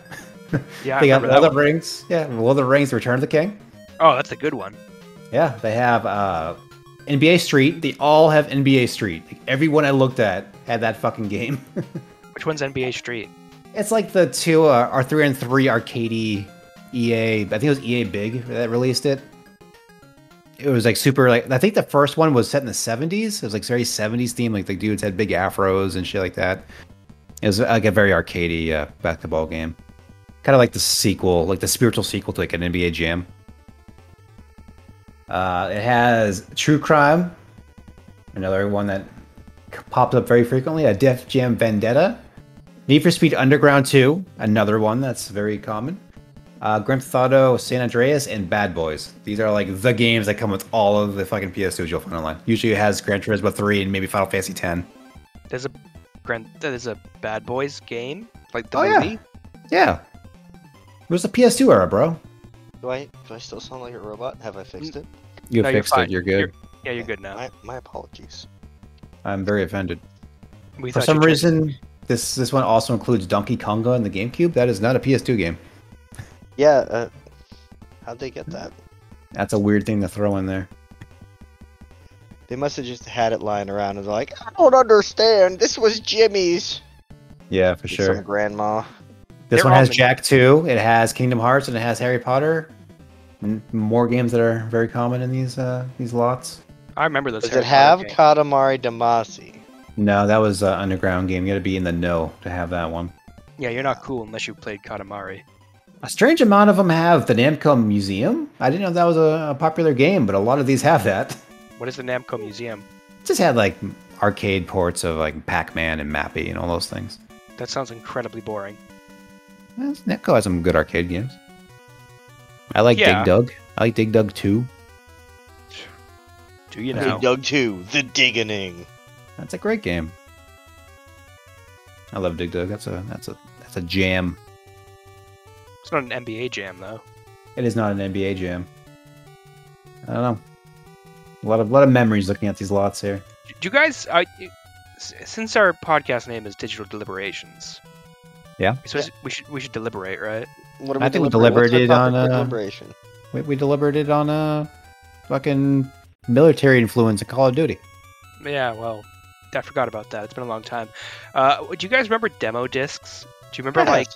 S3: Yeah, I
S1: they got
S3: remember that
S1: Lord of
S3: one.
S1: the Rings. Yeah, Lord of the Rings: Return of the King.
S3: Oh, that's a good one.
S1: Yeah, they have uh, NBA Street. They all have NBA Street. Like, everyone I looked at had that fucking game.
S3: Which one's NBA Street?
S1: It's like the two uh, R three and three arcadey EA. I think it was EA Big that released it. It was like super like I think the first one was set in the seventies. It was like very seventies theme. Like the dudes had big afros and shit like that. It was like a very arcadey uh, basketball game, kind of like the sequel, like the spiritual sequel to like an NBA Jam. Uh, it has True Crime, another one that c- pops up very frequently. A Def Jam Vendetta. Need for Speed Underground 2, another one that's very common. Uh, Grand Theft Auto, San Andreas, and Bad Boys. These are like the games that come with all of the fucking PS2s you'll find online. Usually it has Gran Turismo 3 and maybe Final Fantasy 10.
S3: There's a grand, there's a Bad Boys game, like the
S1: Oh, yeah.
S3: movie.
S1: Yeah. It was the PS2 era, bro.
S4: Do I do I still sound like a robot? Have I fixed it?
S1: You
S3: No, you're fixed it, fine.
S1: You're
S3: good. Yeah, you're good now.
S4: My, my apologies.
S1: I'm very offended.
S3: We
S1: For
S3: thought you
S1: some
S3: tried-
S1: reason, this this one also includes Donkey Konga and the GameCube. That is not a PS2 game.
S4: Yeah. Uh, how'd they get that?
S1: That's a weird thing to throw in there.
S4: They must have just had it lying around and they're like, I don't understand. This was Jimmy's.
S1: Yeah, for
S4: It's Some grandma.
S1: This
S3: They're
S1: one
S3: all
S1: has
S3: mini-
S1: Jack 2, it has Kingdom Hearts, and it has Harry Potter. N- More games that are very common in these uh, these lots.
S3: I remember those.
S4: Does
S3: Harry
S4: it have
S3: Potter games.
S4: Katamari Damacy?
S1: No, that was an underground game. You got to be in the know to have that one.
S3: Yeah, you're not cool unless you played Katamari.
S1: A strange amount of them have the Namco Museum. I didn't know that was a, a popular game, but a lot of these have that.
S3: What is the Namco Museum?
S1: It just had like arcade ports of like Pac-Man and Mappy and all those things.
S3: That sounds incredibly boring.
S1: Well, Namco has some good arcade games. I like
S3: Yeah.
S1: Dig Dug. I like Dig Dug 2.
S3: Do you
S1: Big
S3: know?
S4: Dig Dug 2, The Diggening.
S1: That's a great game. I love Dig Dug. That's a that's a that's a jam.
S3: It's not an NBA jam though.
S1: It is not an NBA jam. I don't know. A lot of lot of memories looking at these lots here.
S3: Do you guys? I, s- since our podcast name is Digital Deliberations.
S1: Yeah.
S3: I suppose we should we should deliberate, right?
S4: What
S1: I think we uh,
S4: deliberate- what's our
S1: deliberated
S4: topic
S1: on,
S4: for
S1: uh,
S4: deliberation?
S1: We, we deliberated on a fucking military influence in Call of Duty.
S3: Yeah, well, I forgot about that. It's been a long time. Uh, do you guys remember demo discs? Do you remember
S2: Yeah.
S3: like?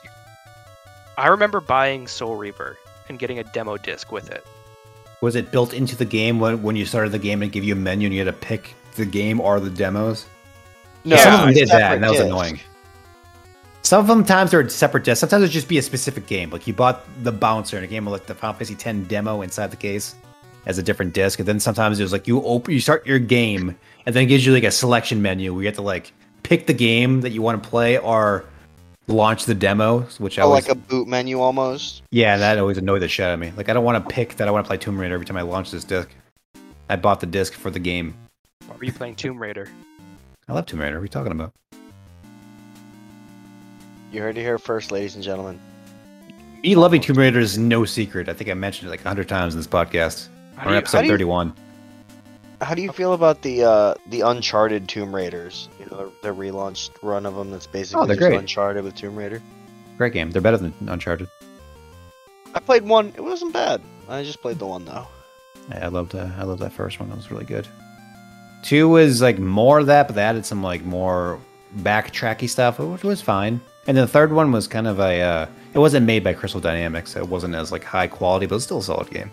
S3: I remember buying Soul Reaver and getting a demo disc with it.
S1: Was it built into the game when, when you started the game and give you a menu and you had to pick the game or the demos?
S2: No, Oh,
S1: Some of them
S2: it's
S1: did that,
S2: separate
S1: and that was
S2: discs.
S1: annoying. Some of them times they're separate discs. Sometimes it'd just be a specific game. Like you bought the bouncer and a game with like the Final Fantasy X demo inside the case as a different disc, and then sometimes it was like you open you start your game and then it gives you like a selection menu where you have to like pick the game that you want to play or launch the demo, which I
S2: Oh,
S1: was
S2: like a boot menu almost.
S1: yeah, that always annoyed the shit out of me. Like I don't want to pick that I want to play Tomb Raider every time I launch this disc. I bought the disc for the game.
S3: Or were you playing Tomb Raider?
S1: I love Tomb Raider. What are we talking about?
S2: You heard it here first, ladies and gentlemen.
S1: Me loving
S2: Oh.
S1: Tomb Raider is no secret. I think I mentioned it like hundred times in this podcast. We're
S3: How do
S1: on
S3: you-
S1: episode
S2: do you-
S1: thirty-one.
S2: How do you feel about the uh, the Uncharted Tomb Raiders? You know, the, the relaunched run of them that's basically
S1: Oh, they're
S2: just
S1: great.
S2: Uncharted with Tomb Raider.
S1: Great game. They're better than Uncharted.
S2: I played one; it wasn't bad. I just played the one though.
S1: I, I loved. Uh, I loved that first one. That was really good. Two was like more of that, but they added some like more backtracky stuff, which was fine. And then the third one was kind of a. Uh, it wasn't made by Crystal Dynamics. so It wasn't as like high quality, but it was still a solid game.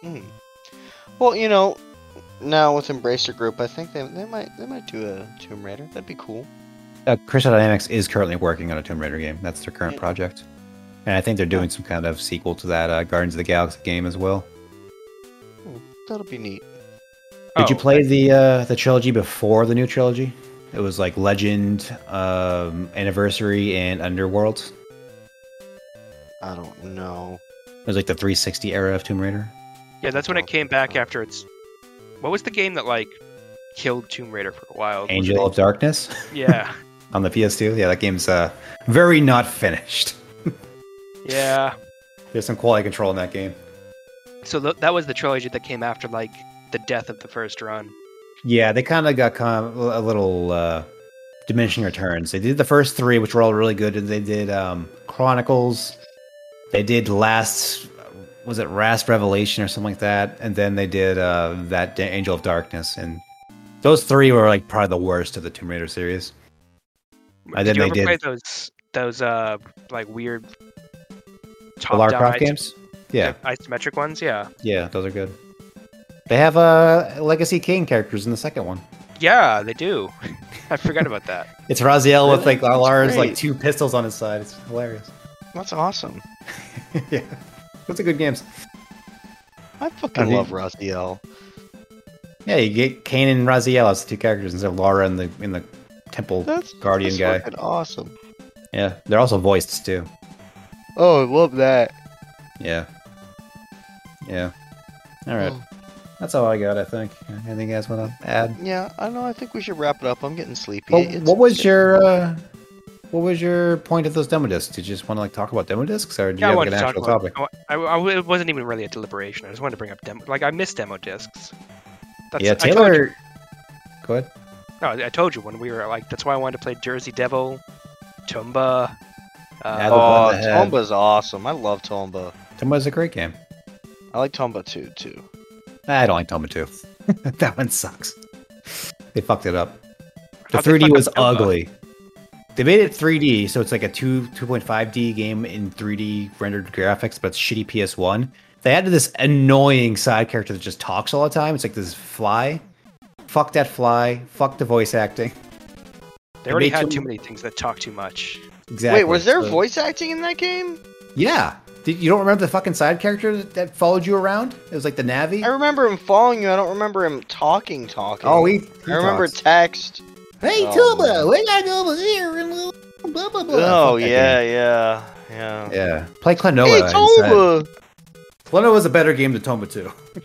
S2: Hmm. Well, you know, now with Embracer Group, I think they, they might they might do a Tomb Raider. That'd be cool.
S1: uh, Crystal Dynamics is currently working on a Tomb Raider game. That's their current
S2: Yeah.
S1: project, and I think they're doing some kind of sequel to that uh, Guardians of the Galaxy game as well.
S2: That'll be neat.
S1: Did you
S3: Oh,
S1: play the uh, the trilogy before the new trilogy? It was like Legend, um, Anniversary, and Underworld.
S2: I don't know.
S1: It was like the 360 era of Tomb Raider.
S3: Yeah, that's when it came back after it's. What was the game that like killed Tomb Raider for a while?
S1: Angel of Darkness
S3: Yeah,
S1: on the PS2. Yeah, that game's uh, very not finished.
S3: yeah.
S1: There's some quality control in that game.
S3: So th- that was the trilogy that came after like the death of the first run.
S1: Yeah, they kind of got com- a little uh, diminishing returns. They did the first three, which were all really good. and They did um, Chronicles. They did last was it Last Revelation or something like that, and then they did uh, that Da- Angel of Darkness, and those three were like probably the worst of the Tomb Raider series. I
S3: did
S1: did-
S3: you
S1: they
S3: ever
S1: did.
S3: play those those uh like weird
S1: The
S3: top
S1: Lara
S3: down
S1: Croft
S3: is-
S1: games. Yeah,
S3: isometric ones? Yeah,
S1: yeah, those are good. They have uh, Legacy King characters in the second one.
S3: yeah, they do. I forgot about that.
S1: It's Raziel with
S2: Really?
S1: like Lara's like
S2: great.
S1: two pistols on his side. It's hilarious.
S2: That's awesome.
S1: yeah, those are good games.
S2: I fucking
S1: Have you-
S2: love Raziel.
S1: Yeah, you get Kane and Raziel as the two characters instead of Laura and the in the temple
S2: That's
S1: guardian
S2: that's
S1: guy.
S2: Fucking awesome.
S1: Yeah, they're also voiced too.
S2: Oh, I love that.
S1: Yeah, yeah. All right, that's all I got. I think. Anything you guys want to add?
S2: Yeah, I know. I think we should wrap it up. I'm getting sleepy.
S1: Well,
S2: It's-
S1: Oh, what was your uh, what was your point of those demo discs? Did you just want to like talk about demo discs, or do
S3: Yeah,
S1: you
S3: I
S1: have like,
S3: wanted
S1: an
S3: to talk
S1: actual
S3: about.
S1: topic?
S3: I, I- it wasn't even really a deliberation. I just wanted to bring up demo. Like I miss demo discs. That's,
S1: yeah,
S3: I told you-
S1: Taylor. Go ahead.
S3: No, I I told you when we were like that's why I wanted to play Jersey Devil, Tomba.
S1: Yeah,
S3: Uh,
S1: the-
S2: Oh,
S1: the head.
S2: Tomba's awesome. I love Tomba.
S1: Tomba's a great game.
S2: I like Tomba too, too.
S1: I don't like Tomba too. that one sucks. They fucked it up. The
S3: how'd they
S1: 3D
S3: fuck up
S1: was
S3: Tomba?
S1: ugly. They made it 3D, so it's like a 2 2.5D game in 3D rendered graphics, but it's shitty PS1. They added this annoying side character that just talks all the time. It's like this fly. Fuck that fly. Fuck the voice acting.
S3: They already
S1: made
S3: had
S1: too-
S3: too many things that talk too much.
S1: Exactly.
S2: Wait, was there
S1: So-
S2: voice acting in that game?
S1: Yeah. Did, you don't remember the fucking side character that, that followed you around? It was like the Navi.
S2: I remember him following you. I don't remember him talking, talking.
S1: oh, he. he
S2: I remember
S1: talks.
S2: text.
S6: Hey,
S2: Oh,
S6: Tuba,
S2: man.
S6: we gotta go over here and we'll- blah blah blah.
S1: fuck
S2: Oh,
S1: that
S2: yeah, yeah, yeah,
S1: yeah. Play Klonoa.
S2: Hey,
S1: instead.
S2: Tomba!
S1: Plano was a better game than Tomba 2.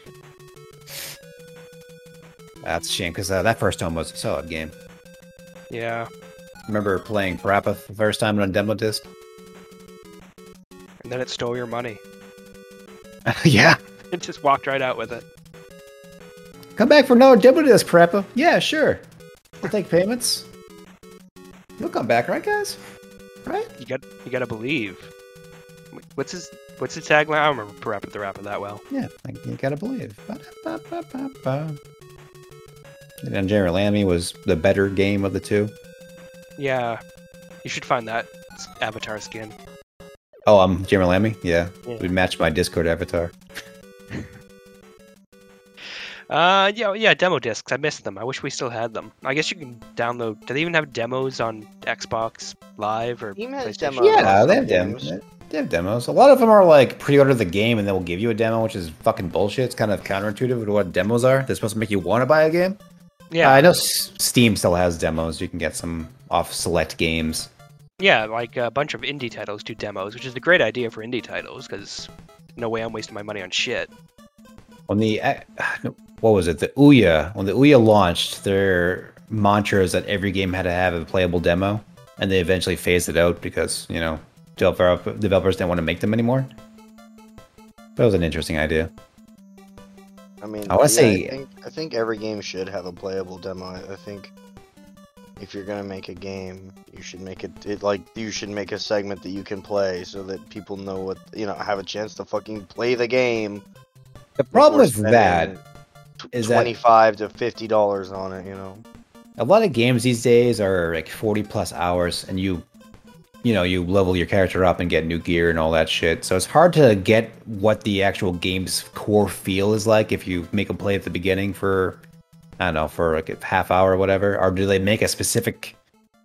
S1: That's a shame because uh, that first Tomba was a solid game.
S3: Yeah,
S1: Remember playing Parappa the first time on a demo disc?
S3: and then it stole your money.
S1: yeah.
S3: It just walked right out with it.
S1: Come back for another demo disc, Parappa. Yeah, sure. We'll take payments. You'll come back, right, guys? Right?
S3: You got you got to believe. What's his What's the tagline? I don't remember Parappa the Rapper that well.
S1: Yeah, like, you gotta believe. Ba-da-ba-ba-ba-ba. And General Lammy was the better game of the two.
S3: Yeah, you should find that s- avatar skin.
S1: Oh, I'm General Lammy? Yeah.
S3: Yeah.
S1: We matched my Discord avatar.
S3: Uh, yeah, yeah, demo discs. I missed them. I wish we still had them. I guess you can download. Do they even have demos on Xbox Live or
S2: Steam has
S3: PlayStation?
S2: demo.
S1: Yeah, they have,
S2: Demos.
S1: demos. they have demos. A lot of them are like pre order the game and they'll give you a demo, which is fucking bullshit. It's kind of counterintuitive to what demos are. They're supposed to make you want to buy a game. Uh,
S3: Yeah,
S1: I know S- Steam still has demos. You can get some off select games.
S3: yeah, like a bunch of indie titles do demos, which is a great idea for indie titles because no way I'm wasting my money on shit.
S1: When the eh, no, what was it? The Ouya. When the Ouya launched, their mantra is that every game had to have a playable demo, and they eventually phased it out because you know developer, developers didn't want to make them anymore. That was an interesting idea.
S2: I mean,
S1: Oh, I wanna
S2: yeah,
S1: say-
S2: I think, I think every game should have a playable demo. I, I think if you're gonna make a game, you should make it, it like you should make a segment that you can play so that people know what you know have a chance to fucking play the game.
S1: The problem with
S2: before
S1: that
S2: spending tw-
S1: is that-
S2: twenty-five to fifty dollars on it. You know,
S1: a lot of games these days are like 40 plus hours and you you know you level your character up and get new gear and all that shit so it's hard to get what the actual game's core feel is like if you make a play at the beginning for i don't know for like a half hour or whatever or do they make a specific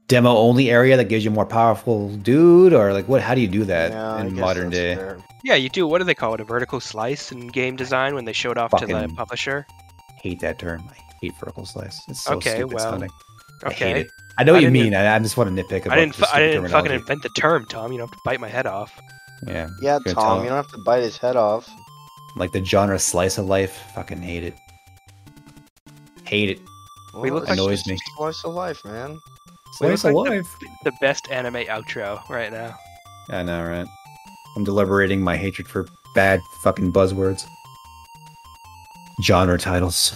S1: demo only area that gives you more powerful dude or like what how do you do that
S2: Yeah, I
S1: in
S2: guess
S1: modern
S2: that's
S1: day
S2: fair.
S3: Yeah, you do. What do they call it? A vertical slice in game design when they showed off to the
S1: Fucking-
S3: publisher.
S1: hate that term i hate vertical slice it's so
S3: Okay,
S1: stupid
S3: well,
S1: sounding i
S3: Okay,
S1: hate it i know what
S3: I
S1: you
S3: didn't
S1: mean I, I just want to nitpick about
S3: I didn't.
S1: the
S3: Fu- I
S1: stupid
S3: didn't fucking
S1: terminology.
S3: invent the term, Tom. You don't have to bite my head off.
S1: yeah
S2: Yeah,
S1: Gonna tell
S2: Tom,
S1: him.
S2: you don't have to bite his head off.
S1: Like the genre slice of life, fucking hate it. Hate it.
S3: We look
S2: it's
S1: like- Annoys
S2: just
S1: me.
S2: Slice of life, man.
S1: Slice
S3: look
S1: of
S3: like the-
S1: life.
S3: The best anime outro right now.
S1: I know, right? I'm deliberating my hatred for bad fucking buzzwords. Genre titles.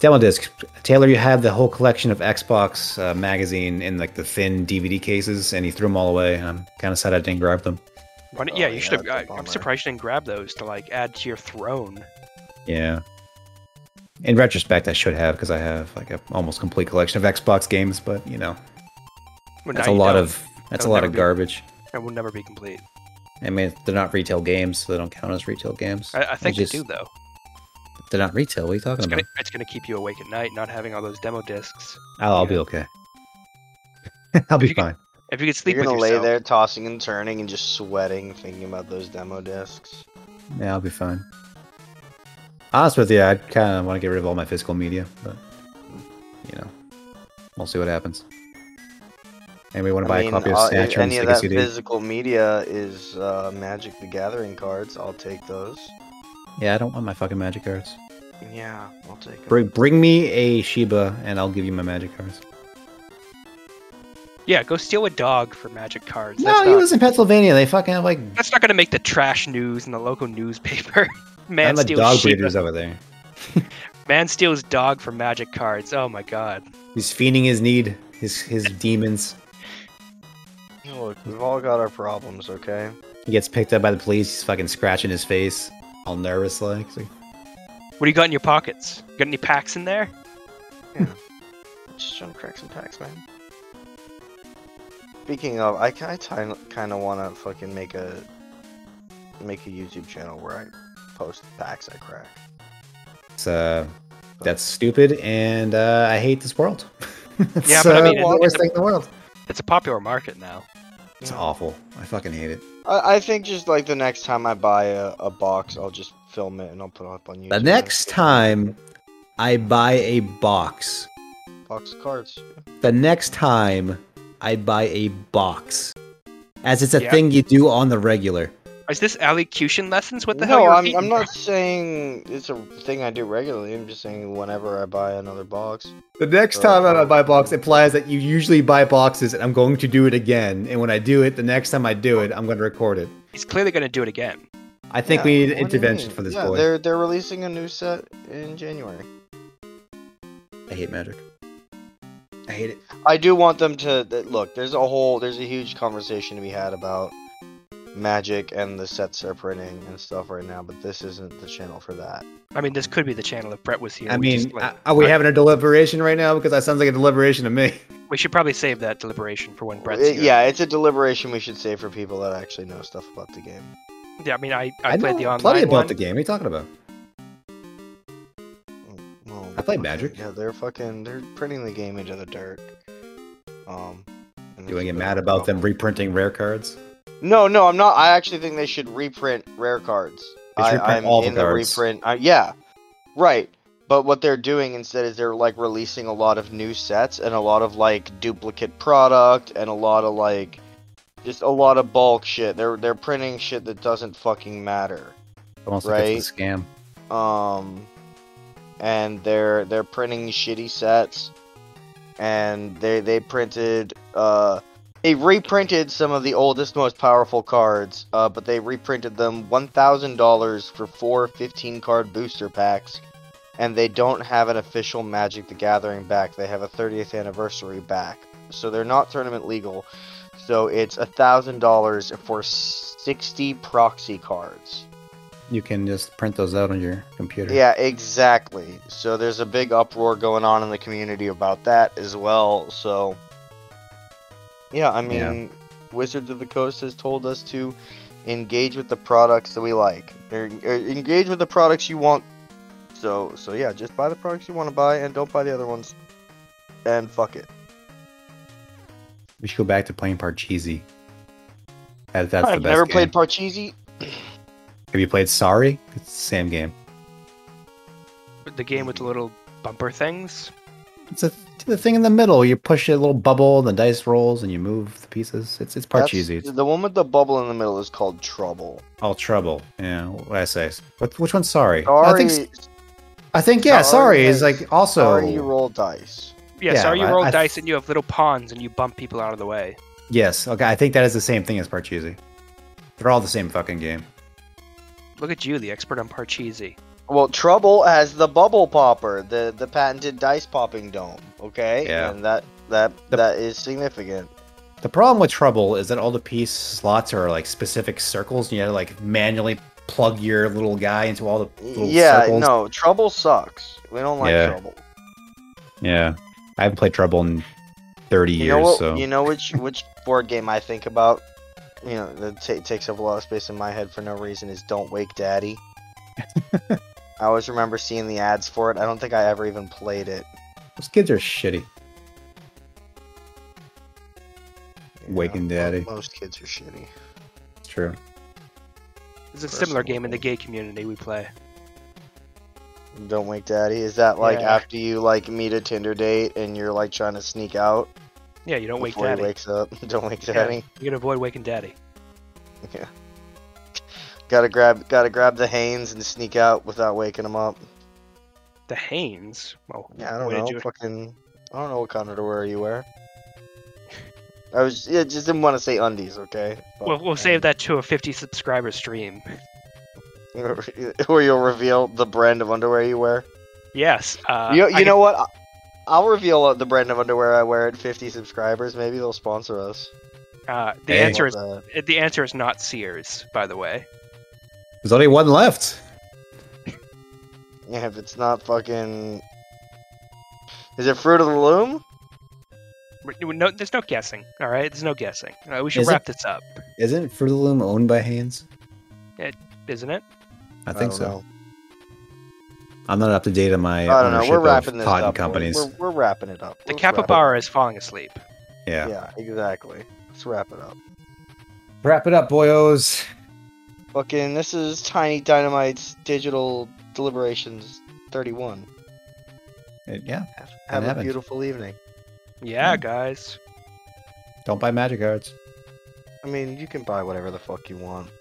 S1: Demo disc. Taylor, you had the whole collection of Xbox uh, magazine in like the thin DVD cases, and you threw them all away. And I'm kind of sad I didn't grab them.
S3: Why don't-
S2: Oh,
S3: yeah, you
S2: yeah,
S3: should have.
S2: that's a
S3: I- I'm
S2: bummer.
S3: surprised you didn't grab those to like add to your throne.
S1: Yeah. In retrospect, I should have because I have like a almost complete collection of Xbox games, but you know,
S3: Well,
S1: that's
S3: now
S1: a
S3: you
S1: lot
S3: don't.
S1: of that's a
S3: That'll
S1: lot
S3: never
S1: of
S3: be-
S1: garbage.
S3: It will never be complete.
S1: I mean, they're not retail games, so they don't count as retail games.
S3: I, I think
S1: just-
S3: they do though.
S1: They're not retail. What are you
S3: It's
S1: talking
S3: gonna,
S1: about?
S3: it's gonna keep you awake at night, not having all those demo discs.
S1: I'll, I'll be okay. I'll be
S3: You can-
S1: fine.
S3: If you could sleep
S2: You're gonna
S3: with
S2: lay
S3: yourself,
S2: there tossing and turning and just sweating, thinking about those demo discs.
S1: Yeah, I'll be fine. Honest with you, I kind of want to get rid of all my physical media, but you know, we'll see what happens. And we want to buy a copy of
S2: uh, if
S1: Snatcher and
S2: any of
S1: stick a
S2: that
S1: CD.
S2: physical media is uh, Magic the Gathering cards. I'll take those.
S1: yeah, I don't want my fucking magic cards.
S2: Yeah, I'll take 'em.
S1: Bring, bring me a Shiba, and I'll give you my magic cards.
S3: yeah, go steal a dog for magic cards.
S1: No,
S3: that's,
S1: he
S3: not,
S1: lives in Pennsylvania. They fucking have like
S3: that's not gonna make the trash news in the local newspaper. Man
S1: I'm a
S3: steals
S1: dog
S3: Shiba-
S1: breeders over there.
S3: Man steals dog for magic cards. Oh my god.
S1: He's feeding his need, his his demons.
S2: Look, we've all got our problems, okay?
S1: He gets picked up by the police. He's fucking scratching his face, all nervous like. He's like,
S3: What do you got in your pockets? Got any packs in there?
S2: Just trying to crack some packs, man. Speaking of, I, ki- I kind of want to fucking make a make a YouTube channel where I post packs I crack.
S1: It's, uh, that's stupid, and uh, I hate this world. it's,
S3: Yeah, but I
S1: uh,
S3: mean,
S1: the
S3: it-
S1: worst thing in the world.
S3: It's a popular market now.
S1: It's awful. I fucking hate it.
S2: I, I think just like the next time I buy a, a box, I'll just film it and I'll put it up on YouTube.
S1: The next time I buy a box,
S2: box of cards.
S1: the next time I buy a box, as it's a
S3: Yeah.
S1: thing you do on the regular.
S3: Is this allocution lessons? What the
S2: no,
S3: hell? you're
S2: I'm,
S3: eating?
S2: I'm not saying it's a thing I do regularly. I'm just saying whenever I buy another box.
S1: The next
S2: time that I buy a box
S1: implies that you usually buy boxes, and I'm going to do it again. And when I do it, the next time I do it, I'm going to record it.
S3: He's clearly gonna do it again.
S1: I think
S2: Yeah,
S1: we need
S2: what
S1: an
S2: do you
S1: intervention
S2: mean?
S1: for this
S2: yeah,
S1: boy.
S2: They're they're releasing a new set in January.
S1: I hate magic. I hate it.
S2: I do want them to that- look. There's a whole there's a huge conversation to be had about Magic and the sets are printing and stuff right now, but this isn't the channel for that.
S3: I mean, this could be the channel if Brett was here.
S1: I
S3: we
S1: mean,
S3: just, like-
S1: a- are we
S3: I-
S1: having a deliberation right now? Because that sounds like a deliberation to me.
S3: we should probably save that deliberation for when Brett's
S2: It-
S3: here.
S2: Uh, yeah, it's a deliberation we should save for people that actually know stuff about the game.
S3: Yeah, I mean, I, I, played the online
S1: plenty about
S3: one.
S1: the game. What are you talking about?
S2: Well,
S1: I play
S2: okay,
S1: Magic.
S2: Yeah, they're fucking they're printing the game into the dirt. Um, and
S1: Do I
S2: it's a
S1: get
S2: bit
S1: mad
S2: of a
S1: about
S2: problem.
S1: them reprinting rare cards?
S2: No, no, I'm not. I actually think they should reprint rare cards.
S1: They should
S2: I,
S1: reprint
S2: I'm
S1: all the
S2: in
S1: cards.
S2: the reprint. I, yeah, right. But what they're doing instead is they're like releasing a lot of new sets and a lot of like duplicate product and a lot of like just a lot of bulk shit. They're they're printing shit that doesn't fucking matter.
S1: Almost like
S2: Right.
S1: it's a scam.
S2: um and they're they're printing shitty sets and they they printed uh they reprinted some of the oldest most powerful cards uh but they reprinted them $1000 for four 15 card booster packs and they don't have an official magic the gathering back they have a 30th anniversary back so they're not tournament legal so it's $1000 for 60 proxy cards
S1: You can just print those out on your computer.
S2: yeah, exactly. So there's a big uproar going on in the community about that as well. So, yeah, I
S1: Yeah.
S2: mean, Wizards of the Coast has told us to engage with the products that we like. Or, or engage with the products you want. So, so yeah, just buy the products you want to buy and don't buy the other ones. And fuck it.
S1: We should go back to playing Parcheesi. That, that's
S2: I've
S1: the best.
S2: never
S1: game.
S2: played Parcheesi.
S1: Have you played Sorry? It's the same game.
S3: The game with the little bumper things.
S1: It's a, the thing in the middle. You push a little bubble, the dice rolls, and you move the pieces. It's it's
S2: That's-
S1: Parcheesi. It's
S2: The one with the bubble in the middle is called Trouble.
S1: all trouble. Yeah, what I say. What, which one's Sorry? I
S2: Sorry,
S1: think s- I think yeah. Sorry,
S2: Sorry
S1: is
S2: is-
S1: like also.
S2: sorry you roll dice.
S3: Yeah,
S1: Yeah,
S3: sorry you
S1: I-
S3: roll
S1: I-
S3: dice and you have little pawns and you bump people out of the way.
S1: Yes. Okay. I think that is the same thing as Parcheesi. They're all the same fucking game.
S3: Look at you, the expert on Parcheesi.
S2: Well, Trouble has the bubble popper, the the patented dice popping dome. Okay,
S1: Yeah.
S2: and that that
S1: The-
S2: that is significant.
S1: The problem with Trouble is that all the piece slots are like specific circles, and you had to like manually plug your little guy into all the little
S2: yeah,
S1: circles.
S2: no, Trouble sucks. We don't like
S1: Yeah.
S2: Trouble.
S1: Yeah. I haven't played Trouble in 30
S2: You
S1: years,
S2: know what?
S1: so
S2: You know which which board game I think about. You know, that ta takes up a lot of space in my head for no reason is Don't Wake Daddy. I always remember seeing the ads for it. I don't think I ever even played it.
S1: those kids are shitty.
S2: You
S1: Waking
S2: know,
S1: Daddy.
S2: Most kids are shitty. uh.
S1: It's true.
S3: There's a similar
S2: Personal
S3: game in the
S2: goals.
S3: gay community we play.
S2: Don't wake daddy. Is that like
S3: Yeah.
S2: after you like meet a Tinder date and you're like trying to sneak out
S3: Yeah, you don't wake
S2: before
S3: daddy.
S2: he wakes up? Don't wake
S3: Yeah.
S2: daddy.
S3: You can avoid waking daddy.
S2: Gotta grab, gotta grab the Hanes and sneak out without waking him up.
S3: The Haynes. Well,
S2: Yeah, I don't
S3: what
S2: know.
S3: Did you...
S2: Fucking, I don't know what kind of underwear you wear. I was, yeah, just didn't want to say undies. Okay.
S3: We'll, we'll save that to a 50 subscriber stream.
S2: that. or you'll reveal the brand of underwear you wear.
S3: Yes. Uh,
S2: you,
S3: I
S2: you
S3: can-
S2: know what? I- I'll reveal uh, the brand of underwear I wear at 50 subscribers. Maybe they'll sponsor us.
S3: Uh, the
S1: Hey.
S3: answer is
S2: Love that.
S3: the answer is not Sears, by the way.
S1: There's only one left.
S2: Yeah, if it's not fucking. Is it Fruit of the Loom?
S3: We're- No, there's no guessing. All right, there's no guessing. Uh, we should
S1: Is it-
S3: wrap this up,
S1: Isn't Fruit of the Loom owned by Haynes?
S3: isn't it?
S1: I think
S2: don't
S1: so.
S2: know.
S1: I'm not up to date on my
S2: I don't know.
S1: ownership
S2: We're
S1: of
S2: wrapping this
S1: cotton
S2: up. We're-
S1: companies.
S2: We're, we're wrapping it up.
S3: The
S2: Let's wrap it up.
S3: capybara is falling asleep.
S1: yeah.
S2: Yeah, exactly. Let's wrap it up.
S1: Wrap it up, boyos.
S2: Fucking, this is Tiny Dynamite's Digital Deliberations 31.
S1: Yeah.
S2: Have, have a
S1: happens.
S2: beautiful evening.
S3: Yeah,
S1: Hmm.
S3: guys.
S1: Don't buy magic cards.
S2: I mean, you can buy whatever the fuck you want.